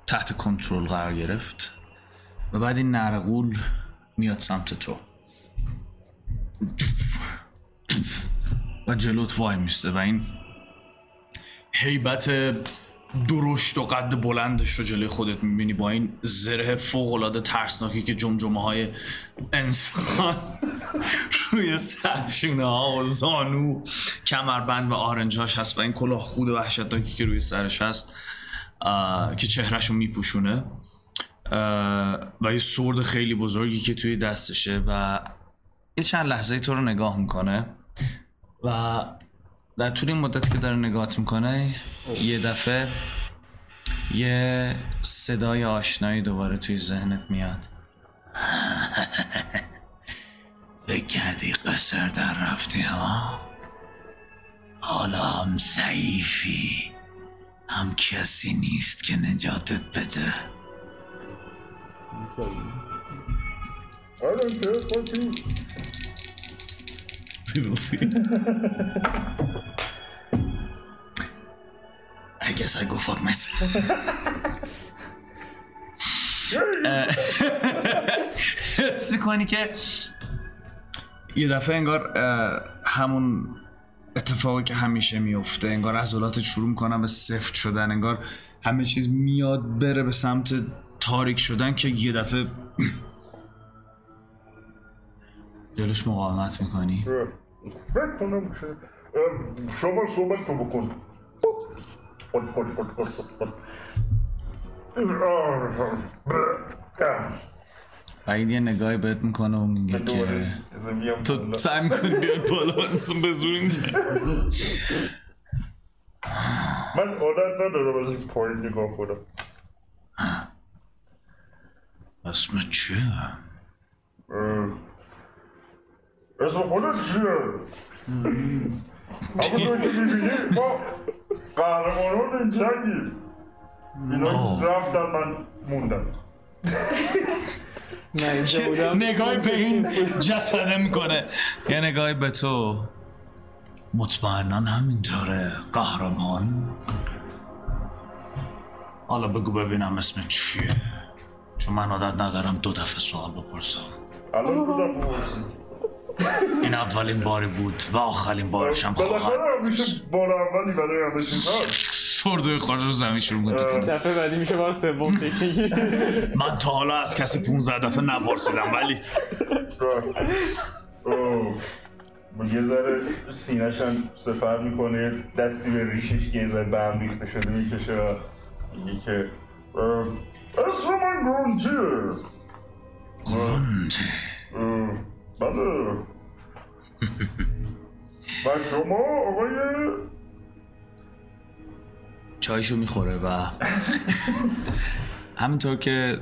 Speaker 1: تحت کنترل قرار گرفت و بعد این نرغول میاد سمت تو و جلوت وای میسته و این هیبت درشت و قد بلندش رو جلوی خودت میبینی با این زره فوقلاده ترسناکی که جمجمه های انسان روی سرشونه ها و زانو کمربند و آرنجاش هست و این کلاه خود وحشتناکی که روی سرش هست آه، که چهرهش رو میپوشونه و یه سرد خیلی بزرگی که توی دستشه و یه چند لحظه تو رو نگاه میکنه و در طول این مدت که داره نگاهت میکنه یه دفعه یه صدای آشنایی دوباره توی ذهنت میاد فکر کردی قصر در رفتی ها حالا هم ضعیفی هم کسی نیست که نجاتت بده
Speaker 5: I don't care, fuck you.
Speaker 1: I guess I go fuck myself.
Speaker 7: حس میکنی که یه دفعه انگار اه، همون اتفاقی که همیشه میفته انگار عضلاتت شروع میکنن به سفت شدن انگار همه چیز میاد بره به سمت تاریک شدن که یه دفعه جلوش مقاومت میکنی
Speaker 5: فکر کنم که اه، شما صحبت تو بکن خود خود خود خود خود خود
Speaker 7: بعید یه نگاهی بهت میکنه و میگه که
Speaker 5: دوباره. بله. بذار بیام
Speaker 7: تو
Speaker 5: بالا.
Speaker 7: سعی میکنی بیاد بالا مثلا به زور اینجا
Speaker 5: من عادت ندارم از این پایین نگاه کنم
Speaker 7: اسم چیه؟
Speaker 5: اه، اسم خودت چیه؟ همونطور که میبینی ما قهرمانان جنگیم اینا رفتن من موندم
Speaker 7: نگاهی به این جسده میکنه یه نگاهی به تو مطمئنا همینطوره قهرمان حالا بگو ببینم اسم چیه چون من عادت ندارم دو دفعه سوال بپرسم
Speaker 5: الان بودم پرسید
Speaker 7: این اولین باری بود و آخرین بارش هم
Speaker 5: بله.
Speaker 7: خواهد
Speaker 5: بالاخره همیشه بار اولی برای همه چیز هست
Speaker 7: سردوی خورده رو زمین شروع می‌کنه تکون دادن.
Speaker 3: دفعه بعدی میشه بار سوم تکنیکی
Speaker 7: من تا حالا از کسی 15 دفعه نپرسیدم ولی
Speaker 6: اوه. یه ذره سینه‌ش هم سپر میکنه دستی به ریشش که یه ذره به هم ریخته شده میکشه و میگه که
Speaker 5: اه، اسم من گرانتیه اه، بله و شما آقای
Speaker 7: چایشو میخوره و همینطور که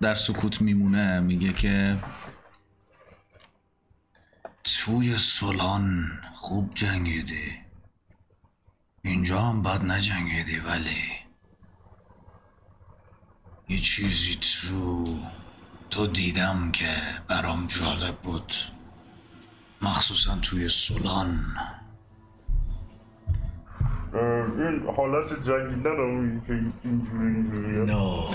Speaker 7: در سکوت میمونه میگه که توی سلان خوب جنگیدی اینجا هم بد نجنگیدی ولی یه چیزی تو تو دیدم که برام جالب بود مخصوصا توی سلان
Speaker 5: اه، این حالت جنگیدن هم که اینجوری اینجوریه
Speaker 7: No.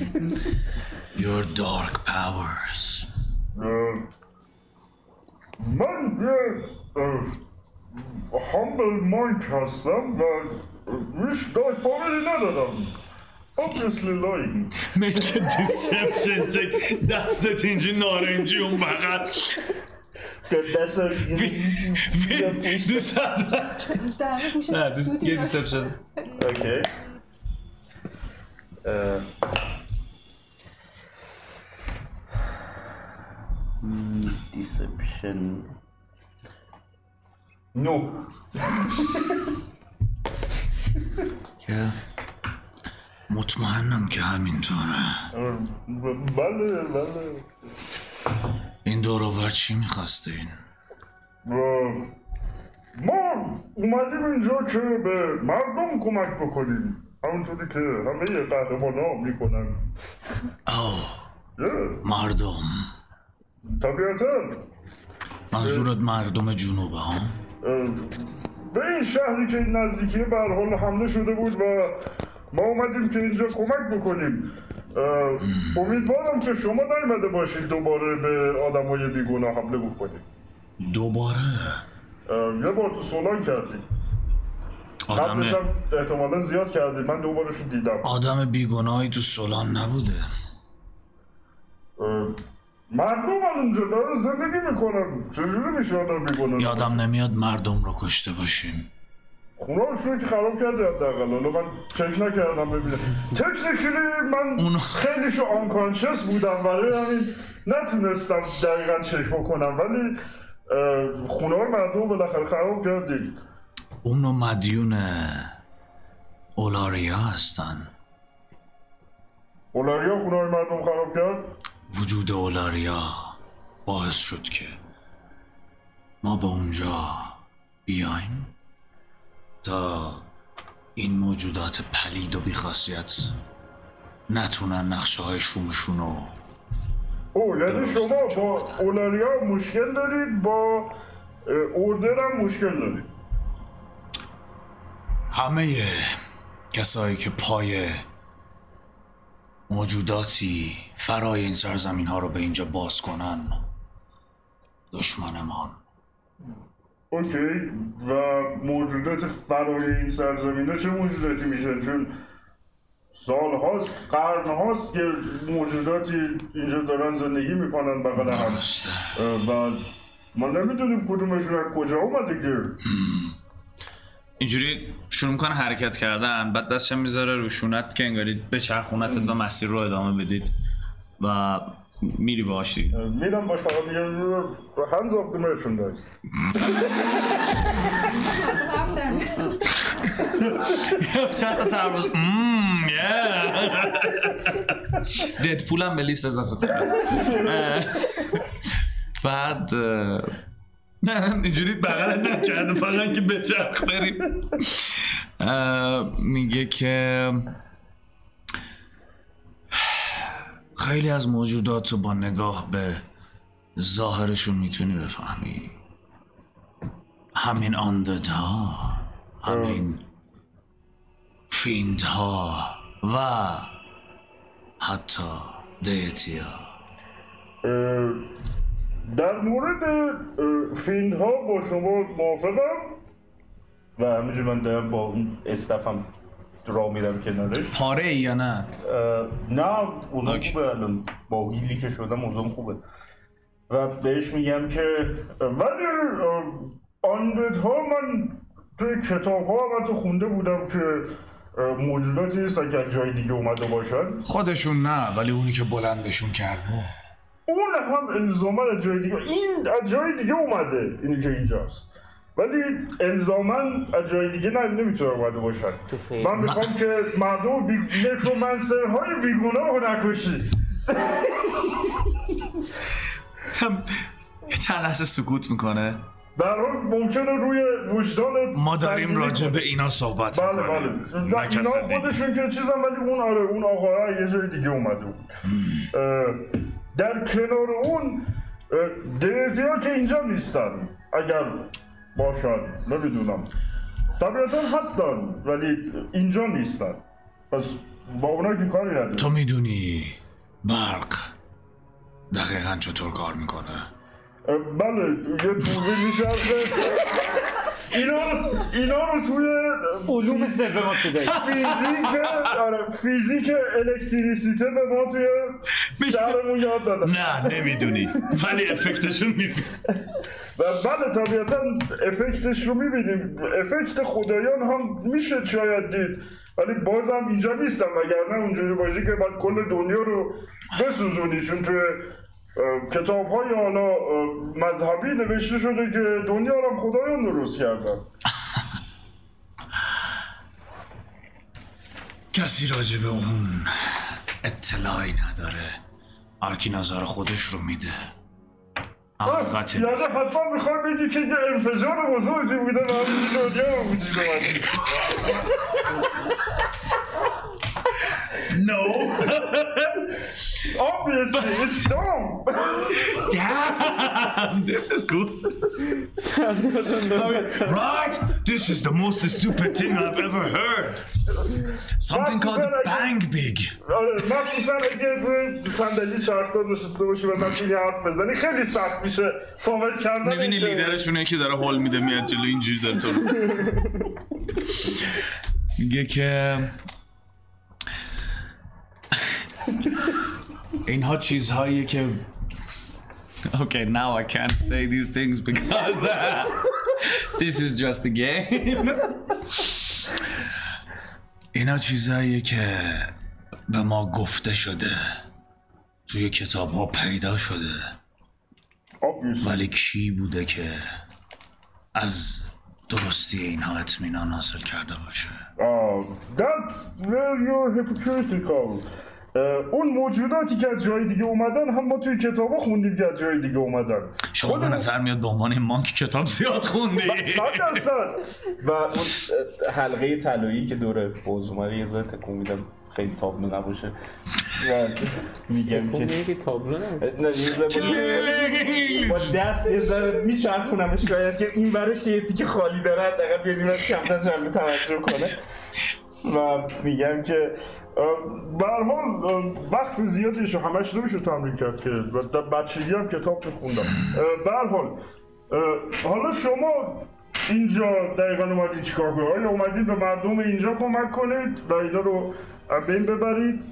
Speaker 7: Your dark powers.
Speaker 5: من یه هامبل مایک هستم و هیچ دای پاوری ندارم Obviously lying.
Speaker 7: Make a deception check. دستت اینجا نارنجی اون بغل
Speaker 6: دست
Speaker 7: دوست نه دوست یه deception.
Speaker 6: اوکی اه. م، دیسپشن نو
Speaker 7: که مطمئنم که همینطوره
Speaker 5: اه، بله بله
Speaker 7: این دوروبر چی میخواستین؟
Speaker 5: اه، ما اومدیم اینجا که به مردم کمک بکنیم همونطوری که همه قهرمان ها میکنن
Speaker 7: او
Speaker 5: یه،
Speaker 7: مردم
Speaker 5: طبیعتا
Speaker 7: منظورت مردم جنوبه ها؟
Speaker 5: به این شهری که این نزدیکیه به هر حال حمله شده بود و ما اومدیم که اینجا کمک بکنیم اه، امیدوارم که شما نیومده باشید دوباره به آدمای بیگناه حمله بکنید
Speaker 7: دوباره
Speaker 5: اه، یه بار تو سولان کردیم
Speaker 7: آدم
Speaker 5: قبلش هم احتمالا زیاد کردیم من دوبارش رو دیدم
Speaker 7: آدم بیگناهی تو سلان نبوده
Speaker 5: اه، مردم هم اونجا دارن زندگی میکنن چجوری میشه آدم بیگناه
Speaker 7: یادم نمیاد مردم رو کشته باشیم
Speaker 5: اونا رو که خراب کرده حداقل حالا من چک نکردم ببینم تکنیکلی من
Speaker 7: اون-
Speaker 5: خیلیشو آنکانشس بودم برای همین نتونستم دقیقا چک بکنم ولی اه، خونه های مردم رو بالاخره خراب کردیم
Speaker 7: اونو مدیون اولاریا هستن
Speaker 5: اولاریا خونه های مردم خراب کرد
Speaker 7: وجود اولاریا باعث شد که ما به اونجا بیایم تا این موجودات پلید و بیخاصیت نتونن نقشه های شومشون رو
Speaker 5: او یعنی
Speaker 7: درست.
Speaker 5: شما با اولاریا مشکل دارید با اه، اوردر هم مشکل دارید
Speaker 7: همه کسایی که پای موجوداتی فرای این سرزمین ها رو به اینجا باز کنن دشمنمان
Speaker 5: اوکی و موجودات فرای این سرزمین ها چه موجوداتی میشن چون سال هاست قرن هاست که موجوداتی اینجا دارن زندگی میکنن بغل هم
Speaker 7: درسته.
Speaker 5: اه، و ما نمیدونیم کدومشون از کجا اومده که
Speaker 1: اینجوری شروع میکنه حرکت کردن بعد دستش میذاره روشونت که انگاری به چرخونتت و مسیر رو ادامه بدید و میری باهاش دیگه.
Speaker 5: اه، میدم باش فقط میگم هنز آف دیمشون داشت
Speaker 4: رفتم
Speaker 1: چند تا سرباز مم، yeah. ددپول هم به لیست اضافه کرد اه، بعد اه، نه اینجوری بغلت نکرده فقط که به چرخ بریم اه، میگه که
Speaker 7: خیلی از موجودات رو با نگاه به ظاهرشون میتونی بفهمی همین آندت ها همین فیند ها و حتی دیتی ها
Speaker 5: E, اه، در مورد فیند ها با شما موافقم
Speaker 6: و همینجور من دارم با اون استفم را میدم کنارش
Speaker 1: پاره ای یا نه
Speaker 6: اه، نه اوضاع
Speaker 1: اوکی.
Speaker 6: خوبه الان با هیلی که شدم اوضاع خوبه و بهش میگم که
Speaker 5: ولی آندت ها من توی کتاب ها تو خونده بودم که اه، موجوداتی نیستن که از جای دیگه اومده باشن
Speaker 7: خودشون نه ولی اونی که بلندشون کرده
Speaker 5: اون هم الزاما از جای دیگه این از جای دیگه اومده اینی که اینجاست ولی الزاما از جای دیگه نه نمیتونه اومده باشن
Speaker 3: فیلم.
Speaker 5: من میخوام که مردم بی... نکرومنسرهای بیگناه رو نکشی
Speaker 1: یه چند لحظه سکوت میکنه
Speaker 5: در حال ممکنه روی وجدان
Speaker 7: ما داریم
Speaker 5: سنگینی
Speaker 7: راجع
Speaker 5: کنه.
Speaker 7: به اینا صحبت
Speaker 5: بله بله
Speaker 7: میکنیم
Speaker 5: نه اینا
Speaker 7: دیگه.
Speaker 5: خودشون که چیزم ولی اون آره اون آقا یه جای دیگه اومده بود اه، در کنار اون دیتی ها که اینجا نیستن اگر باشن نمیدونم طبیعتا هستن ولی اینجا نیستن پس با اونا که کاری نداریم
Speaker 7: تو میدونی برق دقیقا چطور کار میکنه
Speaker 5: اه، بله یه توزه میشه اینا رو اینا رو توی
Speaker 2: علوم سر به ما شده
Speaker 5: فیزیک آره فیزیک الکتریسیته به ما توی شهرمون یاد دادن
Speaker 7: نه نمیدونی ولی افکتشون میبینی
Speaker 5: و بله طبیعتا افکتش رو میبینیم افکت خدایان هم میشه شاید دید ولی بازم اینجا نیستم وگرنه اونجوری باشه که باید کل دنیا رو بسوزونی چون توی کتاب های حالا اه، مذهبی نوشته شده که دنیا رو هم خدایان درست کردن
Speaker 7: کسی راجع به اون اطلاعی نداره هرکی نظر خودش رو میده حقیقت
Speaker 5: یعنی حتما میخوای بگی که یه انفجار بزرگی بوده و همین دنیا رو وجود اومده
Speaker 7: نو
Speaker 5: Obviously, it's dumb.
Speaker 7: This is good Right This is the most stupid thing I've ever heard Something called bang big
Speaker 5: آره مخصوصا اگه روی صندلی چرخدار نشسته باشی و نتونی حرف بزنی خیلی سخت میشه ثابت کردن
Speaker 1: میبینی
Speaker 5: اینکه-
Speaker 1: لیدرشونه که داره هول میده میاد جلو اینجوری داره تو رو. میگه که
Speaker 7: اینها چیزهایی که
Speaker 1: Okay, now I can't say these things because uh, this is just a game.
Speaker 7: اینا چیزهایی که به ما گفته شده توی کتاب ها پیدا شده
Speaker 5: Obviously.
Speaker 7: ولی کی بوده که از درستی اینها اطمینان حاصل کرده باشه
Speaker 5: آه، That's where you're hypocritical. اه، اون موجوداتی که از جای دیگه اومدن هم ما توی کتابا خوندیم که از جای دیگه اومدن
Speaker 7: شما به نظر میاد به عنوان این مانک کتاب زیاد خوندی
Speaker 5: صد درصد
Speaker 6: و اون اه، حلقه طلایی که دوره حوز اومده یه ذره تکون میدم خیلی تابلو نباشه و میگم که
Speaker 3: که تابلو نبود.
Speaker 6: نه یه ذره با دست یه ذره میچرخونم شاید که این برش که یه تیکه خالی داره حداقل بیاد این برش کمتر جنبه توجه کنه و میگم که
Speaker 5: به هر حال اه، وقت زیادیش همش نمیشه تمرین کرد که و در بچگی هم کتاب میخوندم اه، به هر حال اه، حالا شما اینجا دقیقا اومدید چیکار کنید آیا اومدید به مردم اینجا کمک کنید و اینا رو از بین ببرید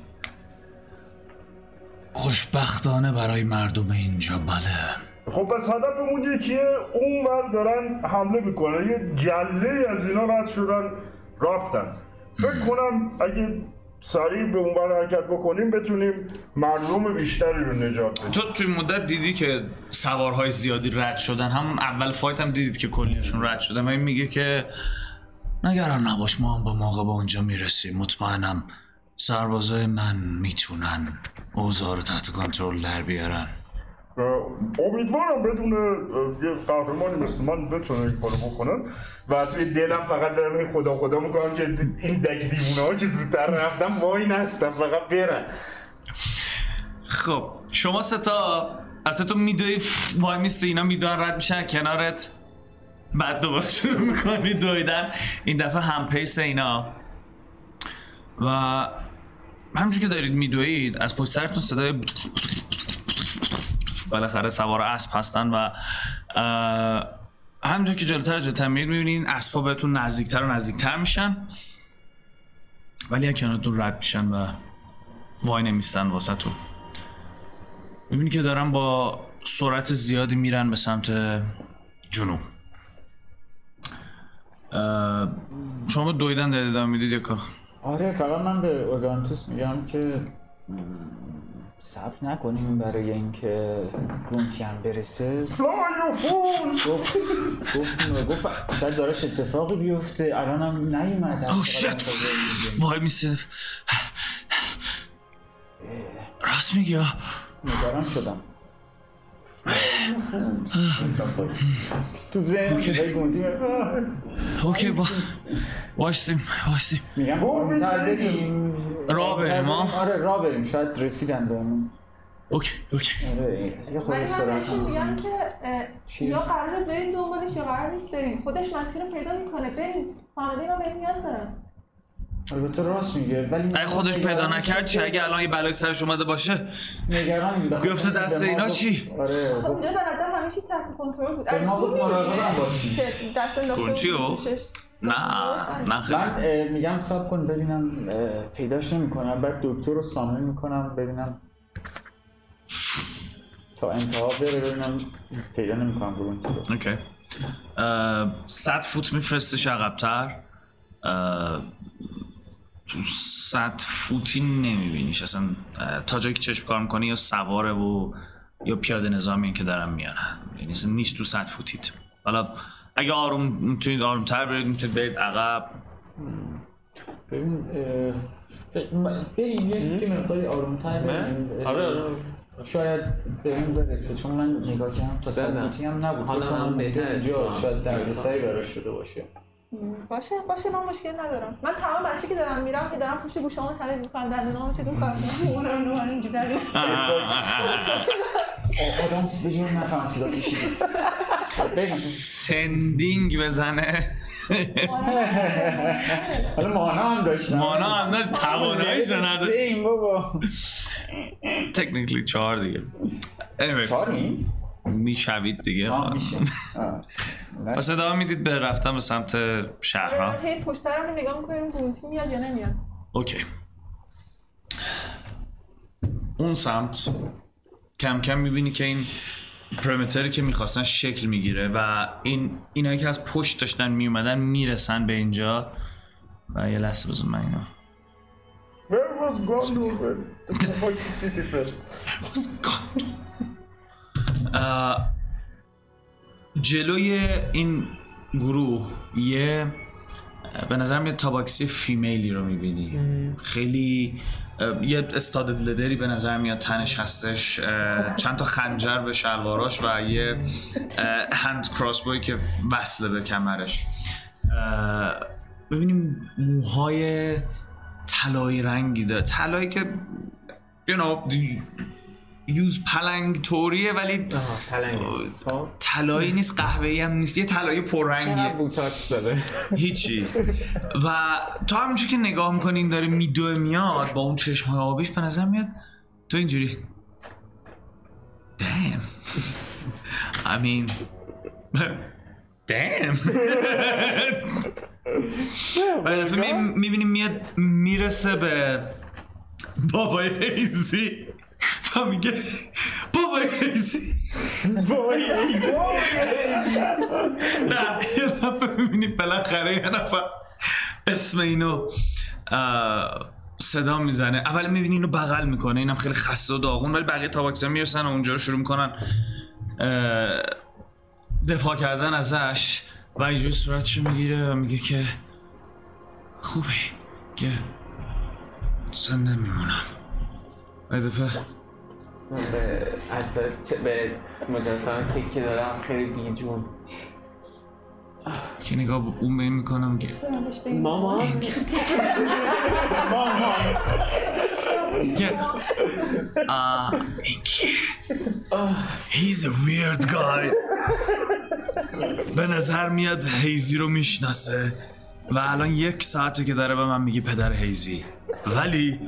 Speaker 7: خوشبختانه برای مردم اینجا بله
Speaker 5: خب پس هدفمون یکیه اون ور دارن حمله میکنن یه گله از اینا رد شدن رفتن فکر کنم اگه سریع به اون ور حرکت بکنیم بتونیم مردم بیشتری رو نجات بدیم
Speaker 1: تو توی مدت دیدی که سوارهای زیادی رد شدن همون اول فایت هم دیدید که کلیشون رد شدن و این میگه که
Speaker 7: نگران نباش ما هم به موقع به اونجا میرسیم مطمئنم سربازای من میتونن اوضاع رو تحت کنترل در بیارن
Speaker 5: اه، امیدوارم بدون اه، یه قهرمانی مثل من بتونه این کارو بکنه
Speaker 6: و توی دلم فقط دارم این خدا خدا میکنم که این دک دیوونه ها که زودتر رفتم وای نستم فقط برن
Speaker 1: خب شما سه تا البته تو میدوی ف- وای میستی اینا میدونن رد میشن کنارت بعد دوباره شروع میکنی دویدن این دفعه هم پیس اینا و همچون که دارید میدوید از پشت سرتون صدای بالاخره سوار اسب هستن و اه، همینطور که جلوتر جلوتر میرید میبینین اسبا بهتون نزدیکتر و نزدیکتر میشن ولی از کنارتون رد میشن و وای نمیستن واسه تو میبینی که دارن با سرعت زیادی میرن به سمت جنوب اه، شما دویدن دارید ادامه میدید یا کار
Speaker 2: آره فقط من به اورگانتوس میگم که م، صبر نکنیم برای اینکه گونکی هم برسه
Speaker 5: فلای و فول
Speaker 2: گفت گفت گفت شاید دارش اتفاقی بیفته الانم نیومد
Speaker 7: Oh, shit. وای میسته راست میگی آه.
Speaker 2: نگران شدم تو ذهن صدای گونتی میاد. آه.
Speaker 7: اوکی وا... واشتیم واشتیم
Speaker 2: میگم تر بریم.
Speaker 7: راه بریم، ها؟
Speaker 2: آره را بریم شاید رسیدن بهمون
Speaker 7: اوکی اوکی
Speaker 2: آره یه خود
Speaker 4: ولی من
Speaker 2: استراحت
Speaker 4: بهشون میگم
Speaker 2: کنیم.
Speaker 4: که اه،
Speaker 2: چی؟
Speaker 4: یا قرار بریم دنبالش یا قرار نیست بریم خودش مسیر رو پیدا میکنه بریم خانواده اینا بهم نیاز دارن
Speaker 2: البته راست میگه ولی
Speaker 1: اگه خودش پیدا نکرد چی اگه الان یه بلای سرش اومده باشه
Speaker 2: نگرانیم بخاطر
Speaker 1: بیفته
Speaker 2: اینکه
Speaker 1: دست
Speaker 2: به ما
Speaker 1: اینا
Speaker 2: گفت-
Speaker 1: چی؟
Speaker 2: آره
Speaker 4: خب
Speaker 2: گفت-
Speaker 4: اونجا به نظر همه چیز تحت کنترل بود
Speaker 2: به خب، ما گفت مراقبم باشی
Speaker 4: که دست انداخته بود
Speaker 1: گلچی رو؟
Speaker 4: گوشش.
Speaker 1: نه نه خیلی
Speaker 2: من اه، میگم ساب کن ببینم اه، پیداش نمیکنم بعد دکتر رو سامن میکنم ببینم تا انتها بره ببینم پیدا نمیکنم برون رو
Speaker 1: اوکی اه، صد فوت میفرستش عقبتر اه، تو صد فوتی نمیبینیش اصلا اه، تا جایی که چشم کار میکنه یا سواره و یا پیاده نظامی که دارن میانن یعنی اصلا نیست تو صد فوتیت حالا اگه آروم میتونید آروم تر برید میتونید برید عقب
Speaker 2: ببین اه، ب- م- بریم یه- یه مقداری آرومتر بریم اه،
Speaker 16: آره، آره.
Speaker 2: شاید به اون برسه چون من نگاه کردم تا
Speaker 16: بله.
Speaker 2: سکوتی هم نبود
Speaker 16: حالا
Speaker 2: فکر کنم
Speaker 16: من بهتره.
Speaker 2: اینجا شاید دردسری براش شده باشه
Speaker 4: باشه باشه من مشکل ندارم من تمام مسیری که دارم میرم که دارم پوش گوشامو تمیز میکنم دندونامو چه کار کنم اونم رو من اینجوری دارم.
Speaker 2: آ- آدم به جور نفهم صدا کشید بریم.
Speaker 1: سندینگ بزنه
Speaker 2: حالا مانا هم داشتم
Speaker 1: مانا هم داشت تواناییشو نداشت
Speaker 2: این بابا
Speaker 1: تکنیکلی چهار دیگه anyway,
Speaker 2: چاریم؟
Speaker 1: میشوید دیگه
Speaker 2: آه میشه آه.
Speaker 1: پس ادامه میدید به رفتن به سمت شهرها
Speaker 4: من هی پشت سرم رو نگاه میکنیم گونتی میاد یا نمیاد
Speaker 1: اوکی اون سمت کم کم میبینی که این پرمتری که میخواستن شکل میگیره و این اینایی که از پشت داشتن میومدن میرسن به اینجا و یه لحظه بزن من اینا
Speaker 5: Where was Gondor? What city first?
Speaker 1: اه، جلوی این گروه یه به نظر میاد تاباکسی فیمیلی رو میبینی خیلی اه، یه استاد لدری به نظر میاد تنش هستش اه، چند تا خنجر به شلواراش و یه اه، هند کراسبوی که وصله به کمرش اه، ببینیم موهای طلایی رنگی داره طلایی که you know, یوز پلنگ طوریه ولی
Speaker 3: آها پلنگ است. خب
Speaker 1: طلایی نیست قهوه‌ای هم نیست یه طلایی
Speaker 3: چقدر
Speaker 1: پررنگیه
Speaker 3: بوتاکس داره
Speaker 1: هیچی و تو همینجور که نگاه میکنین داره میدوه میاد با اون چشم های آبیش به نظر میاد تو اینجوری دم امین دم و یه دفعه می- میبینی میاد میرسه به بابای ایزی و میگه بابای ایزی نه یه دفعه میبینی بالاخره یه نفر اسم اینو اه، صدا میزنه اول میبینی اینو بغل میکنه اینم خیلی خسته و داغون ولی بقیه تاباکس هم میرسن و اونجا رو شروع میکنن اه، دفاع کردن ازش و اینجوری صورتشو میگیره و میگه که خوبی که زنده میمونم و یه دفعه
Speaker 3: به اصلا به مجسمه تکی که دارم خیلی بیجون
Speaker 1: که نگاه به اون به این میکنم که
Speaker 4: دارم بهش بگم.
Speaker 3: ماما
Speaker 1: که آه، این کیه He's a weird guy به نظر میاد هیزی رو میشناسه و الان یک ساعته که داره به من میگه پدر هیزی ولی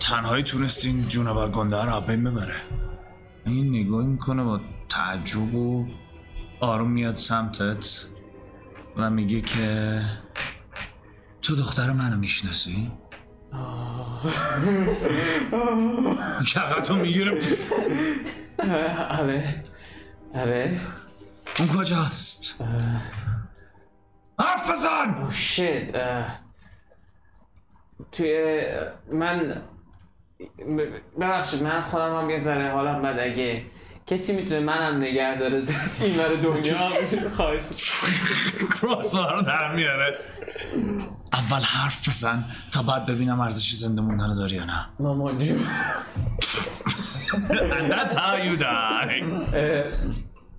Speaker 1: تنهایی تونستین جونور گنده رو بین ببره این نگاه میکنه با تعجب و آروم میاد سمتت و میگه که تو دختر منو میشناسی؟ کقتو میگیره
Speaker 3: آره آره
Speaker 1: اون کجاست
Speaker 3: اه.
Speaker 1: حرف بزن
Speaker 3: شت Oh اه. توی من ببخشید من خودم هم یه ذره حالم بد اگه کسی میتونه منم نگه داره این رو دنیا خواهش
Speaker 1: کراسوها رو در میاره اول حرف بزن تا بعد ببینم ارزش زنده موندن رو داری یا نه
Speaker 3: ماما جون
Speaker 1: And that's how you die
Speaker 3: اه،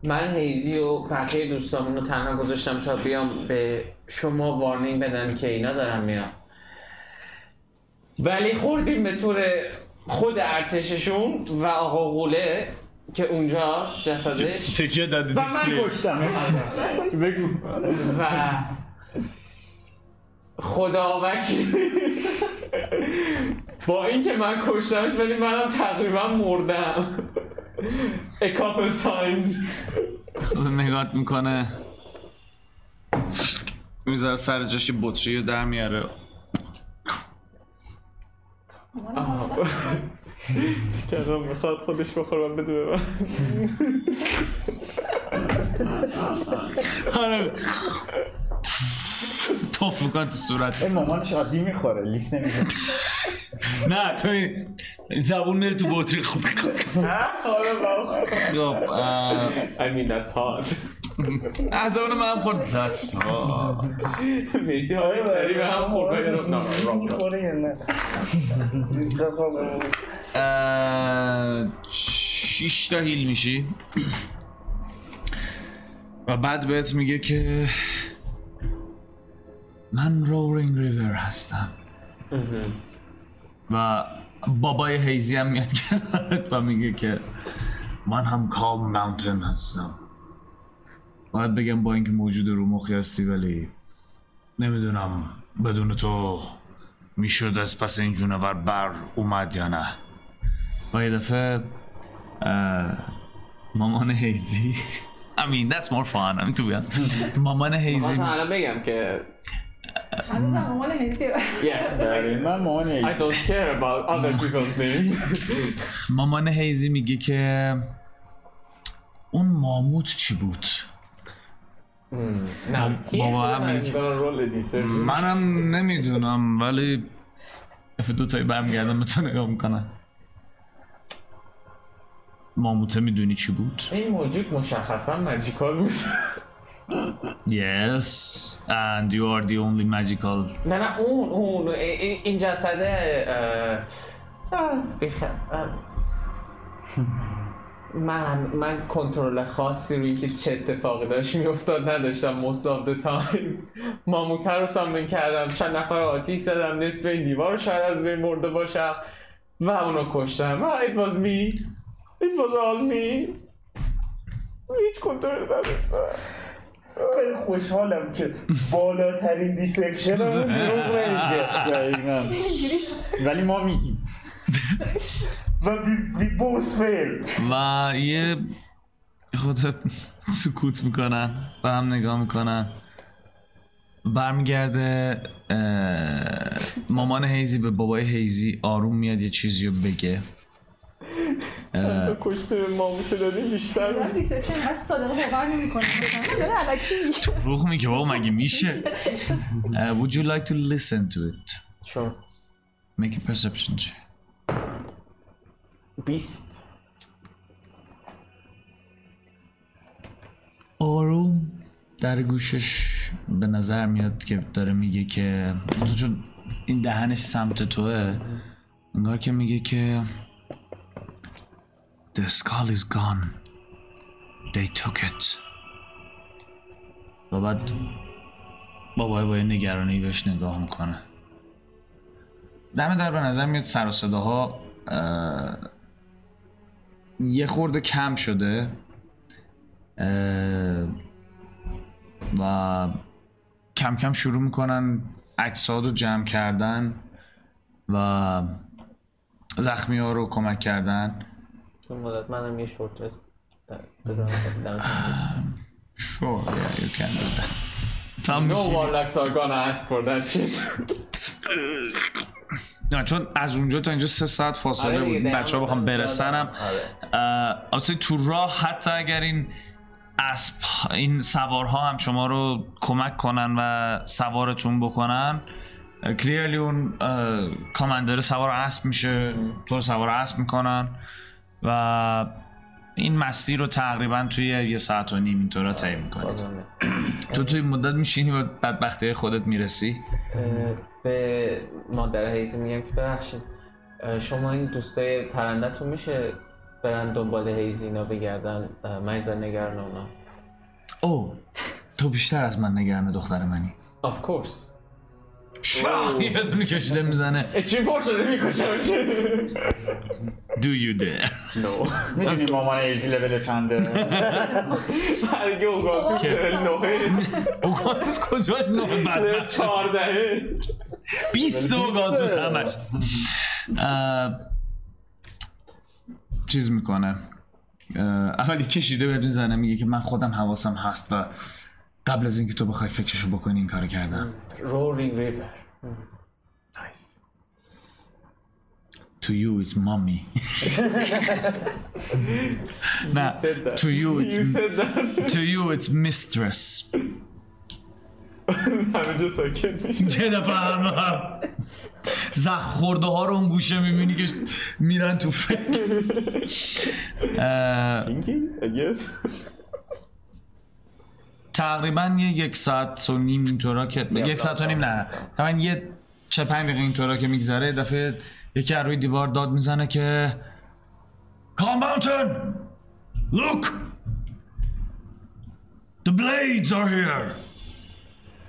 Speaker 3: من هیزی و بقیه دوستامون رو تنها گذاشتم تا بیام به شما وارنینگ بدم که اینا دارم میام ولی خوردیم به طور خود ارتششون و آقا غوله که اونجاست جسدش
Speaker 1: تکیه دادی
Speaker 3: و من کشتم و خدا وکیل با اینکه من کشتمش ولی منم تقریبا مردم A couple times
Speaker 1: نگات میکنه میذاره سر جاش بطری رو در میاره
Speaker 3: کردم میخواد خودش بخور من بده به من
Speaker 1: آره توف میکنه تو صورت
Speaker 2: این مامانش عادی میخوره لیست نمیشه
Speaker 1: نه تو این زبون میره تو بطری خب خب اه،
Speaker 3: I mean that's hot
Speaker 1: از زبان من خورد That's all.
Speaker 3: میدی های سری به هم خورد ولی نه، نه، راست.
Speaker 2: بله، میخوره یا نه
Speaker 1: اه، شش تا هیل میشی و بعد بهت میگه که من رورینگ ریور هستم و بابای هیزی هم میاد کنارت و میگه که من هم کام ماونتن هستم باید بگم با اینکه موجود رو مخی هستی ولی نمیدونم بدون تو میشد از پس این جونور بر اومد یا نه و یه دفعه اه، مامان هیزی I mean that's more fun I mean to be honest مامان هیزی
Speaker 3: مثلا الان بگم که
Speaker 4: هنوزم مامان هندیه.
Speaker 3: yes darling.
Speaker 2: من مامانش
Speaker 3: I don't care about other people's names
Speaker 1: مامان هیزی میگه که اون ماموت چی بود
Speaker 3: نه
Speaker 1: بابا هم میگه. Mm. منم نمیدونم ولی اف دو تایی برمیگردم به تو نگاه میکنن ماموته میدونی چی بود؟
Speaker 3: این موجود مشخصا مجیکال بود
Speaker 1: Yes and you are the only magical
Speaker 3: نه نه اون اون ای- ای- این جسده اه، آه، بیخ- آه. من من کنترل خاصی روی اینکه چه اتفاقی داشت میافتاد نداشتم مصاب تایم ماموتر رو سامن کردم چند نفر آتیش زدم نصف این دیوار رو شاید از بین برده باشم و اونو کشتم و it was me it was all me هیچ کنترل نداشتم
Speaker 17: خیلی خوشحالم که بالاترین دیسکشن همون دروغ نمیگه
Speaker 2: دقیقاً. ولی ما میگیم
Speaker 17: و وی بوس فیل
Speaker 1: و یه خود سکوت میکنن و هم نگاه میکنن برمیگرده اه، مامان هیزی به بابای هیزی آروم میاد یه چیزی رو بگه
Speaker 3: چند تا کشته به ماموت دادی بیشتر بود.
Speaker 4: من ریسپشن بس صادقه باور نمی‌کنه مثلا داره الکی میگه
Speaker 1: روخ میگه بابا مگه میشه اه، Would you like to listen to it?
Speaker 3: Sure.
Speaker 1: Make a perception check
Speaker 3: بیست
Speaker 1: آروم در گوشش به نظر میاد که داره میگه که تو چون این دهنش سمت توه انگار که میگه که The skull is gone They took it و بعد بابای با یه نگرانی بهش نگاه میکنه دم در به نظر میاد سر و صداها اه، یه خورده کم شده اه، و کم کم شروع میکنن اجساد رو جمع کردن و زخمی ها رو کمک کردن
Speaker 3: تو مدت منم یه شورت رست بزنم
Speaker 1: Sure, yeah, you can do that. تمام
Speaker 3: No
Speaker 1: می‌شی.
Speaker 3: warlocks are gonna ask for that shit
Speaker 1: نه چون از اونجا تا اینجا سه ساعت فاصله بود بچه ها بخوام برسنم
Speaker 3: آره.
Speaker 1: البته تو راه حتی اگر این اسب این سوارها هم شما رو کمک کنن و سوارتون بکنن کلیرلی اون اه، کامندر سوار اسب میشه تو رو سوار اسب میکنن و این مسیر رو تقریبا توی یه ساعت و نیم اینطورا طی میکنید
Speaker 3: بازم نه.
Speaker 1: تو توی این مدت میشینی و بدبختی خودت میرسی
Speaker 3: اه، به مادر هیزی میگم که ببخشید اه، شما این دوستای پرندهتون میشه برن دنبال هیزی اینا بگردن اه، من ایزا نگران اونا
Speaker 1: او تو بیشتر از من نگران دختر منی
Speaker 3: Of course
Speaker 1: یه دونه کشیده میزنه
Speaker 3: چی پر شده میکشم
Speaker 1: Do you dare
Speaker 2: میدونی مامان ایزی لول چنده
Speaker 3: برگه اوگانتوس لول نوه
Speaker 1: اوگانتوس کجاش نه
Speaker 3: لول
Speaker 1: بدبخت
Speaker 3: چهاردهه
Speaker 1: 20 اوگانتوس همش اه، uh, چیز میکنه اه، اولی کشیده بهت میزنه میگه که من خودم حواسم هست و قبل از اینکه تو بخوای فکرشو بکنی این کارو کردم
Speaker 3: Roaring River
Speaker 1: To you it's mommy نه
Speaker 3: said that.
Speaker 1: To you it's
Speaker 3: You said that
Speaker 1: To you it's mistress
Speaker 3: همه جا ساکت میشه
Speaker 1: یه دفعه همه زخ خورده ها رو اون گوشه میبینی که میرن تو فکر اه،
Speaker 3: I guess
Speaker 1: تقریبا یه یک ساعت و نیم اینطورا که یک ساعت و نیم نه تقریبا یه چه پنج دقیقه اینطورا که میگذره یه دفعه یکی از روی دیوار داد میزنه که Combaunton! Look! The blades are here!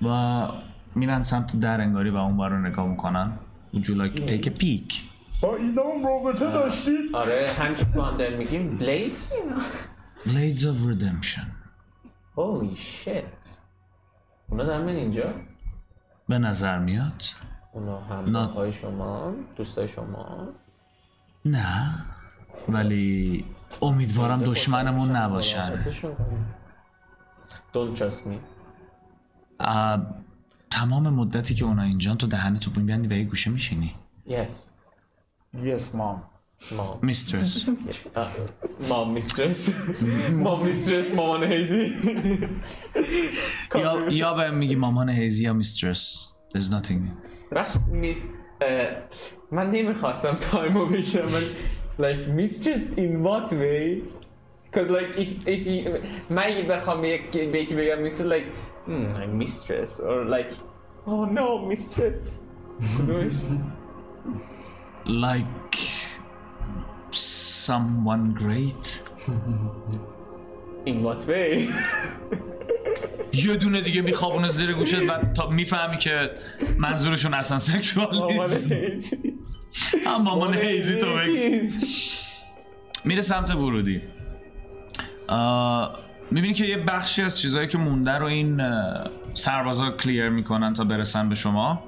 Speaker 1: و میرن سمت در انگاری و اون بر رو نگاه میکنن Would you like to take a peek?
Speaker 5: با اینا هم رابطه داشتید
Speaker 3: آره همچون باندر میگیم Blades
Speaker 1: Blades of Redemption
Speaker 3: Holy shit اونا دارن میان اینجا
Speaker 1: به نظر میاد
Speaker 3: اونا
Speaker 1: نه.
Speaker 3: هم های شما دوستای شما
Speaker 1: نه ولی امیدوارم دشمنمون نباشن
Speaker 3: مراقبتشون کن. Don't trust me
Speaker 1: اه، تمام مدتی که اونا اینجان تو دهن تو میبندی و یه گوشه میشینی
Speaker 3: Yes
Speaker 2: یس مام
Speaker 3: مام
Speaker 1: میسترس
Speaker 3: Ah, مام میسترس
Speaker 1: Mm.
Speaker 3: مام میسترس مامان هیزی
Speaker 1: یا یا بهم میگی مامان هیزی یا میسترس There's nothing new.
Speaker 3: راست میس اه، من نمیخواستم تایم رو بگیرم من like mistress in what way Cause like if if you, من اگه بخوام به یک- به یکی بگم mistress like hmm, I'm mistress or like oh no mistress کدومش؟
Speaker 1: Like someone great
Speaker 3: in what way
Speaker 1: یه دونه دیگه میخوابونه زیر گوشت و تا میفهمی که منظورشون اصلا سکشوال
Speaker 3: Oh, مامان
Speaker 1: نیست
Speaker 3: هیزی
Speaker 1: هم مامان هیزی تو بگو میره سمت ورودی میبینی که یه بخشی از چیزهایی که مونده رو این اه، سربازا کلیر میکنن تا برسن به شما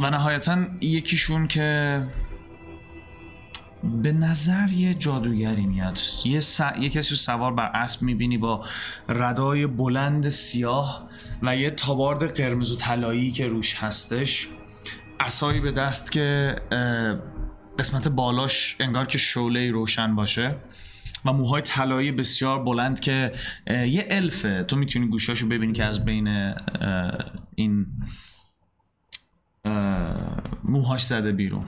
Speaker 1: و نهایتا یکیشون که به نظر یه جادوگری میاد یه, س... یه کسی رو سوار بر اسب میبینی با ردای بلند سیاه و یه تابارد قرمز و طلایی که روش هستش عصایی به دست که اه، قسمت بالاش انگار که شعله روشن باشه و موهای طلایی بسیار بلند که اه، یه الفه تو میتونی گوشاشو ببینی که از بین اه، این اه، موهاش زده بیرون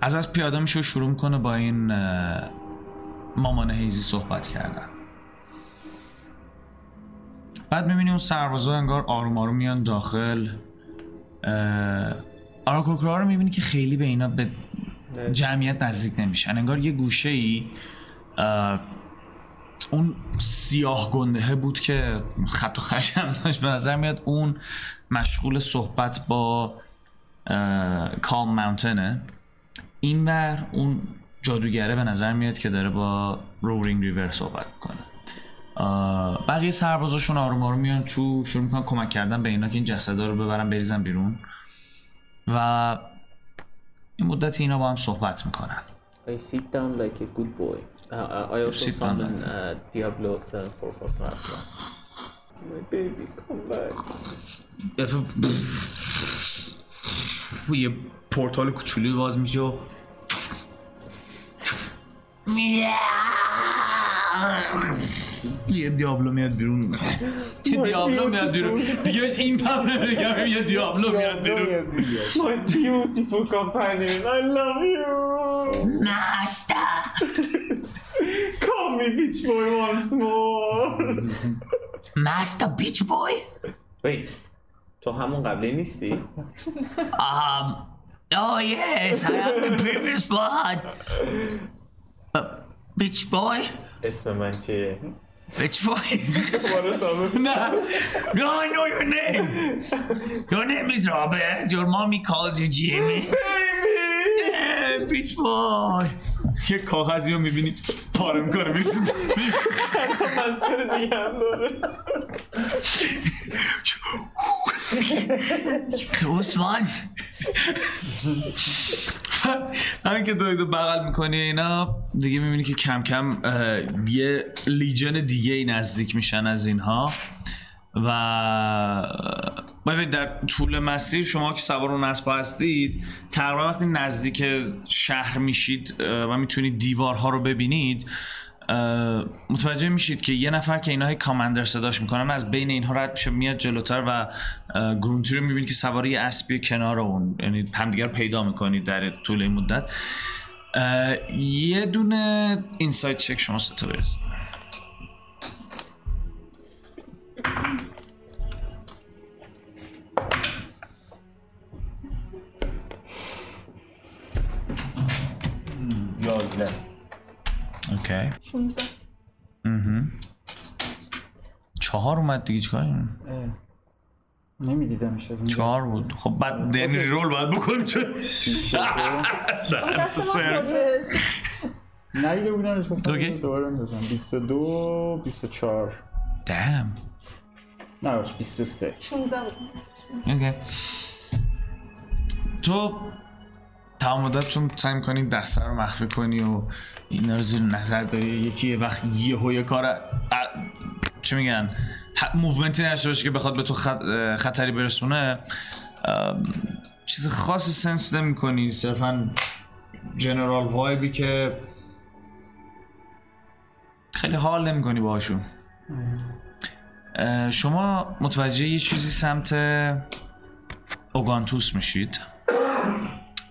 Speaker 1: از از پیاده میشه و شروع میکنه با این اه، مامان هیزی صحبت کردن بعد میبینی اون سربازا انگار آروم آروم میان داخل اه، آراکوکرا رو میبینی که خیلی به اینا به جمعیت نزدیک نمیشن انگار یه گوشه ای اون سیاه گندهه بود که خط و خشم داشت به نظر میاد اون مشغول صحبت با اه، کام ماونتنه این ور اون جادوگره به نظر میاد که داره با رورینگ ریور صحبت میکنه آه، بقیه سربازاشون آروم آروم میان تو شروع میکنن کمک کردن به اینا که این جسدا رو ببرن بریزن بیرون و این مدت اینا با هم صحبت میکنن
Speaker 3: I sit down like a good boy. Uh, uh, I also
Speaker 1: sit down
Speaker 3: summon uh, Diablo 10 for for Raptor. My baby, come back.
Speaker 1: یه پورتال کوچولی باز میشه و یه دیابلو میاد بیرون یه دیابلو میاد بیرون دیگه بهش این پم نمیگم یه دیابلو میاد بیرون
Speaker 3: My beautiful companion, I love you.
Speaker 8: Master,
Speaker 3: Call me bitch boy once more.
Speaker 8: Master Beach Boy.
Speaker 3: Wait, تو همون قبلی نیستی؟
Speaker 8: Um. Oh yes, I am the previous blood. Uh, Beach Boy.
Speaker 3: اسم من چیه؟
Speaker 8: Beach Boy.
Speaker 3: دوباره ثابت
Speaker 8: No, no, I know your name. Your name is Robert. Your mommy calls you Jimmy. Yeah, bitch boy.
Speaker 1: یه کاغذی رو میبینی پاره میکنه میرسید
Speaker 3: من سر دیگه هم داره
Speaker 8: Close one.
Speaker 1: همین که دویدو بغل میکنی اینا دیگه میبینی که کم کم اه، یه لیجن دیگه ای نزدیک میشن از اینها و ببینید در طول مسیر شما که سوار اون اسب هستید تقریبا وقتی نزدیک شهر میشید اه، و میتونید دیوارها رو ببینید اه، متوجه میشید که یه نفر که اینا هی کامندر صداش میکنن از بین اینها رد میشه میاد جلوتر و اه، گرونتی رو میبینید که سوار یه اسبی کنار اون یعنی همدیگر رو پیدا میکنید در طول این مدت اه، یه دونه اینسایت چک شما ستا برسید اوکی
Speaker 4: 16
Speaker 1: مهم. چهار اومد دیگه چیکار کنیم؟
Speaker 2: E, نمیدیدمش از اینجا
Speaker 1: چهار بود خب بعد یعنی رول باید بکنیم چون نه،
Speaker 4: دست من
Speaker 1: سر.
Speaker 4: خودش.
Speaker 2: ندیده بودمش گفتم
Speaker 1: اوکی.
Speaker 2: دوباره می‌بزنم. 22 24
Speaker 1: دم
Speaker 2: نه باش 23
Speaker 4: 16 بود.
Speaker 1: اوکی تو تمام مدت چون سعی میکنی دسته رو مخفی کنی و اینا رو زیر نظر داری یکی یه وقت یه یه کار ا- چی میگن ح- موومنتی نشه باشه که بخواد به تو خط- خطری برسونه ام، چیز خاصی سنس نمی کنی صرفا جنرال وایبی که خیلی حال نمی کنی باشون شما متوجه یه چیزی سمت اوگانتوس میشید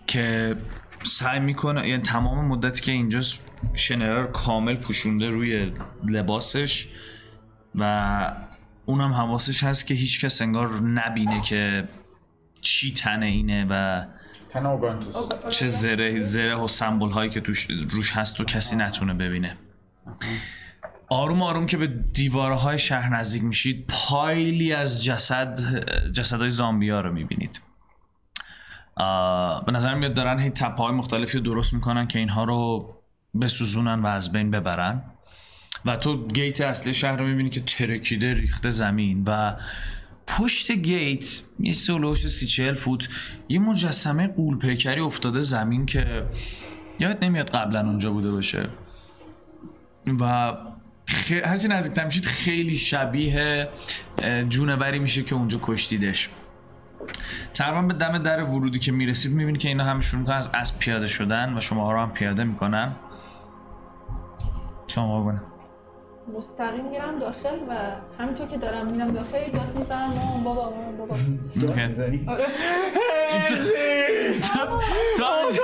Speaker 1: که سعی میکنه یعنی تمام مدتی که اینجاست شنرر کامل پوشونده روی لباسش و اونم حواسش هست که هیچ کس انگار نبینه که چی تن اینه و
Speaker 2: تن آگانتوس
Speaker 1: چه زره زره و سمبل هایی که توش روش هست و کسی نتونه ببینه آروم آروم که به دیوارهای شهر نزدیک میشید پایلی از جسد جسدهای زامبیا رو میبینید آه، به نظر میاد دارن هی تپه های مختلفی رو درست میکنن که اینها رو بسوزونن و از بین ببرن و تو گیت اصلی شهر رو میبینی که ترکیده ریخته زمین و پشت گیت یه سلوش سی چهل فوت یه مجسمه قول پیکری افتاده زمین که یادت نمیاد قبلا اونجا بوده باشه و خ... هرچی نزدیکتر میشید خیلی شبیه اه، جونوری میشه که اونجا کشتیدش تقریبا به دم در ورودی که میرسید میبینی که اینا همه شروع میکنن از اسب پیاده شدن و شما رو هم پیاده میکنن شما بکنه
Speaker 4: مستقیم میرم داخل و همینطور که دارم میرم داخل داد میزنم مامان بابا مامان بابا
Speaker 1: تو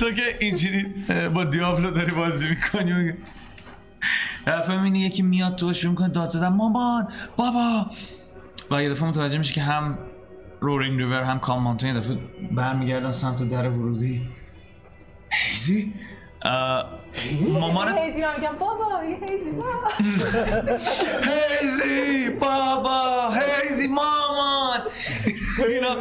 Speaker 1: تو که اینجوری با دیابلو داری بازی میکنی میگه دفعه میبینی یکی میاد تو شروع میکنه داد زدن مامان بابا و یه دفعه متوجه میشه که هم رورینگ ریور هم کام مانتین یه دفعه برمیگردن سمت در ورودی هیزی اه، مامانت
Speaker 4: هیزی من میگم بابا یه هیزی بابا
Speaker 1: هیزی بابا هیزی مامان اینا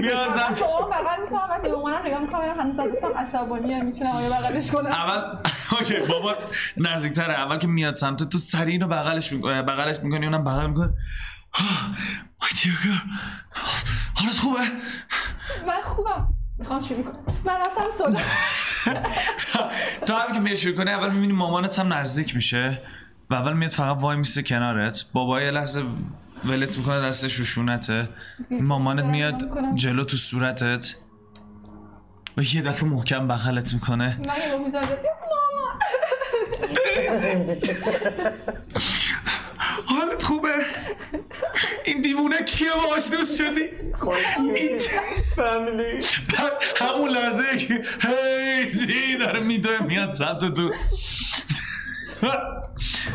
Speaker 1: میاد
Speaker 4: من
Speaker 1: سمت
Speaker 4: شما بغل میکنم من به مامانم نگاه میکنم هنوز از دستم عصبانیه میتونم آیا بغلش کنم
Speaker 1: اول اوکی بابات نزدیکتره اول که میاد سمت تو سری اینو بغلش می... بغلش میکنی اونم بغل میکنه مای دیو حالت خوبه
Speaker 4: من خوبم میخوام شروع کنم من رفتم سودا
Speaker 1: تا هم که میری شروع کنی اول میبینی مامانت هم نزدیک میشه و اول میاد فقط وای میسته کنارت بابا یه لحظه ولت میکنه دستش رو شونته مامانت میاد جلو تو صورتت و یه دفعه محکم بغلت میکنه
Speaker 4: من یه بابا میزنم ماما
Speaker 1: حالت خوبه این دیوونه کیه باهاش دوست شدی این
Speaker 6: فامیلی
Speaker 1: بعد همون لحظه که هیزی داره میدوه میاد سمت تو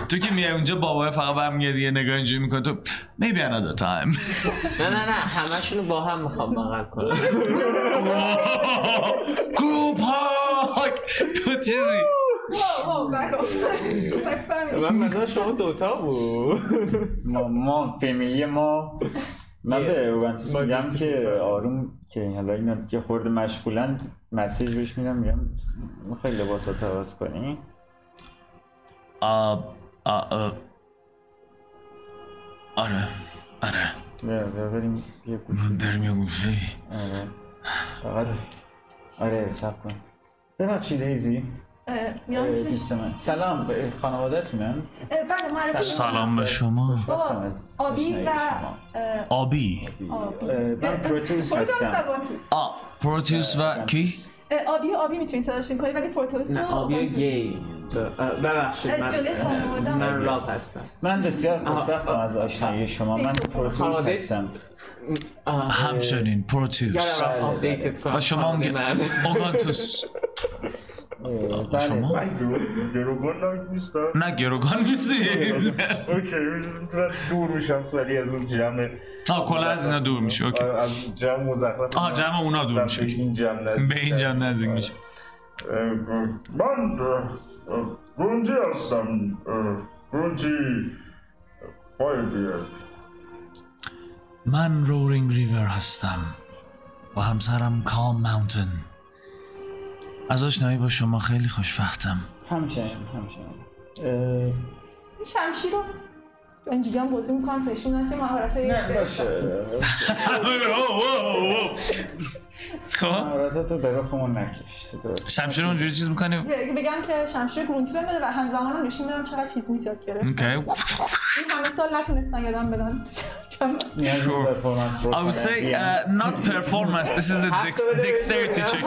Speaker 1: تو که میای اونجا بابا فقط برمیگرد یه نگاه اینجوری میکنه تو maybe another time
Speaker 3: نه نه نه همشونو با هم میخوام بغل کنم
Speaker 1: گروپ هاک تو چیزی
Speaker 4: واو واو نکن
Speaker 3: من مثلا شما دوتا بود
Speaker 2: ما, ما فامیلی ما من به اوگانتوس
Speaker 3: ما
Speaker 2: میگم
Speaker 3: گفتیم
Speaker 2: که آروم که حالا اینا که خورده مشغولن مسیج بهش میدم میگم میخوای لباسات عوض کنی
Speaker 1: آه، آه، آه. آره آره
Speaker 2: بیا بیا بریم یه گوشه
Speaker 1: بریم یه گوشه
Speaker 2: آره فقط آره سب کن ببخشید هیزی اه، دوست من سلام به خانوادهتونم
Speaker 4: بله معرفی
Speaker 1: سلام به شما
Speaker 2: خوشبختم از
Speaker 4: آبی
Speaker 2: آشنایی
Speaker 4: و
Speaker 2: شما.
Speaker 4: اه،
Speaker 1: آبی
Speaker 4: آبی
Speaker 2: اه، من پروتئوس
Speaker 4: پروتئوس و
Speaker 2: هستم
Speaker 4: آگانتوس.
Speaker 1: آ پروتیوس و کی؟
Speaker 4: اه، آبی آبی میتونی صداشون کنی ولی پروتئوس و
Speaker 3: نه آبیا
Speaker 4: آگانتوس.
Speaker 3: گی ببخشید
Speaker 4: اه،
Speaker 3: من
Speaker 4: جلوی خانواده
Speaker 3: من
Speaker 4: هم.
Speaker 3: راب هستم
Speaker 2: من بسیار
Speaker 3: آها.
Speaker 2: خوشبختم از آشنایی
Speaker 1: خب.
Speaker 2: شما من پروتئوس
Speaker 3: خانواده-
Speaker 2: هستم
Speaker 3: آه،
Speaker 1: همچنین پروتیوس
Speaker 3: یادم رفت آپدیتت کنم
Speaker 1: آه،
Speaker 2: آره،
Speaker 1: شما هم
Speaker 3: خانواده
Speaker 1: گ-
Speaker 3: من.
Speaker 1: اوگانتوس
Speaker 2: اه، بله.
Speaker 1: شما؟
Speaker 5: من گرو- گروگان لایک نیستم
Speaker 1: نه گروگان نیستی
Speaker 5: اوکی من دور میشم سریع از اون جمع
Speaker 1: آه کلا از اینا دور میشه
Speaker 6: آره،
Speaker 1: اوکی
Speaker 2: آره.
Speaker 5: از جمع مزخرف
Speaker 1: آه جمع اونا دور میشه
Speaker 5: به این جمع
Speaker 2: بله.
Speaker 5: نزدیک
Speaker 1: به این جمع نزدیک میشه
Speaker 5: من اه، گرونتی هستم اه، گرونتی فایدیه
Speaker 1: من رورینگ ریور هستم و همسرم کام ماونتن از آشنایی با شما خیلی خوشبختم
Speaker 2: همچنین همچنین اه،
Speaker 4: این شمشیر رو اینجوری هم بازی میکنم پشون نشه مهارت
Speaker 2: نه باشه
Speaker 1: خب
Speaker 2: مهارتاتو به رخمون نکش
Speaker 1: شمشیر رو اونجوری چیز میکنی
Speaker 4: بگم که شمشیر گرونتی بمیره و همزمان هم نشون بدم چقدر چیز میزاد گرفت
Speaker 2: بله.
Speaker 1: اوکی
Speaker 4: این همه سال نتونستن یادم بدن
Speaker 2: نیاز
Speaker 1: Sure.
Speaker 2: به پرفورمنس رو
Speaker 1: I would say
Speaker 2: بله.
Speaker 1: uh, not performance this is a dex- dexterity check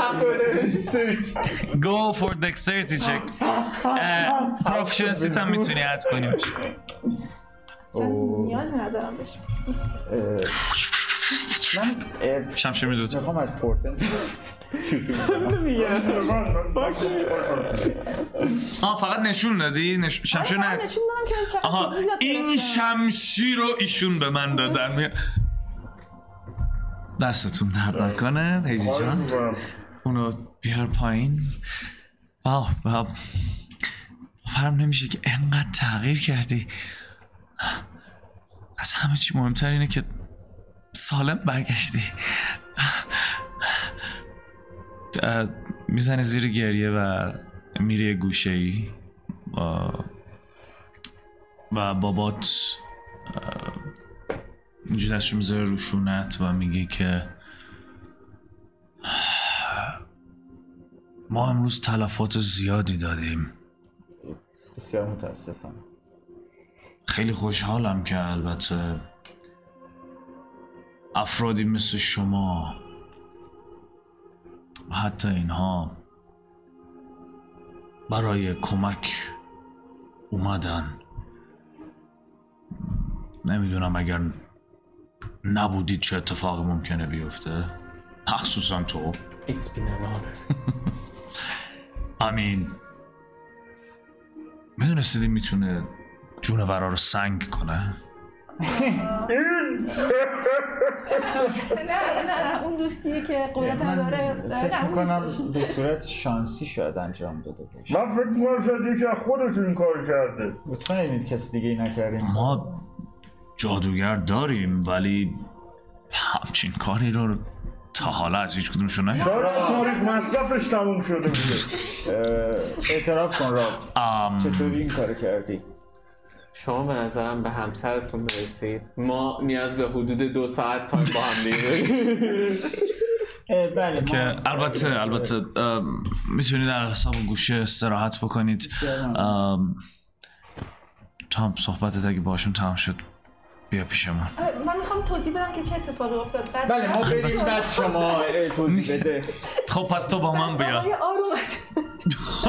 Speaker 1: go for dexterity check uh, proficiency هم میتونی اد کنی بهش.
Speaker 4: اصلا نیازی ندارم بهش نیست
Speaker 2: من اه،
Speaker 1: شمشیر میدود
Speaker 2: میخوام از پورتن
Speaker 1: آه فقط نشون دادی نش... شمشیر
Speaker 4: آره، من
Speaker 1: نه
Speaker 4: نشون دادم که چقدر
Speaker 1: آها
Speaker 4: چیز میزاد
Speaker 1: این
Speaker 4: گرفته.
Speaker 1: شمشیر رو ایشون به من دادن دستتون درد نکنه هیزی جان اونو بیار پایین آه باب باورم نمیشه که انقدر تغییر کردی از همه چی مهمتر اینه که سالم برگشتی میزنه زیر گریه و میری یه گوشه ای و بابات اه، اینجا دستشو میذاره رو شونت و میگه که ما امروز تلفات زیادی دادیم
Speaker 2: بسیار متاسفم
Speaker 1: خیلی خوشحالم که البته افرادی مثل شما و حتی اینها برای کمک اومدن نمیدونم اگر نبودید چه اتفاقی ممکنه بیفته مخصوصا تو
Speaker 3: It's been an honor.
Speaker 1: امین میدونستید این میتونه جونورا رو سنگ کنه
Speaker 4: نه نه نه اون دوستیه که
Speaker 2: خب،
Speaker 4: قدرت
Speaker 2: آره،
Speaker 4: نداره
Speaker 2: یعنی فکر
Speaker 4: نه اون دوستش.
Speaker 2: میکنم به صورت شانسی شاید انجام داده باشه
Speaker 5: من فکر میکنم شاید یکی از خودتون این کار کرده
Speaker 2: مطمئنید کسی دیگه ای نکردیم
Speaker 1: ما جادوگر داریم ولی همچین کاری رو تا حالا از هیچ کدومشون نه
Speaker 5: شاید تاریخ مصرفش تموم شده بوده
Speaker 2: اعتراف کن راب چطوری این کار کردی
Speaker 3: شما به نظرم به همسرتون برسید ما نیاز به حدود دو ساعت تایم با هم دیگه
Speaker 2: اه، بله ما-
Speaker 1: که البته البته میتونید در حساب گوشه استراحت بکنید ام، تا هم صحبتت اگه باشون تمام شد بیا پیش من
Speaker 4: آه، آره، من میخوام توضیح بدم که چه اتفاقی افتاد بعد-
Speaker 2: بله ما بریم بعد شما اه، توضیح بده
Speaker 1: خب پس تو با من بیا
Speaker 4: آقای آروم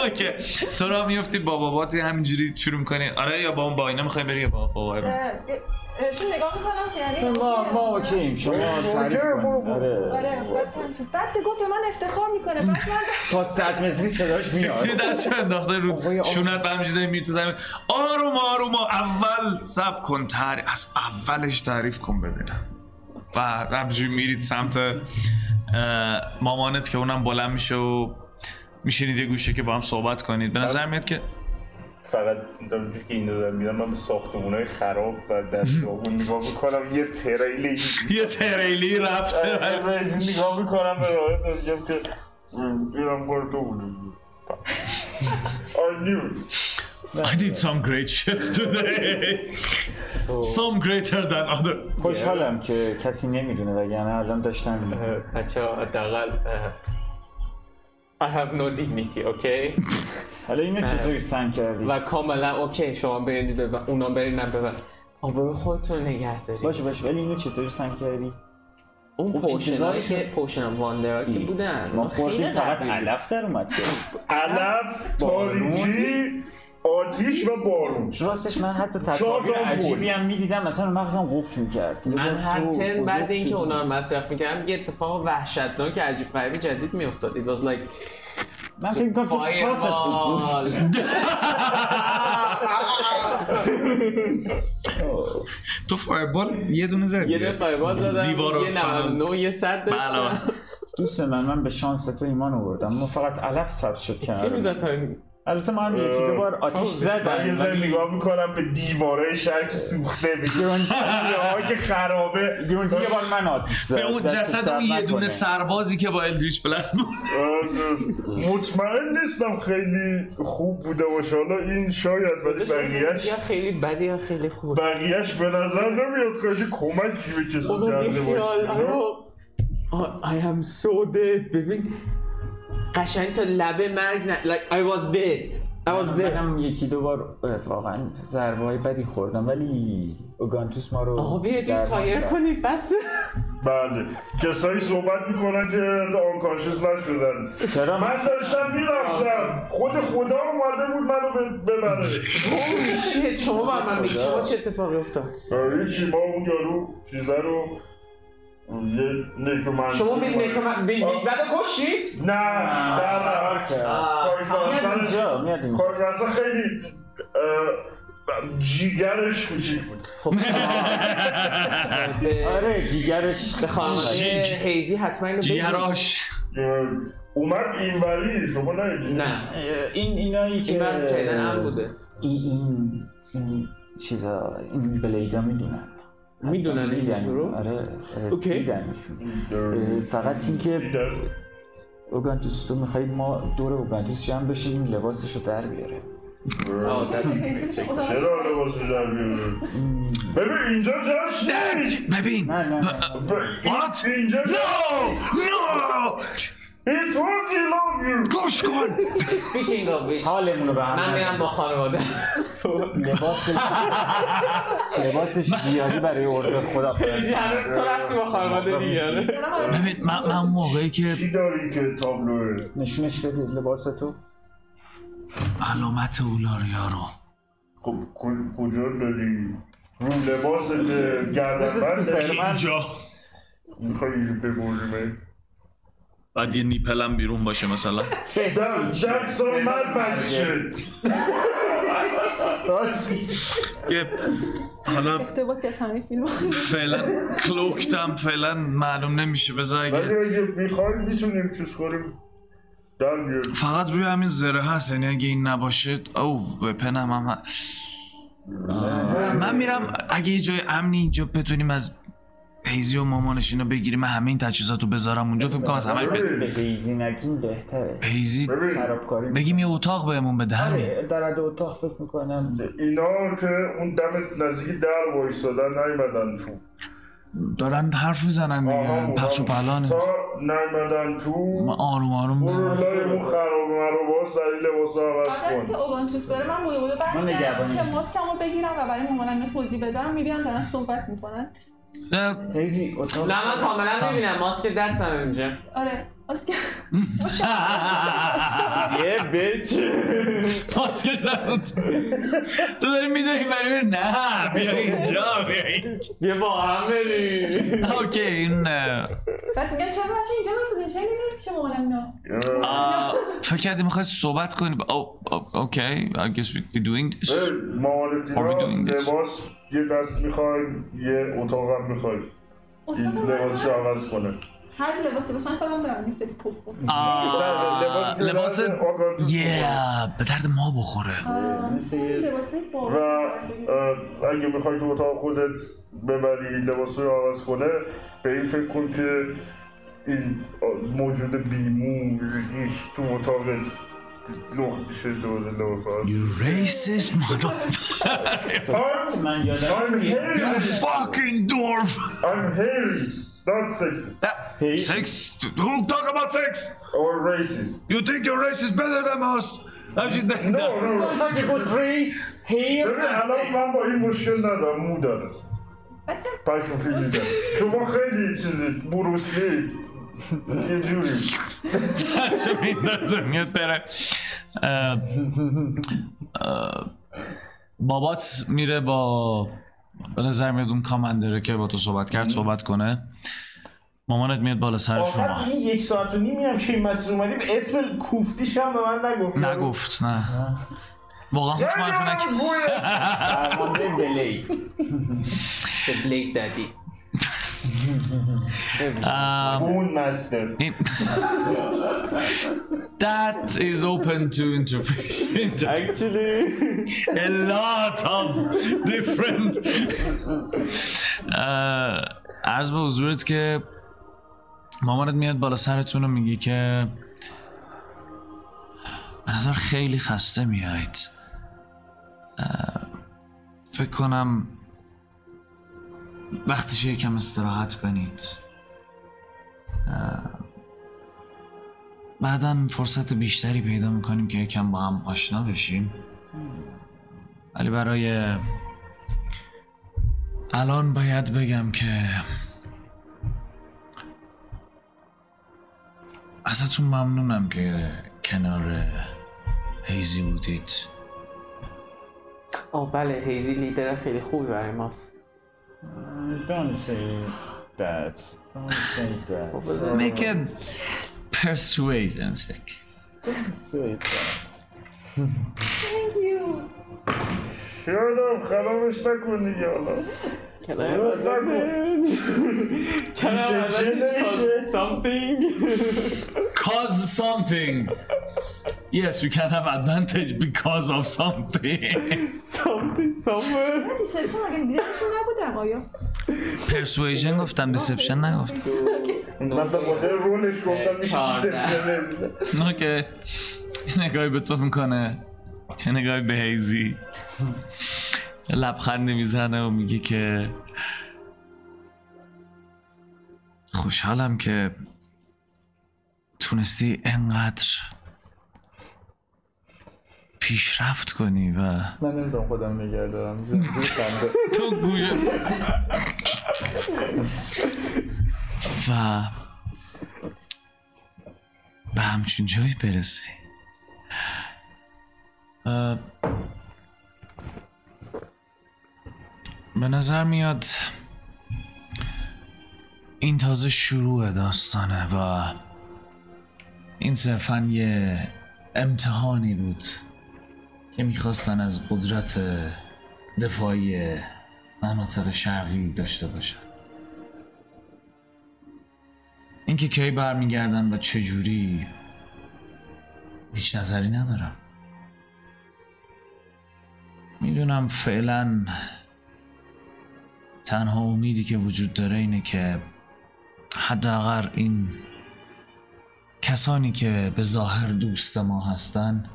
Speaker 1: اوکی تو را میفتی با باباتی همینجوری شروع میکنی آره یا با اون با اینا میخوای بری یا با بابا
Speaker 4: اه،
Speaker 1: رو
Speaker 4: اه، چون نگاه میکنم که یعنی
Speaker 2: ما ما اوکییم شما تعریف کن آره
Speaker 4: آره بعد همچین. بعد گفت به من افتخار میکنه بعد من
Speaker 2: تا 100 متری صداش میاد
Speaker 1: چه دستشو انداخته
Speaker 2: آقای
Speaker 1: رو
Speaker 2: آقا.
Speaker 1: شونت برمیشه داری میری تو زمین آروم آروم اول سب کن تعریف از اولش تعریف کن ببینم و همجوری میرید سمت اه، مامانت که اونم بلند میشه و میشینید یه گوشه که با هم صحبت کنید به نظر میاد که
Speaker 6: فقط همونجور که این دو دارم میدم من به ساختمونهای خراب و در خیابون نگاه میکنم یه تریل اینجوری
Speaker 1: یه تریلی رفته
Speaker 6: ازش نگاه میکنم به راه میگم که
Speaker 5: اینم کار تو بوده I knew it.
Speaker 1: I did some great shit today Some greater than other
Speaker 2: خوشحالم که کسی نمیدونه وگرنه الان داشتم می‌دیدم.
Speaker 3: بچه ها حداقل اه، I have no dignity okay
Speaker 2: حالا اینو چطوری سنگ کردی
Speaker 3: و کاملا اوکی شما برید و اونا برید نه ببر آبرو خودتون رو نگه دارید
Speaker 2: باشه باشه ولی اینو چطوری سنگ کردی
Speaker 3: اون
Speaker 2: انتظاری
Speaker 3: پوشنایی که پوشن واندرا که بودن
Speaker 2: ما
Speaker 3: اونا خیلی
Speaker 2: خوردیم فقط
Speaker 3: قوی بود.
Speaker 2: علف در اومد که
Speaker 5: علف تاریکی آتیش و بارون
Speaker 2: راستش من حتی
Speaker 5: چهار
Speaker 2: تصاویر
Speaker 5: تا
Speaker 2: عجیبی
Speaker 5: گل.
Speaker 2: هم میدیدم مثلا مغزم قفل میکرد
Speaker 3: من هر ترم بعد اینکه اونا رو مصرف میکردم یه اتفاق وحشتناک عجیب غریبی جدید میافتاد it was like
Speaker 2: من فکر می‌کنم تو تاست خوب بود
Speaker 3: fireball
Speaker 1: تو فایربال یه دونه
Speaker 3: یه دفعه
Speaker 1: زدی
Speaker 3: فایربال زدم
Speaker 1: دیوار رو
Speaker 3: یه
Speaker 1: فنا-
Speaker 3: 99 یه 100
Speaker 1: بله.
Speaker 3: داشتم
Speaker 2: دوست من من به شانس تو ایمان آوردم ما فقط علف ثبت شد
Speaker 1: بله.
Speaker 3: چی
Speaker 2: کنار
Speaker 3: میزد تا این-
Speaker 2: البته ما هم یکی دو بار آتیش
Speaker 6: من یه
Speaker 2: زدم
Speaker 6: ذره نگاه میکنم به دیواره شهر که سوخته به گرانتی‌ها که خرابه
Speaker 2: گرونتی یه بار من آتیش زد
Speaker 1: به اون
Speaker 2: دستش
Speaker 1: جسد
Speaker 2: درد
Speaker 1: اون یه دونه
Speaker 2: نکنه.
Speaker 1: سربازی که با الدریچ بلست بود
Speaker 5: مطمئن نیستم خیلی خوب بوده باشه حالا این شاید ولی بقیهش
Speaker 3: یا خیلی بدی یا خیلی خوب
Speaker 5: بقیهش به نظر نمیاد خیلی کمکی به کسی
Speaker 3: بابا
Speaker 5: کرده
Speaker 3: بیخیال
Speaker 5: باشه
Speaker 3: آه، آه، I am so dead ببین قشنگ تا لبه مرگ نه like I was dead I was dead
Speaker 2: منم یکی دو بار اه، واقعا ضربه های بدی خوردم ولی اوگانتوس ما رو
Speaker 3: آقا بیاید یه
Speaker 2: درمان
Speaker 3: تایر
Speaker 2: کرد.
Speaker 3: کنید بس
Speaker 5: بله کسایی صحبت میکنن که آنکانشس نشدن
Speaker 2: چرا
Speaker 5: من داشتم میرفتم خود خدا اومده بود منو ب- ببره
Speaker 3: شیت، شما با من بگید شما چه اتفاقی افتاد
Speaker 5: آره، چی ما اون یارو چیزه رو یه نکرومنسی
Speaker 3: شما به این
Speaker 5: اومد.
Speaker 3: من به این بعد کشید
Speaker 5: نه در کارکرسن
Speaker 2: اینجا میاد اینجا
Speaker 5: کارکرسن خیلی اه، جیگرش کوچیک بود
Speaker 2: آره جیگرش
Speaker 3: به خانواده
Speaker 1: جیگ.
Speaker 3: هیزی حتما اینو بگید.
Speaker 1: جیهراش
Speaker 5: اه، اومد اینوری شما ندیدی
Speaker 3: نه
Speaker 2: این اینایی
Speaker 3: این
Speaker 2: که
Speaker 3: من جدیدن هم بوده
Speaker 2: این این این چیزا این بلیدا میدونن
Speaker 3: میدونن این
Speaker 2: میدن
Speaker 3: رو
Speaker 2: آره اه،
Speaker 3: اوکی.
Speaker 2: دیدنشون. اه، فقط اینکه
Speaker 5: دیدن.
Speaker 2: اوگانتوس تو میخوای ما دور اوگانتوس جمع بشیم لباسش رو در بیاره
Speaker 5: چرا لباس رو در میاری؟ ببین اینجا جاش نیست
Speaker 1: ببین
Speaker 2: نه نه نه
Speaker 1: What?
Speaker 5: اینجا
Speaker 1: No! No!
Speaker 5: He told you love you
Speaker 1: گوش کن
Speaker 3: Speaking of which
Speaker 2: حالمون رو به هم
Speaker 3: من میرم
Speaker 2: نزن.
Speaker 3: با خانواده
Speaker 2: لباسش لباسش بیاری برای اورده خدا
Speaker 3: هیچی هنوز تو رفتی با خانواده دیگه
Speaker 4: آره.
Speaker 1: ببین من, من اون موقعی که
Speaker 5: چی داری که تابلوه؟
Speaker 2: نشونش بده لباس تو
Speaker 1: علامت اولاریا رو
Speaker 5: خب کل- کجا داری؟ رو لباس گردن
Speaker 7: اینجا
Speaker 5: میخوای ببریمه
Speaker 7: بعد یه نیپلم بیرون باشه مثلا
Speaker 5: دم جکسون مرد بکشه
Speaker 7: که حالا
Speaker 4: اقتباسی از همه فیلم
Speaker 7: فعلا کلوکتم فعلا معلوم نمیشه بذار
Speaker 3: بله.
Speaker 7: اگه
Speaker 5: ولی اگه میخوای میتونیم چیز کنیم در بیار
Speaker 7: فقط روی همین زره هست یعنی اگه این نباشه او وپنم هم هست. آه، من میرم اگه یه جای امنی اینجا بتونیم از هیزی و مامانش اینا بگیریم من همه این تجهیزات رو بذارم اونجا فکر کنم از همش بهتر
Speaker 2: به هیزی نگیم بهتره
Speaker 7: هیزی
Speaker 5: ببین
Speaker 2: خرابکاری
Speaker 7: بگیم یه اتاق بهمون بده همین
Speaker 3: بله.
Speaker 2: آره، در حد اتاق فکر میکنم
Speaker 5: اینا که اون دم نزدیک در وایستادن نیمدن تو
Speaker 7: دارن حرف میزنن
Speaker 5: آها،
Speaker 7: دیگه پخش و پلانه
Speaker 5: تا نیمدن تو
Speaker 7: من آروم آروم
Speaker 5: برو
Speaker 7: برم.
Speaker 5: لای اون خراب مرابا سریع لباس رو عوض
Speaker 4: آره که
Speaker 5: کن
Speaker 4: اوگانتوس داره من بوی بوی برمیدارم
Speaker 2: نگهبانی.
Speaker 4: که ماسکمو بگیرم و برای مامانم یه توضیح بدم میبینم دارن صحبت میکنن
Speaker 7: ده-
Speaker 2: هیزی اتاق
Speaker 3: نه من کاملا میبینم ماسک دستم اینجا
Speaker 4: آره ماسک
Speaker 3: یه بیچ
Speaker 1: پاسکش دستت تو داری میدونی برای من؟ نه بیا اینجا بیا اینجا
Speaker 3: یه با هم بریم
Speaker 1: اوکی این اه،
Speaker 4: بعد میگن چرا بچه اینجا نشستی چه میدونی پیش مامانم اینا
Speaker 1: آه، فکر کردی میخوای صحبت کنی با- او او- اوکی I guess we- we doing this
Speaker 5: اه، مامان
Speaker 1: Are we
Speaker 5: تینا
Speaker 1: doing this?
Speaker 5: لباس یه دست میخوای یه اتاق هم میخوای این
Speaker 4: اتاق من
Speaker 5: لباس رو عوض کنه
Speaker 4: هر لباسی بخوام خودم برم یه سری پف پف.
Speaker 1: آه، لباس
Speaker 5: آگانتوس بکنه.
Speaker 1: Yeah به درد ما بخوره
Speaker 4: آه،
Speaker 2: مثل یه-
Speaker 4: لباسی
Speaker 5: و
Speaker 4: با
Speaker 5: اه، اگه میخوای تو اتاق خودت ببری لباس رو عوض کنه به این فکر کن که این موجود بیمو تو اتاقت لخت میشه دوره لباس ها
Speaker 1: You racist motherfucker
Speaker 2: من یادم
Speaker 5: I'm Harris
Speaker 1: fucking dwarf
Speaker 5: I'm Harris not sexist
Speaker 1: Sex Don't talk about sex
Speaker 5: or racist
Speaker 1: You think your race is better than us همچین ده-
Speaker 5: No,
Speaker 1: ده-
Speaker 5: no. ببین الان من با این مشکل ندارم مو داره
Speaker 4: بچه
Speaker 5: پشم خیلی داره شما خیلی چیزی بروسلی یه جوری
Speaker 1: سرشو میندازه میاد بره اه، اه، بابات میره با به نظر میاد اون کامندره که با تو صحبت کرد صحبت کنه مامانت میاد بالا سر
Speaker 6: آخر
Speaker 1: شما
Speaker 6: این یک ساعت و نیمی هم که این مسیر اومدیم اسم کوفتیش هم به من نگفت
Speaker 1: نگفت نه واقعا خوش معرفی نکرد
Speaker 2: فرمانده دلی
Speaker 3: بلیک دادی
Speaker 1: ام،
Speaker 6: اون مستر
Speaker 1: این- That is open to interpretation.
Speaker 6: Actually
Speaker 1: a lot of different اه، عرض به حضورت که مامانت میاد بالا سرتون و میگه که به نظر خیلی خسته میایید اه، فکر کنم وقتش یکم استراحت کنید اه، بعدا فرصت بیشتری پیدا میکنیم که یکم با هم آشنا بشیم ولی برای الان باید بگم که ازتون ممنونم که کنار هیزی بودید
Speaker 3: آه بله هیزی لیدر خیلی خوبی برای ماست
Speaker 2: Don't say that Don't say that
Speaker 1: Make a persuasion check
Speaker 2: Say that
Speaker 5: یادم خرابش نکن دیگه حالا
Speaker 3: Perception نمیشه something
Speaker 1: Cause something
Speaker 18: Yes, you can have advantage because of something.
Speaker 19: Something somewhere
Speaker 4: من دیسپشن اگه دیدمشون نبودم آیا
Speaker 1: پرسویژن گفتم دیسپشن نگفتم
Speaker 6: من به خاطر رولش گفتم میشه
Speaker 3: چهارده.
Speaker 6: سپتامبر.
Speaker 1: اوکی یه نگاهی به تو میکنه یه نگاهی به هیزی یه لبخندی میزنه و میگه که خوشحالم که تونستی انقدر پیشرفت کنی و
Speaker 2: من نمیدونم خودم نگه دارم زنده خنده
Speaker 1: تو گوشه و به همچین جایی برسی اه، به نظر میاد این تازه شروع داستانه و این صرفا یه امتحانی بود که میخواستن از قدرت دفاعی مناطق شرقی داشته باشن اینکه کی برمیگردن و چه جوری هیچ نظری ندارم میدونم فعلا تنها امیدی که وجود داره اینه که حداقل این کسانی که به ظاهر دوست ما هستن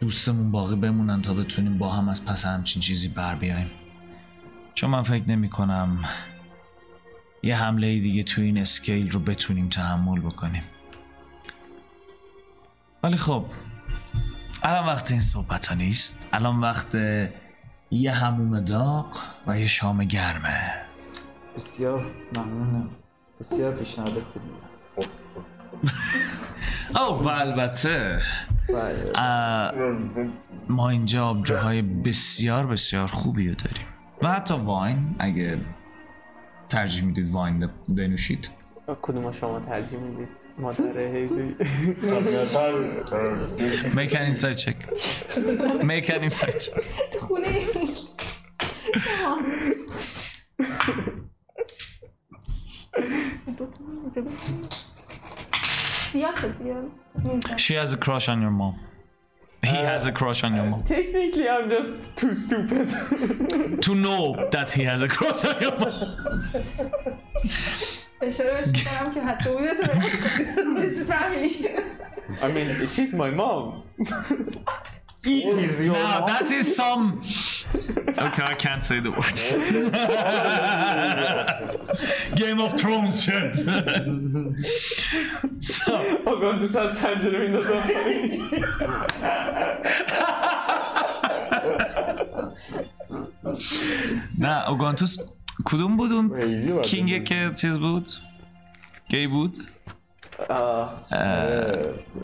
Speaker 1: دوستمون باقی بمونن تا بتونیم با هم از پس همچین چیزی بر بیایم چون من فکر نمی کنم یه حمله دیگه تو این اسکیل رو بتونیم تحمل بکنیم ولی خب الان وقت این صحبت ها نیست الان وقت یه هموم داغ و یه شام گرمه
Speaker 2: بسیار ممنونم بسیار پیشنهاد خوبی
Speaker 1: او و البته
Speaker 2: بله
Speaker 1: اه، ما اینجا آبجوهای بسیار بسیار خوبی رو داریم و حتی واین اگه ترجیح میدید واین بنوشید
Speaker 3: کدوم شما ترجیح میدید مادر هیزی
Speaker 1: Make an insight check Make an insight check
Speaker 4: خونه بیا خب، بیا. نمی‌دونم.
Speaker 1: She has a crush on your mom He has a crush on your mom
Speaker 3: Technically I'm just too stupid
Speaker 1: To know that he has a crush on your mom
Speaker 4: اشاره بهش می‌کنم که حتی اون رو زده. This is family.
Speaker 3: I mean she's my mom It is your
Speaker 1: Now that is some Okay I can't say the word Game of Thrones shit So
Speaker 3: آقا دوست از پنجره میندازم
Speaker 1: نه اوگانتوس کدوم بود اون کینگ که چیز بود گی بود اه،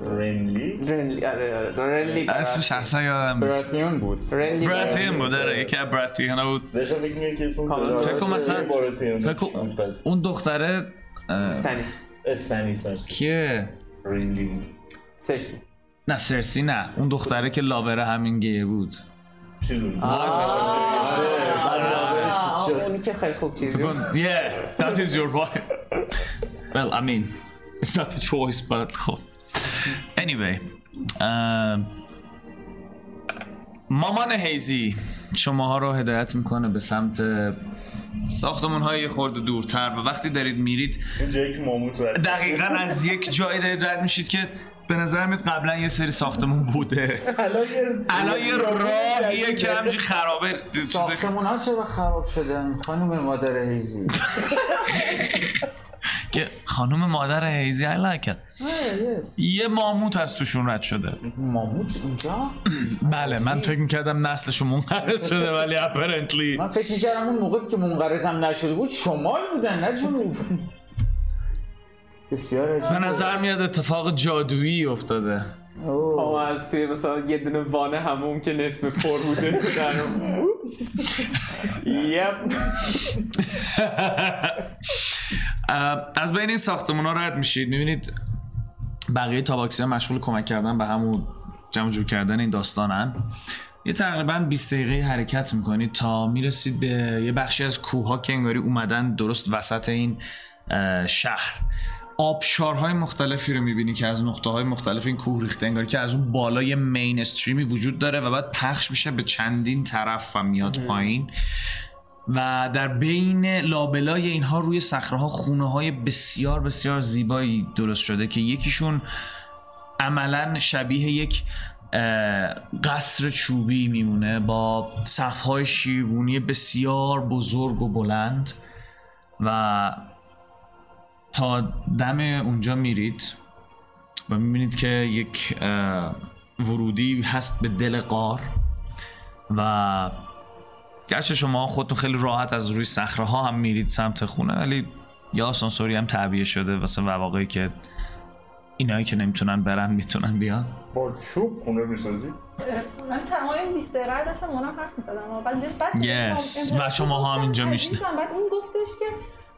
Speaker 6: رنلی
Speaker 3: رنلی آره آره رنلی
Speaker 1: اسمش اصلا یادم نیست
Speaker 2: براتیون بود
Speaker 3: رنلی
Speaker 1: براتیان بود آره یکی از براتیان ها بود
Speaker 6: داشتم فکر می‌کردم که اسم
Speaker 3: کاملا.
Speaker 6: پدرش
Speaker 1: آره. فکر کنم مثلا-
Speaker 6: بارتیانه.
Speaker 1: فکر کنم-
Speaker 6: پس
Speaker 1: اون دختره اه،
Speaker 3: استنیس
Speaker 6: استنیس مرسی
Speaker 1: کیه
Speaker 6: رنلی بود
Speaker 3: سرسی
Speaker 1: نه سرسی نه اون دختره که لاور همین گیه بود
Speaker 6: چی بود؟
Speaker 3: آه، اونی که خیلی خوب چیزی
Speaker 1: Gon- yeah that is your wife well I mean it's not a choice but خب anyway اه، مامان هیزی شماها رو هدایت میکنه به سمت ساختمون های خورده دورتر و وقتی دارید میرید
Speaker 6: اون جایی که ماموت بود
Speaker 1: دقیقا از یک جایی دارید رد میشید که به نظر میاد قبلا یه سری ساختمون بوده الان یه راهیه که همجی خرابه چیز
Speaker 2: ساختمون ها چرا خراب شدن خانم مادر هیزی
Speaker 1: که خانم مادر هیزی علاکت یه ماموت از توشون رد شده
Speaker 2: ماموت اینجا
Speaker 1: بله من فکر میکردم نسلشون منقرض شده ولی اپرنتلی
Speaker 2: من فکر میکردم اون موقع که منقرضم نشده بود شمال بودن نه جنوب بسیار عجیب
Speaker 1: به نظر میاد اتفاق جادویی افتاده
Speaker 3: خب.
Speaker 2: اوه.
Speaker 3: ما از توی مثلا یه دونه وانه همون که نصف پر بوده در اومد. یپ
Speaker 1: اه، از بین این ساختمون ها رد میشید میبینید بقیه تاباکسی ها مشغول کمک کردن به همون جمع جور کردن این داستانن یه تقریبا 20 دقیقه حرکت میکنید تا میرسید به یه بخشی از کوه ها که انگاری اومدن درست وسط این اه، شهر آبشارهای مختلفی رو میبینی که از نقطه های مختلف این کوه ریخته انگاری که از اون بالای مین استریمی وجود داره و بعد پخش میشه به چندین طرف و میاد پایین و در بین لابلای اینها روی صخره ها خونه های بسیار بسیار زیبایی درست شده که یکیشون عملا شبیه یک اه، قصر چوبی میمونه با سقف‌های شیبونی بسیار بزرگ و بلند و تا دم اونجا میرید و میبینید که یک اه، ورودی هست به دل قار و گرچه شما خودتون خیلی راحت از روی صخره ها هم میرید سمت خونه ولی یا آسانسوری هم تعبیه شده واسه مواقعی که اینایی که نمیتونن برن میتونن بیان
Speaker 5: با چوب خونه میسازی؟
Speaker 4: من تمام بیسترر داشتم اونا حرف میزدم و بعد دیدم- بعد خب،
Speaker 1: Yes.
Speaker 4: دیدم-
Speaker 1: و شماها هم اینجا می‌شنوید.
Speaker 4: بعد اون گفتش که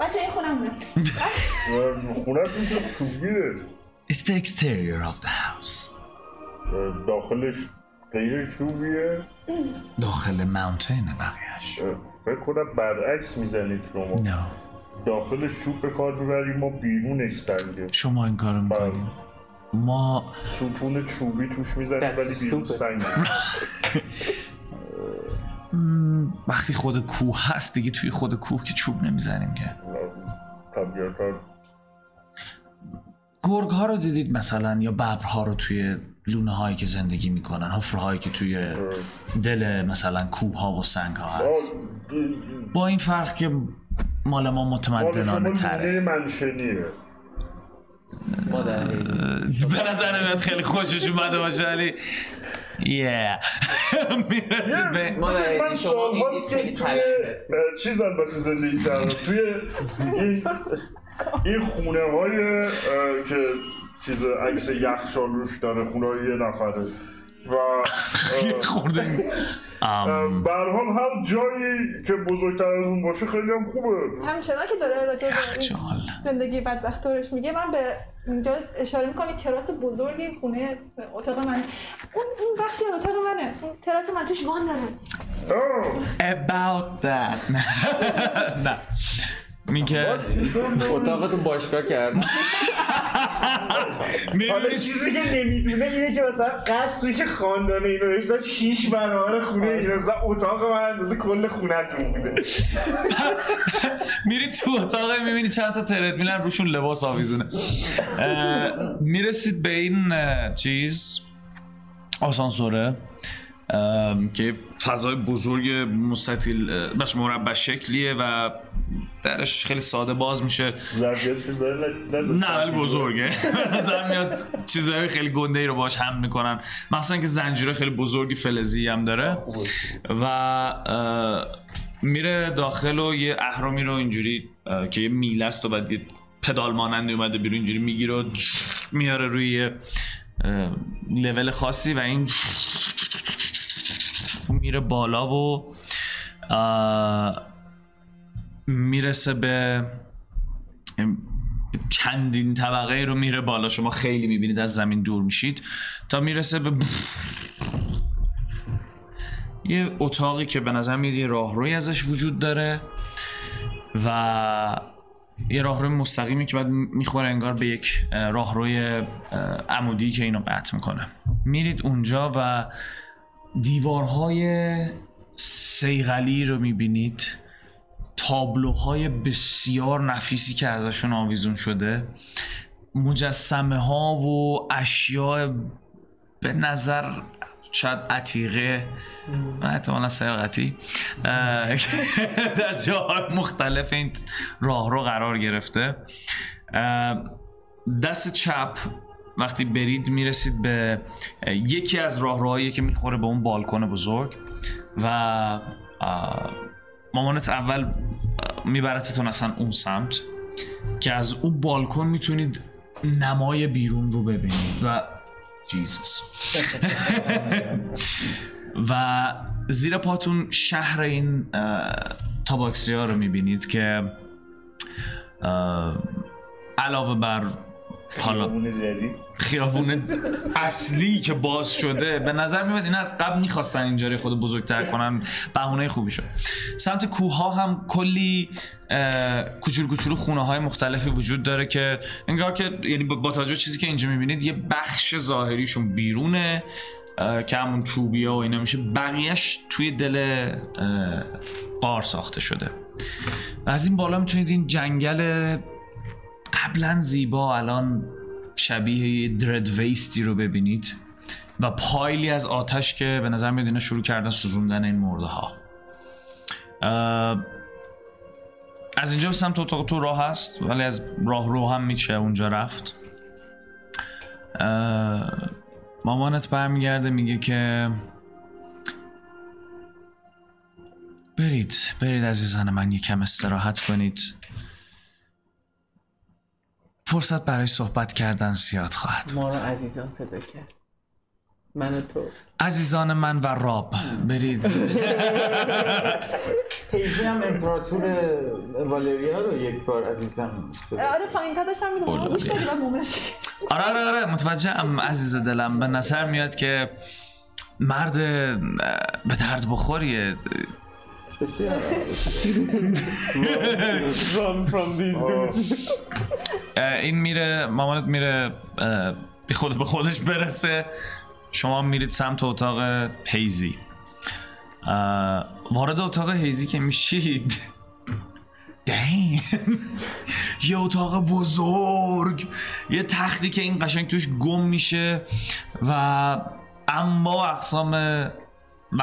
Speaker 4: بچه این خونمونه
Speaker 5: خونه میشه چوبیه
Speaker 1: It's the exterior of the house
Speaker 5: اه، داخلش غیر چوبیه
Speaker 1: داخل ماونتین بقیهش
Speaker 5: اه، فکر کنم برعکس میزنید شما
Speaker 1: نه
Speaker 5: داخلش چوب به کار میبریم ما بیرونش سنگه بله.
Speaker 1: شما این کارو میکنیم ما
Speaker 5: ستون چوبی توش میزنیم
Speaker 3: That's
Speaker 5: ولی بیرون
Speaker 3: stupid.
Speaker 5: سنگه
Speaker 1: م، وقتی خود کوه هست دیگه توی خود کوه که چوب نمیزنیم که
Speaker 5: طبیعتا
Speaker 1: گرگ ها رو دیدید مثلا یا ببر ها رو توی لونه هایی که زندگی میکنن حفره هایی که توی
Speaker 5: اه،
Speaker 1: دل مثلا کوه ها و سنگ ها هست
Speaker 5: آه، اه،
Speaker 1: با این فرق که مال ما
Speaker 5: مال شما
Speaker 1: متمدنانه تره
Speaker 5: لونه منشنیه
Speaker 3: ما در حیزی.
Speaker 1: به نظر میاد خیلی خوشش اومده باشه ولی یه میرسه به
Speaker 3: ما در
Speaker 5: من
Speaker 3: حیزی شما این
Speaker 5: سالهاست
Speaker 3: دید خیلی
Speaker 5: که توی
Speaker 3: تلنگ هست.
Speaker 5: اه، چیز البته زندگی کردم توی این این خونه های که چیز عکس یخشال روش داره خونه های یه نفره و اه،
Speaker 1: خورده
Speaker 5: اه،
Speaker 1: ام،
Speaker 5: به هر حال هر جایی که بزرگتر از اون باشه خیلی هم خوبه
Speaker 4: همچنان که داره راجع به این
Speaker 1: یخچال
Speaker 4: زندگی بدبختورش میگه من به اینجا اشاره میکنم این تراس بزرگی خونه اتاق من اون این بخشی از اتاق منه اون تراس من توش وان داره
Speaker 5: آه،
Speaker 1: about that نه میگه
Speaker 3: اتاقتو باشگاه کرد
Speaker 6: حالا چیزی که نمیدونه اینه که مثلا قصری که خاندان اینو داشتن شیش برابر خونه اینا مثلا اتاق من اندازه کل خونتون بوده
Speaker 1: میری تو اتاق میبینی چند تا ترد میلن روشون لباس آویزونه اه، میرسید به این اه، چیز آسانسوره ام، که فضای بزرگ مستطیل اه، بش مربع شکلیه و درش خیلی ساده باز میشه
Speaker 5: ظرفیتش رو زیاد ن- نزد.
Speaker 1: نه ولی بزرگه زن میاد چیزهای خیلی گنده ای رو باش هم میکنن مثلا که زنجیره خیلی بزرگی فلزی هم داره و اه، میره داخل و یه اهرامی رو اینجوری اه، که یه میله است و بعد یه پدال مانندی اومده بیرون اینجوری میگیره و میاره روی یه، اه، لول خاصی و این میره بالا و اه، میرسه به چندین طبقه ای رو میره بالا شما خیلی میبینید از زمین دور میشید تا میرسه به یه اتاقی که به نظر میاد یه راهروی ازش وجود داره و یه راهروی مستقیمی که بعد میخوره انگار به یک اه، راهروی اه، عمودی که اینو قطع میکنه میرید اونجا و دیوارهای سیغلی رو میبینید تابلوهای بسیار نفیسی که ازشون آویزون شده مجسمه ها و اشیاء به نظر شاید عتیقه و احتمالا سرقتی اه، که در جاهای مختلف این راه رو قرار گرفته اه، دست چپ وقتی برید میرسید به اه، یکی از راهروهایی که میخوره به اون بالکن بزرگ و اه، مامانت اول میبرتتون اصلا اون سمت که از اون بالکن میتونید نمای بیرون رو ببینید و جیزس و زیر پاتون شهر این تاباکسی ها رو میبینید که اه، علاوه بر حالا
Speaker 6: اون جدید
Speaker 1: خیابون اصلی که باز شده به نظر میاد این از قبل میخواستن اینجا رو خود بزرگتر کنن بهونه خوبی شد سمت کوه ها هم کلی اه، کوچولو کوچولو خونه های مختلفی وجود داره که انگار که یعنی با با توجه به چیزی که اینجا میبینید یه بخش ظاهریشون بیرونه اه، که همون چوبیه و اینا میشه بقیهش توی دل اه، قار ساخته شده و از این بالا میتونید این جنگل قبلا زیبا الان شبیه یه درد ویستی رو ببینید و پایلی از آتش که به نظر میاد اینا شروع کردن سوزوندن این مرده ها از اینجا به سمت اتاق تو راه هست ولی از راه رو هم میشه اونجا رفت اه، مامانت برمیگرده میگه که برید برید عزیزان من یکم استراحت کنید فرصت برای صحبت کردن زیاد خواهد بود
Speaker 3: ما رو عزیزان صدا کرد من و تو
Speaker 1: عزیزان من و راب برید
Speaker 20: پیجی هم امپراتور والریا رو یک بار عزیزم صدا
Speaker 4: آره پایین تا داشتم
Speaker 1: بله،
Speaker 4: میدونم گوش دادی و بومش
Speaker 1: آره آره آره متوجهم عزیز دلم به نظر میاد که مرد اه، به درد بخوریه
Speaker 20: بسیار
Speaker 1: اه، این میره مامانت میره اه، بی خود به خودش برسه شما میرید سمت اتاق هیزی اه، وارد اتاق هیزی که میشید دهیم یه اتاق بزرگ یه تختی که این قشنگ توش گم میشه و اما و اقسام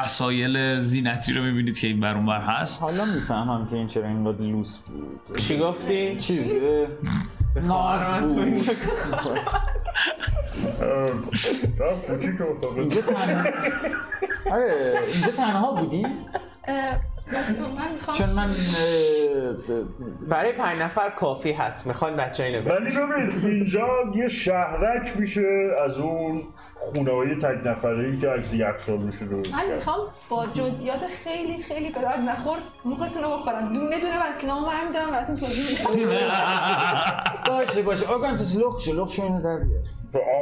Speaker 1: وسایل زینتی رو میبینید که این بر اون بر هست
Speaker 20: حالا میفهمم که این چرا اینقدر لوس بود
Speaker 3: چی گفتی؟
Speaker 20: چیز اه، ناز
Speaker 3: خواهرم تو این
Speaker 20: بود
Speaker 5: نه کوچیک اتاقه
Speaker 20: اینجا تنها آره اینجا تنها بودی
Speaker 4: من میخوام
Speaker 20: چون من اه،
Speaker 3: برای پنج نفر کافی هست میخوان بچه اینو بگن
Speaker 5: ولی ببین اینجا یه شهرک میشه از اون خونه های تک نفره ای که عکس یخچال میشه درست
Speaker 4: من
Speaker 5: کرد.
Speaker 4: میخوام با جزئیات خیلی خیلی به درد نخور موقعتون رو بخورم دونه دونه من سینامو برمیدارم براتون توضیح
Speaker 1: خب،
Speaker 4: میدم
Speaker 20: باشه باشه آگان تو لخ شو لخ شو اینو در بیار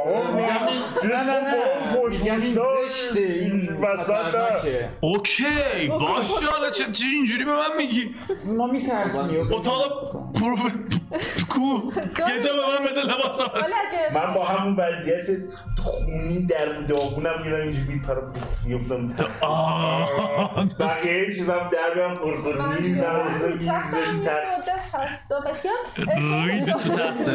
Speaker 5: آقا
Speaker 20: میگم این- نه، نه، نه. میگم این زشته، این
Speaker 5: یعنی این وسط نه
Speaker 20: خطرناکه.
Speaker 1: اوکی
Speaker 4: خب،
Speaker 1: باشه حالا چه چه اینجوری به من میگی
Speaker 20: ما میترسیم
Speaker 1: اتاق پروف کو یه جا به من بده لباس
Speaker 4: ولی اگه
Speaker 6: من با همون وضعیت خونی در داغونم میرم اینجوری میپرم میفتم بقیه چیزم در بیارم
Speaker 4: من-
Speaker 6: پرخور میزم
Speaker 4: تختم
Speaker 6: میزم میزم
Speaker 4: یه
Speaker 6: تخت
Speaker 4: مدت هست و
Speaker 1: رید تو تختت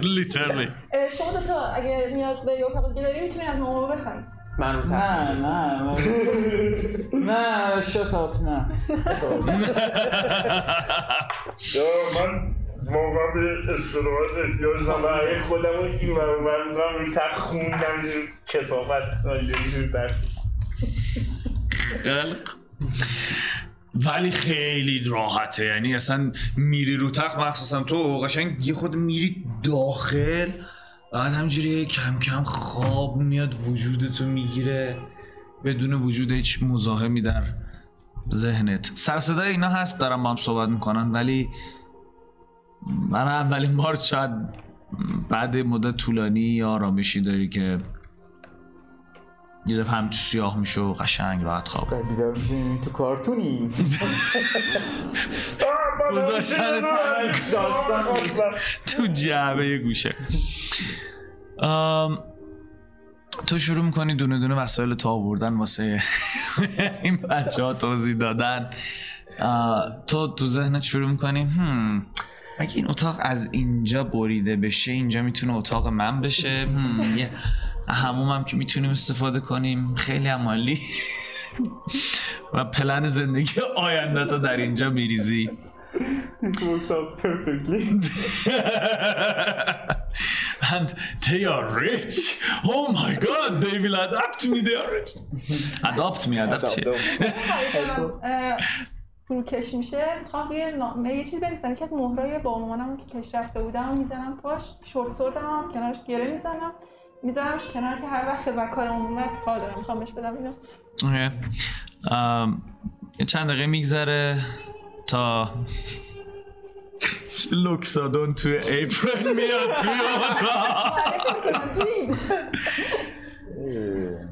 Speaker 1: لیترلی
Speaker 4: اه، شما دوتا اگه نیاز به یه اتاق دیگه داری میتونی از ماما بخرید
Speaker 3: من رو تحت
Speaker 20: نه نه من- نه شتاب نه
Speaker 5: یا من واقعا به استراحت احتیاج
Speaker 6: من
Speaker 5: دارم
Speaker 6: برای خودم
Speaker 5: خب.
Speaker 6: رو این برون برمیدارم روی تخت خوندم اینجور کسافت اینجوری تخت
Speaker 1: خلق ولی خیلی راحته یعنی اصلا میری رو تخت مخصوصا تو قشنگ یه خود میری داخل بعد همجوری کم کم خواب میاد وجودتو میگیره بدون وجود هیچ مزاحمی در ذهنت سر صدای اینا هست دارم با هم صحبت میکنن ولی من اولین بار شاید بعد مدت طولانی یا آرامشی داری که یه دفعه همچی سیاه میشه و قشنگ راحت خواب
Speaker 20: دیدم می‌بینی تو کارتونی
Speaker 1: گذاشتن تو جعبه یه گوشه آم، تو شروع میکنی دونه دونه وسایل تا آوردن واسه این بچه ها توضیح دادن آه، تو تو ذهنت شروع میکنی هم اگه این اتاق از اینجا بریده بشه اینجا میتونه اتاق من بشه هم، یه هموم هم که میتونیم استفاده کنیم خیلی عمالی و پلن زندگی آینده تو در اینجا میریزی and they are rich. Oh my god, they will adapt me. They are rich. Adopt me, adapt چی؟
Speaker 4: خریدم اه، فروکش میشه میخوام یه نامه یه چیز بنویسم که از مهرای با مامانم که کش رفته بودم میزنم پاش شورت سردم هم کنارش گره میزنم میزنمش کنار که هر وقت و کارم اومد کار دارم میخوام بهش بدم اینو
Speaker 1: اوکی. Um, ام، یه چند دقیقه میگذره تا لوکسادون توی ایپرن میاد توی اتاق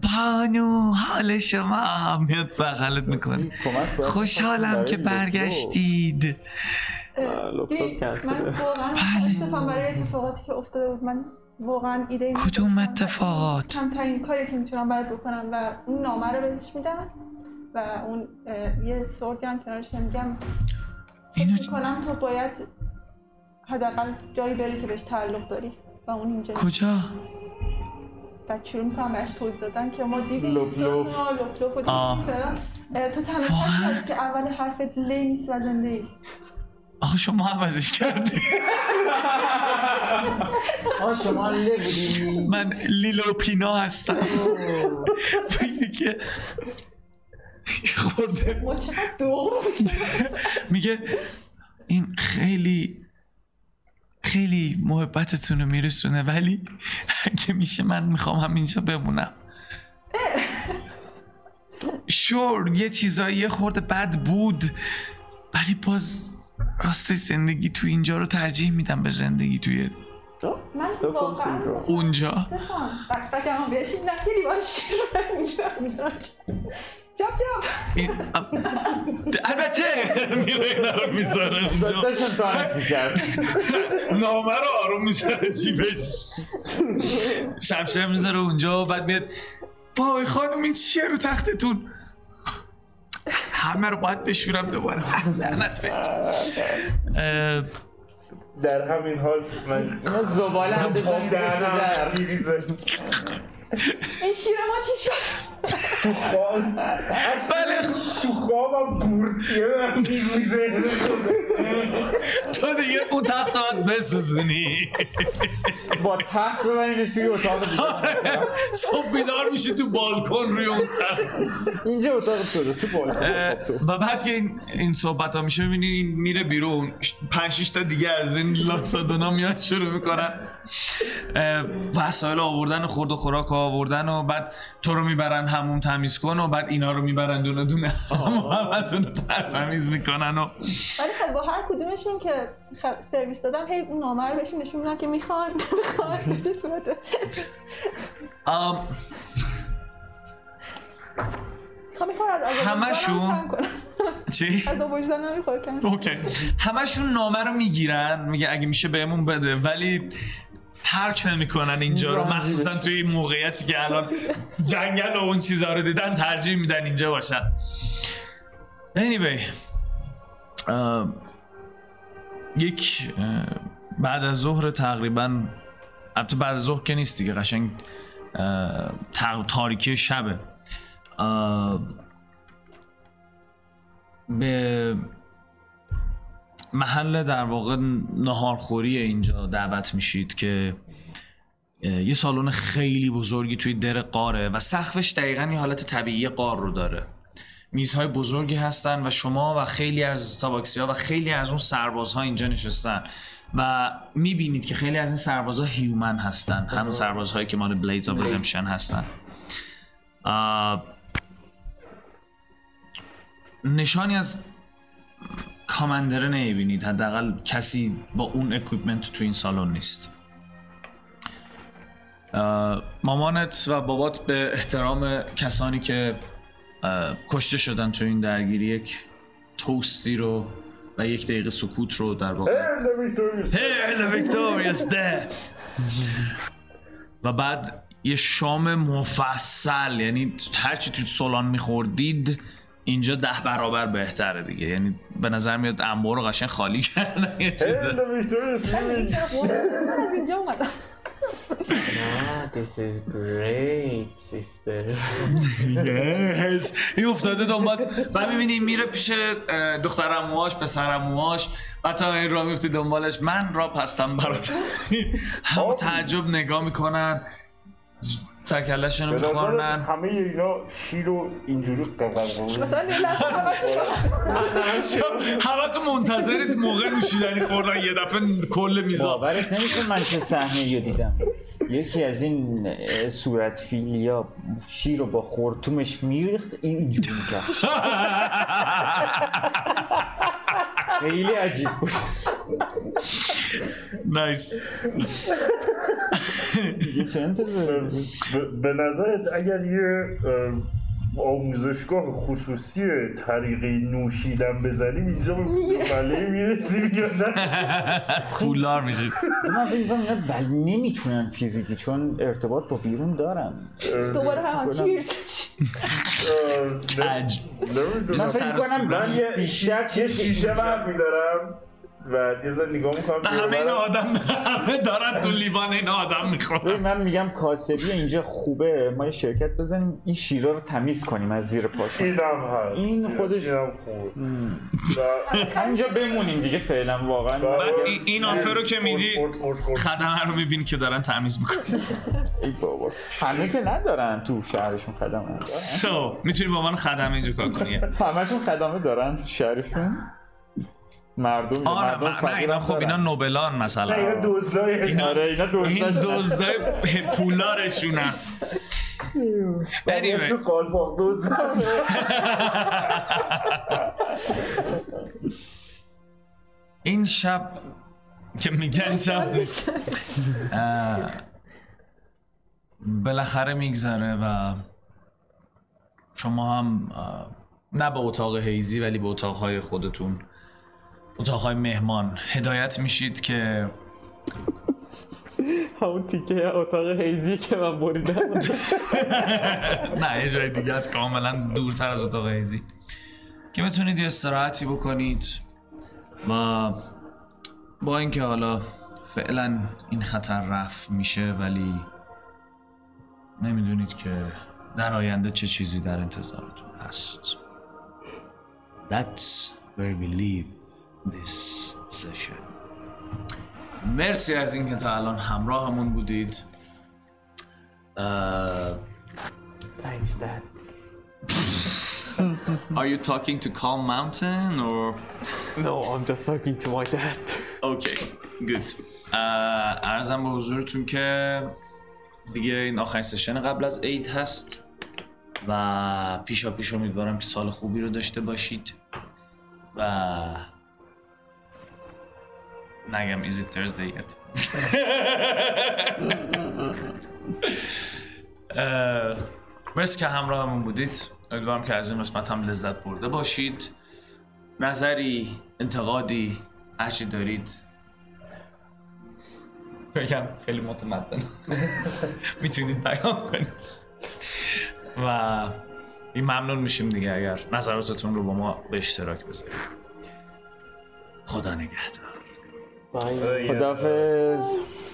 Speaker 1: بانو حال شما میاد بغلت میکنه
Speaker 2: کمک باید
Speaker 1: خوشحالم
Speaker 2: برای
Speaker 1: که
Speaker 2: این دکتر.
Speaker 1: برگشتید
Speaker 4: ببین، من
Speaker 1: بله.
Speaker 4: واقعا متاسفم برای اتفاقاتی که افتاده بود من واقعا ایده ای
Speaker 1: کدوم
Speaker 4: نداشتم.
Speaker 1: اتفاقات؟
Speaker 4: کمترین کاری که میتونم برات بکنم و اون نامه رو بهش میدم و اون اه، یه سوردی هم کنارش نمیگم
Speaker 1: اینو-
Speaker 4: فکر میکنم تو باید حداقل جایی بری که بهش تعلق داری و اون اینجا
Speaker 1: کجا؟
Speaker 4: و شروع میکنم بهش توضیح دادن که ما دیدیم
Speaker 6: لپ لپ.
Speaker 4: دوستان ما لپ لپ رو
Speaker 1: آه.
Speaker 4: دیدیم فلان. اه، تو تنها
Speaker 1: واقعا؟
Speaker 4: کسی هستی که اول حرفت لی نیست و زنده ای
Speaker 1: آخه شما عوضش کردی
Speaker 2: آه شما له بودی
Speaker 1: من لیلوپینا هستم میگه که خورده
Speaker 4: ما چقدر دو
Speaker 1: میگه این خیلی خیلی محبتتون رو میرسونه ولی اگه میشه من میخوام همینجا بمونم شور یه چیزایی یه خورده بد بود ولی باز راستش زندگی تو اینجا رو ترجیح میدم به زندگی توی
Speaker 4: من
Speaker 6: استاکهلم سندروم.
Speaker 4: واقعا
Speaker 1: اونجا
Speaker 4: سفان بک هم بهش این نکیری باش میرم میذارم جاب جاب
Speaker 1: این- البته میره اینا رو میذاره اونجا
Speaker 21: داشتم تانک میکرد
Speaker 1: نامه رو آروم میذاره جیبش شمشیر میذاره اونجا و بعد میاد بای خانم این چیه رو تختتون همه رو باید بشورم دوباره لعنت بهت اه،
Speaker 6: در همین حال من
Speaker 21: اینا زباله هم بزنیم پشت در
Speaker 6: دهنم میریزه
Speaker 4: این شیر ما چی شد
Speaker 6: تو خواب
Speaker 1: بله خب،
Speaker 6: تو خوابم بورتیه دارم میریزه
Speaker 1: تو دیگه اون تخت رو باید بسوزونی
Speaker 21: با تخت ببریمش توی اتاق دیگه
Speaker 1: آره. صبح بیدار میشی تو بالکن روی اون تخت
Speaker 21: اینجا اتاق شده تو بالا
Speaker 1: و بعد که این, این صحبت ها میشه میبینی این میره بیرون ش- پنج شش تا دیگه از این لاسادونا میاد شروع میکنن اه، وسایل آوردن و خورد و خوراک آوردن و بعد تو رو میبرن همون تمیز کن و بعد اینا رو میبرن دونه دونه همون رو تر- تمیز میکنن و
Speaker 4: ولی خب با هر کدومشون که خ- سرویس دادم هی اون نامه رو بهشون نشون میدم که میخوان میخوان بهتون صورت
Speaker 1: آم،
Speaker 4: خب میخوان از آب وجدانم
Speaker 1: همشون؟
Speaker 4: کم کنم
Speaker 1: چی؟
Speaker 4: از آب وجدانم میخواد کم کنم.
Speaker 1: اوکی همشون نامه رو میگیرن میگه اگه میشه بهمون بده ولی ترک نمیکنن اینجا رو مخصوصا توی این موقعیتی که الان جنگل و اون چیزها رو دیدن ترجیح میدن اینجا باشن anyway اه، یک اه، بعد از ظهر تقریبا البته بعد از ظهر که نیست دیگه قشنگ اه، تق- تاریکی شبه اه، به محل در واقع نهارخوری اینجا دعوت میشید که اه، یه سالن خیلی بزرگی توی در قاره و سقفش دقیقا یه حالت طبیعی قار رو داره میزهای بزرگی هستن و شما و خیلی از ساباکسی ها و خیلی از اون سربازها اینجا نشستن و میبینید که خیلی از این سربازها هیومن هستن هم سربازهایی که مال بلیدز آف ریدمشن هستن اه، نشانی از کامندره نمیبینید حداقل کسی با اون اکویپمنت تو این سالن نیست اه، مامانت و بابات به احترام کسانی که اه، کشته شدن تو این درگیری یک توستی رو و یک دقیقه سکوت رو در واقع هل ویکتوریوس ده و بعد یه شام مفصل یعنی هرچی تو سالن میخوردید اینجا ده برابر بهتره دیگه یعنی به نظر میاد انبار رو قشنگ خالی کردن یه چیز
Speaker 4: من اینجا من از اینجا اومدم
Speaker 3: Ah, this is great, sister.
Speaker 1: yes. این افتاده دنبال و میبینی میره پیش اه، دختر اموهاش پسر اموهاش و تا این را میفتی دنبالش من را پستم برات هم تعجب نگاه میکنن سرکلشون رو
Speaker 6: به نظرت
Speaker 1: میخورنن
Speaker 6: همه اینا شیر رو اینجوری قلقل
Speaker 4: مثلا یه لحظه همش-
Speaker 1: همه تو منتظرید موقع نوشیدنی خوردن یه دفعه کل میزا
Speaker 2: باورت نمیشه من چه صحنه رو دیدم یکی از این اه، صورت فیلیا شیر رو با خورتومش میریخت این اینجوری میکرد خیلی عجیب بود
Speaker 1: نایس
Speaker 2: دیگه چند تا داره؟
Speaker 5: ب- به نظرت اگر یه اه، آموزشگاه خصوصی طریقی نوشیدن بزنیم اینجا به بله میرسیم یا نه
Speaker 22: پولدار میشید
Speaker 2: من فکر می‌کنم اینا بل نمیتونن فیزیکی چون ارتباط با بیرون دارن
Speaker 4: دوباره هم چیرز
Speaker 5: اه، نه-
Speaker 1: عج
Speaker 5: نمی‌دونم.
Speaker 2: من فکر می‌کنم
Speaker 6: من یه
Speaker 2: بیشتر
Speaker 6: یه شیشه بر میدارم و یه ذره نگاه میکنم
Speaker 1: همه این آدم همه دارن تو لیوان این آدم میخورن
Speaker 2: ببین من میگم کاسبی اینجا خوبه ما یه شرکت بزنیم این شیرا رو تمیز کنیم از زیر پاشون
Speaker 5: اینم هست
Speaker 2: این خودش-
Speaker 5: اینم خوبه
Speaker 2: همینجا بمونیم دیگه فعلا واقعا
Speaker 1: بعد این- این آفر رو که میدی خدمه رو میبینی که دارن تمیز میکنن
Speaker 2: ای بابا همه که ندارن تو شهرشون خدمه دارن.
Speaker 1: سو خب، میتونی با من خدمه اینجا کار کنی
Speaker 2: همشون خدمه دارن تو شهرشون مردم
Speaker 1: آره
Speaker 2: مردم
Speaker 1: نه، نه
Speaker 2: فقیرم
Speaker 1: اینا خب اینا
Speaker 2: دارن.
Speaker 1: نوبلان مثلا
Speaker 6: دوزای
Speaker 2: آره اینا
Speaker 1: این
Speaker 2: درستش
Speaker 1: دزدای پ- پولارشونن Anyway.
Speaker 6: قالباق دوز
Speaker 1: این شب که میگن شب نیست اه، بالاخره میگذره و شما هم اه، نه به اتاق هیزی ولی به اتاقهای خودتون اتاقهای مهمان هدایت میشید که
Speaker 2: همون تیکه اتاق هیزی که من بریدم
Speaker 1: نه یه جای دیگه از کاملا دورتر از اتاق هیزی که بتونید یه استراحتی بکنید و با اینکه حالا فعلا این خطر رفت میشه ولی نمیدونید که در آینده چه چیزی در انتظارتون هست That's where we leave this session مرسی از اینکه تا الان همراهمون بودید اه،
Speaker 3: Thanks, Dad.
Speaker 1: Are you talking to Calm Mountain or
Speaker 3: No, I'm just talking to my dad.
Speaker 1: okay, good. اه، ارزم به حضورتون که دیگه این آخرین سشن قبل از عید هست و پیشا پیش امیدوارم که سال خوبی رو داشته باشید و نگم is it Thursday yet اه، Uh, مرسی که همراهمون بودید امیدوارم که از این قسمت هم لذت برده باشید نظری انتقادی هرچی دارید بگم خیلی متمدن میتونید پیام کنید و این ممنون میشیم دیگه اگر نظراتتون رو با ما به اشتراک بذارید خدا نگهدار
Speaker 2: خدافز